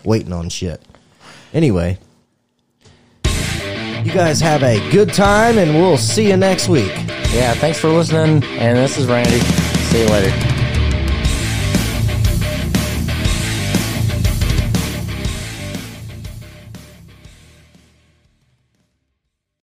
S2: waiting on shit. Anyway, you guys have a good time, and we'll see you next week.
S1: Yeah, thanks for listening. And this is Randy. See you later.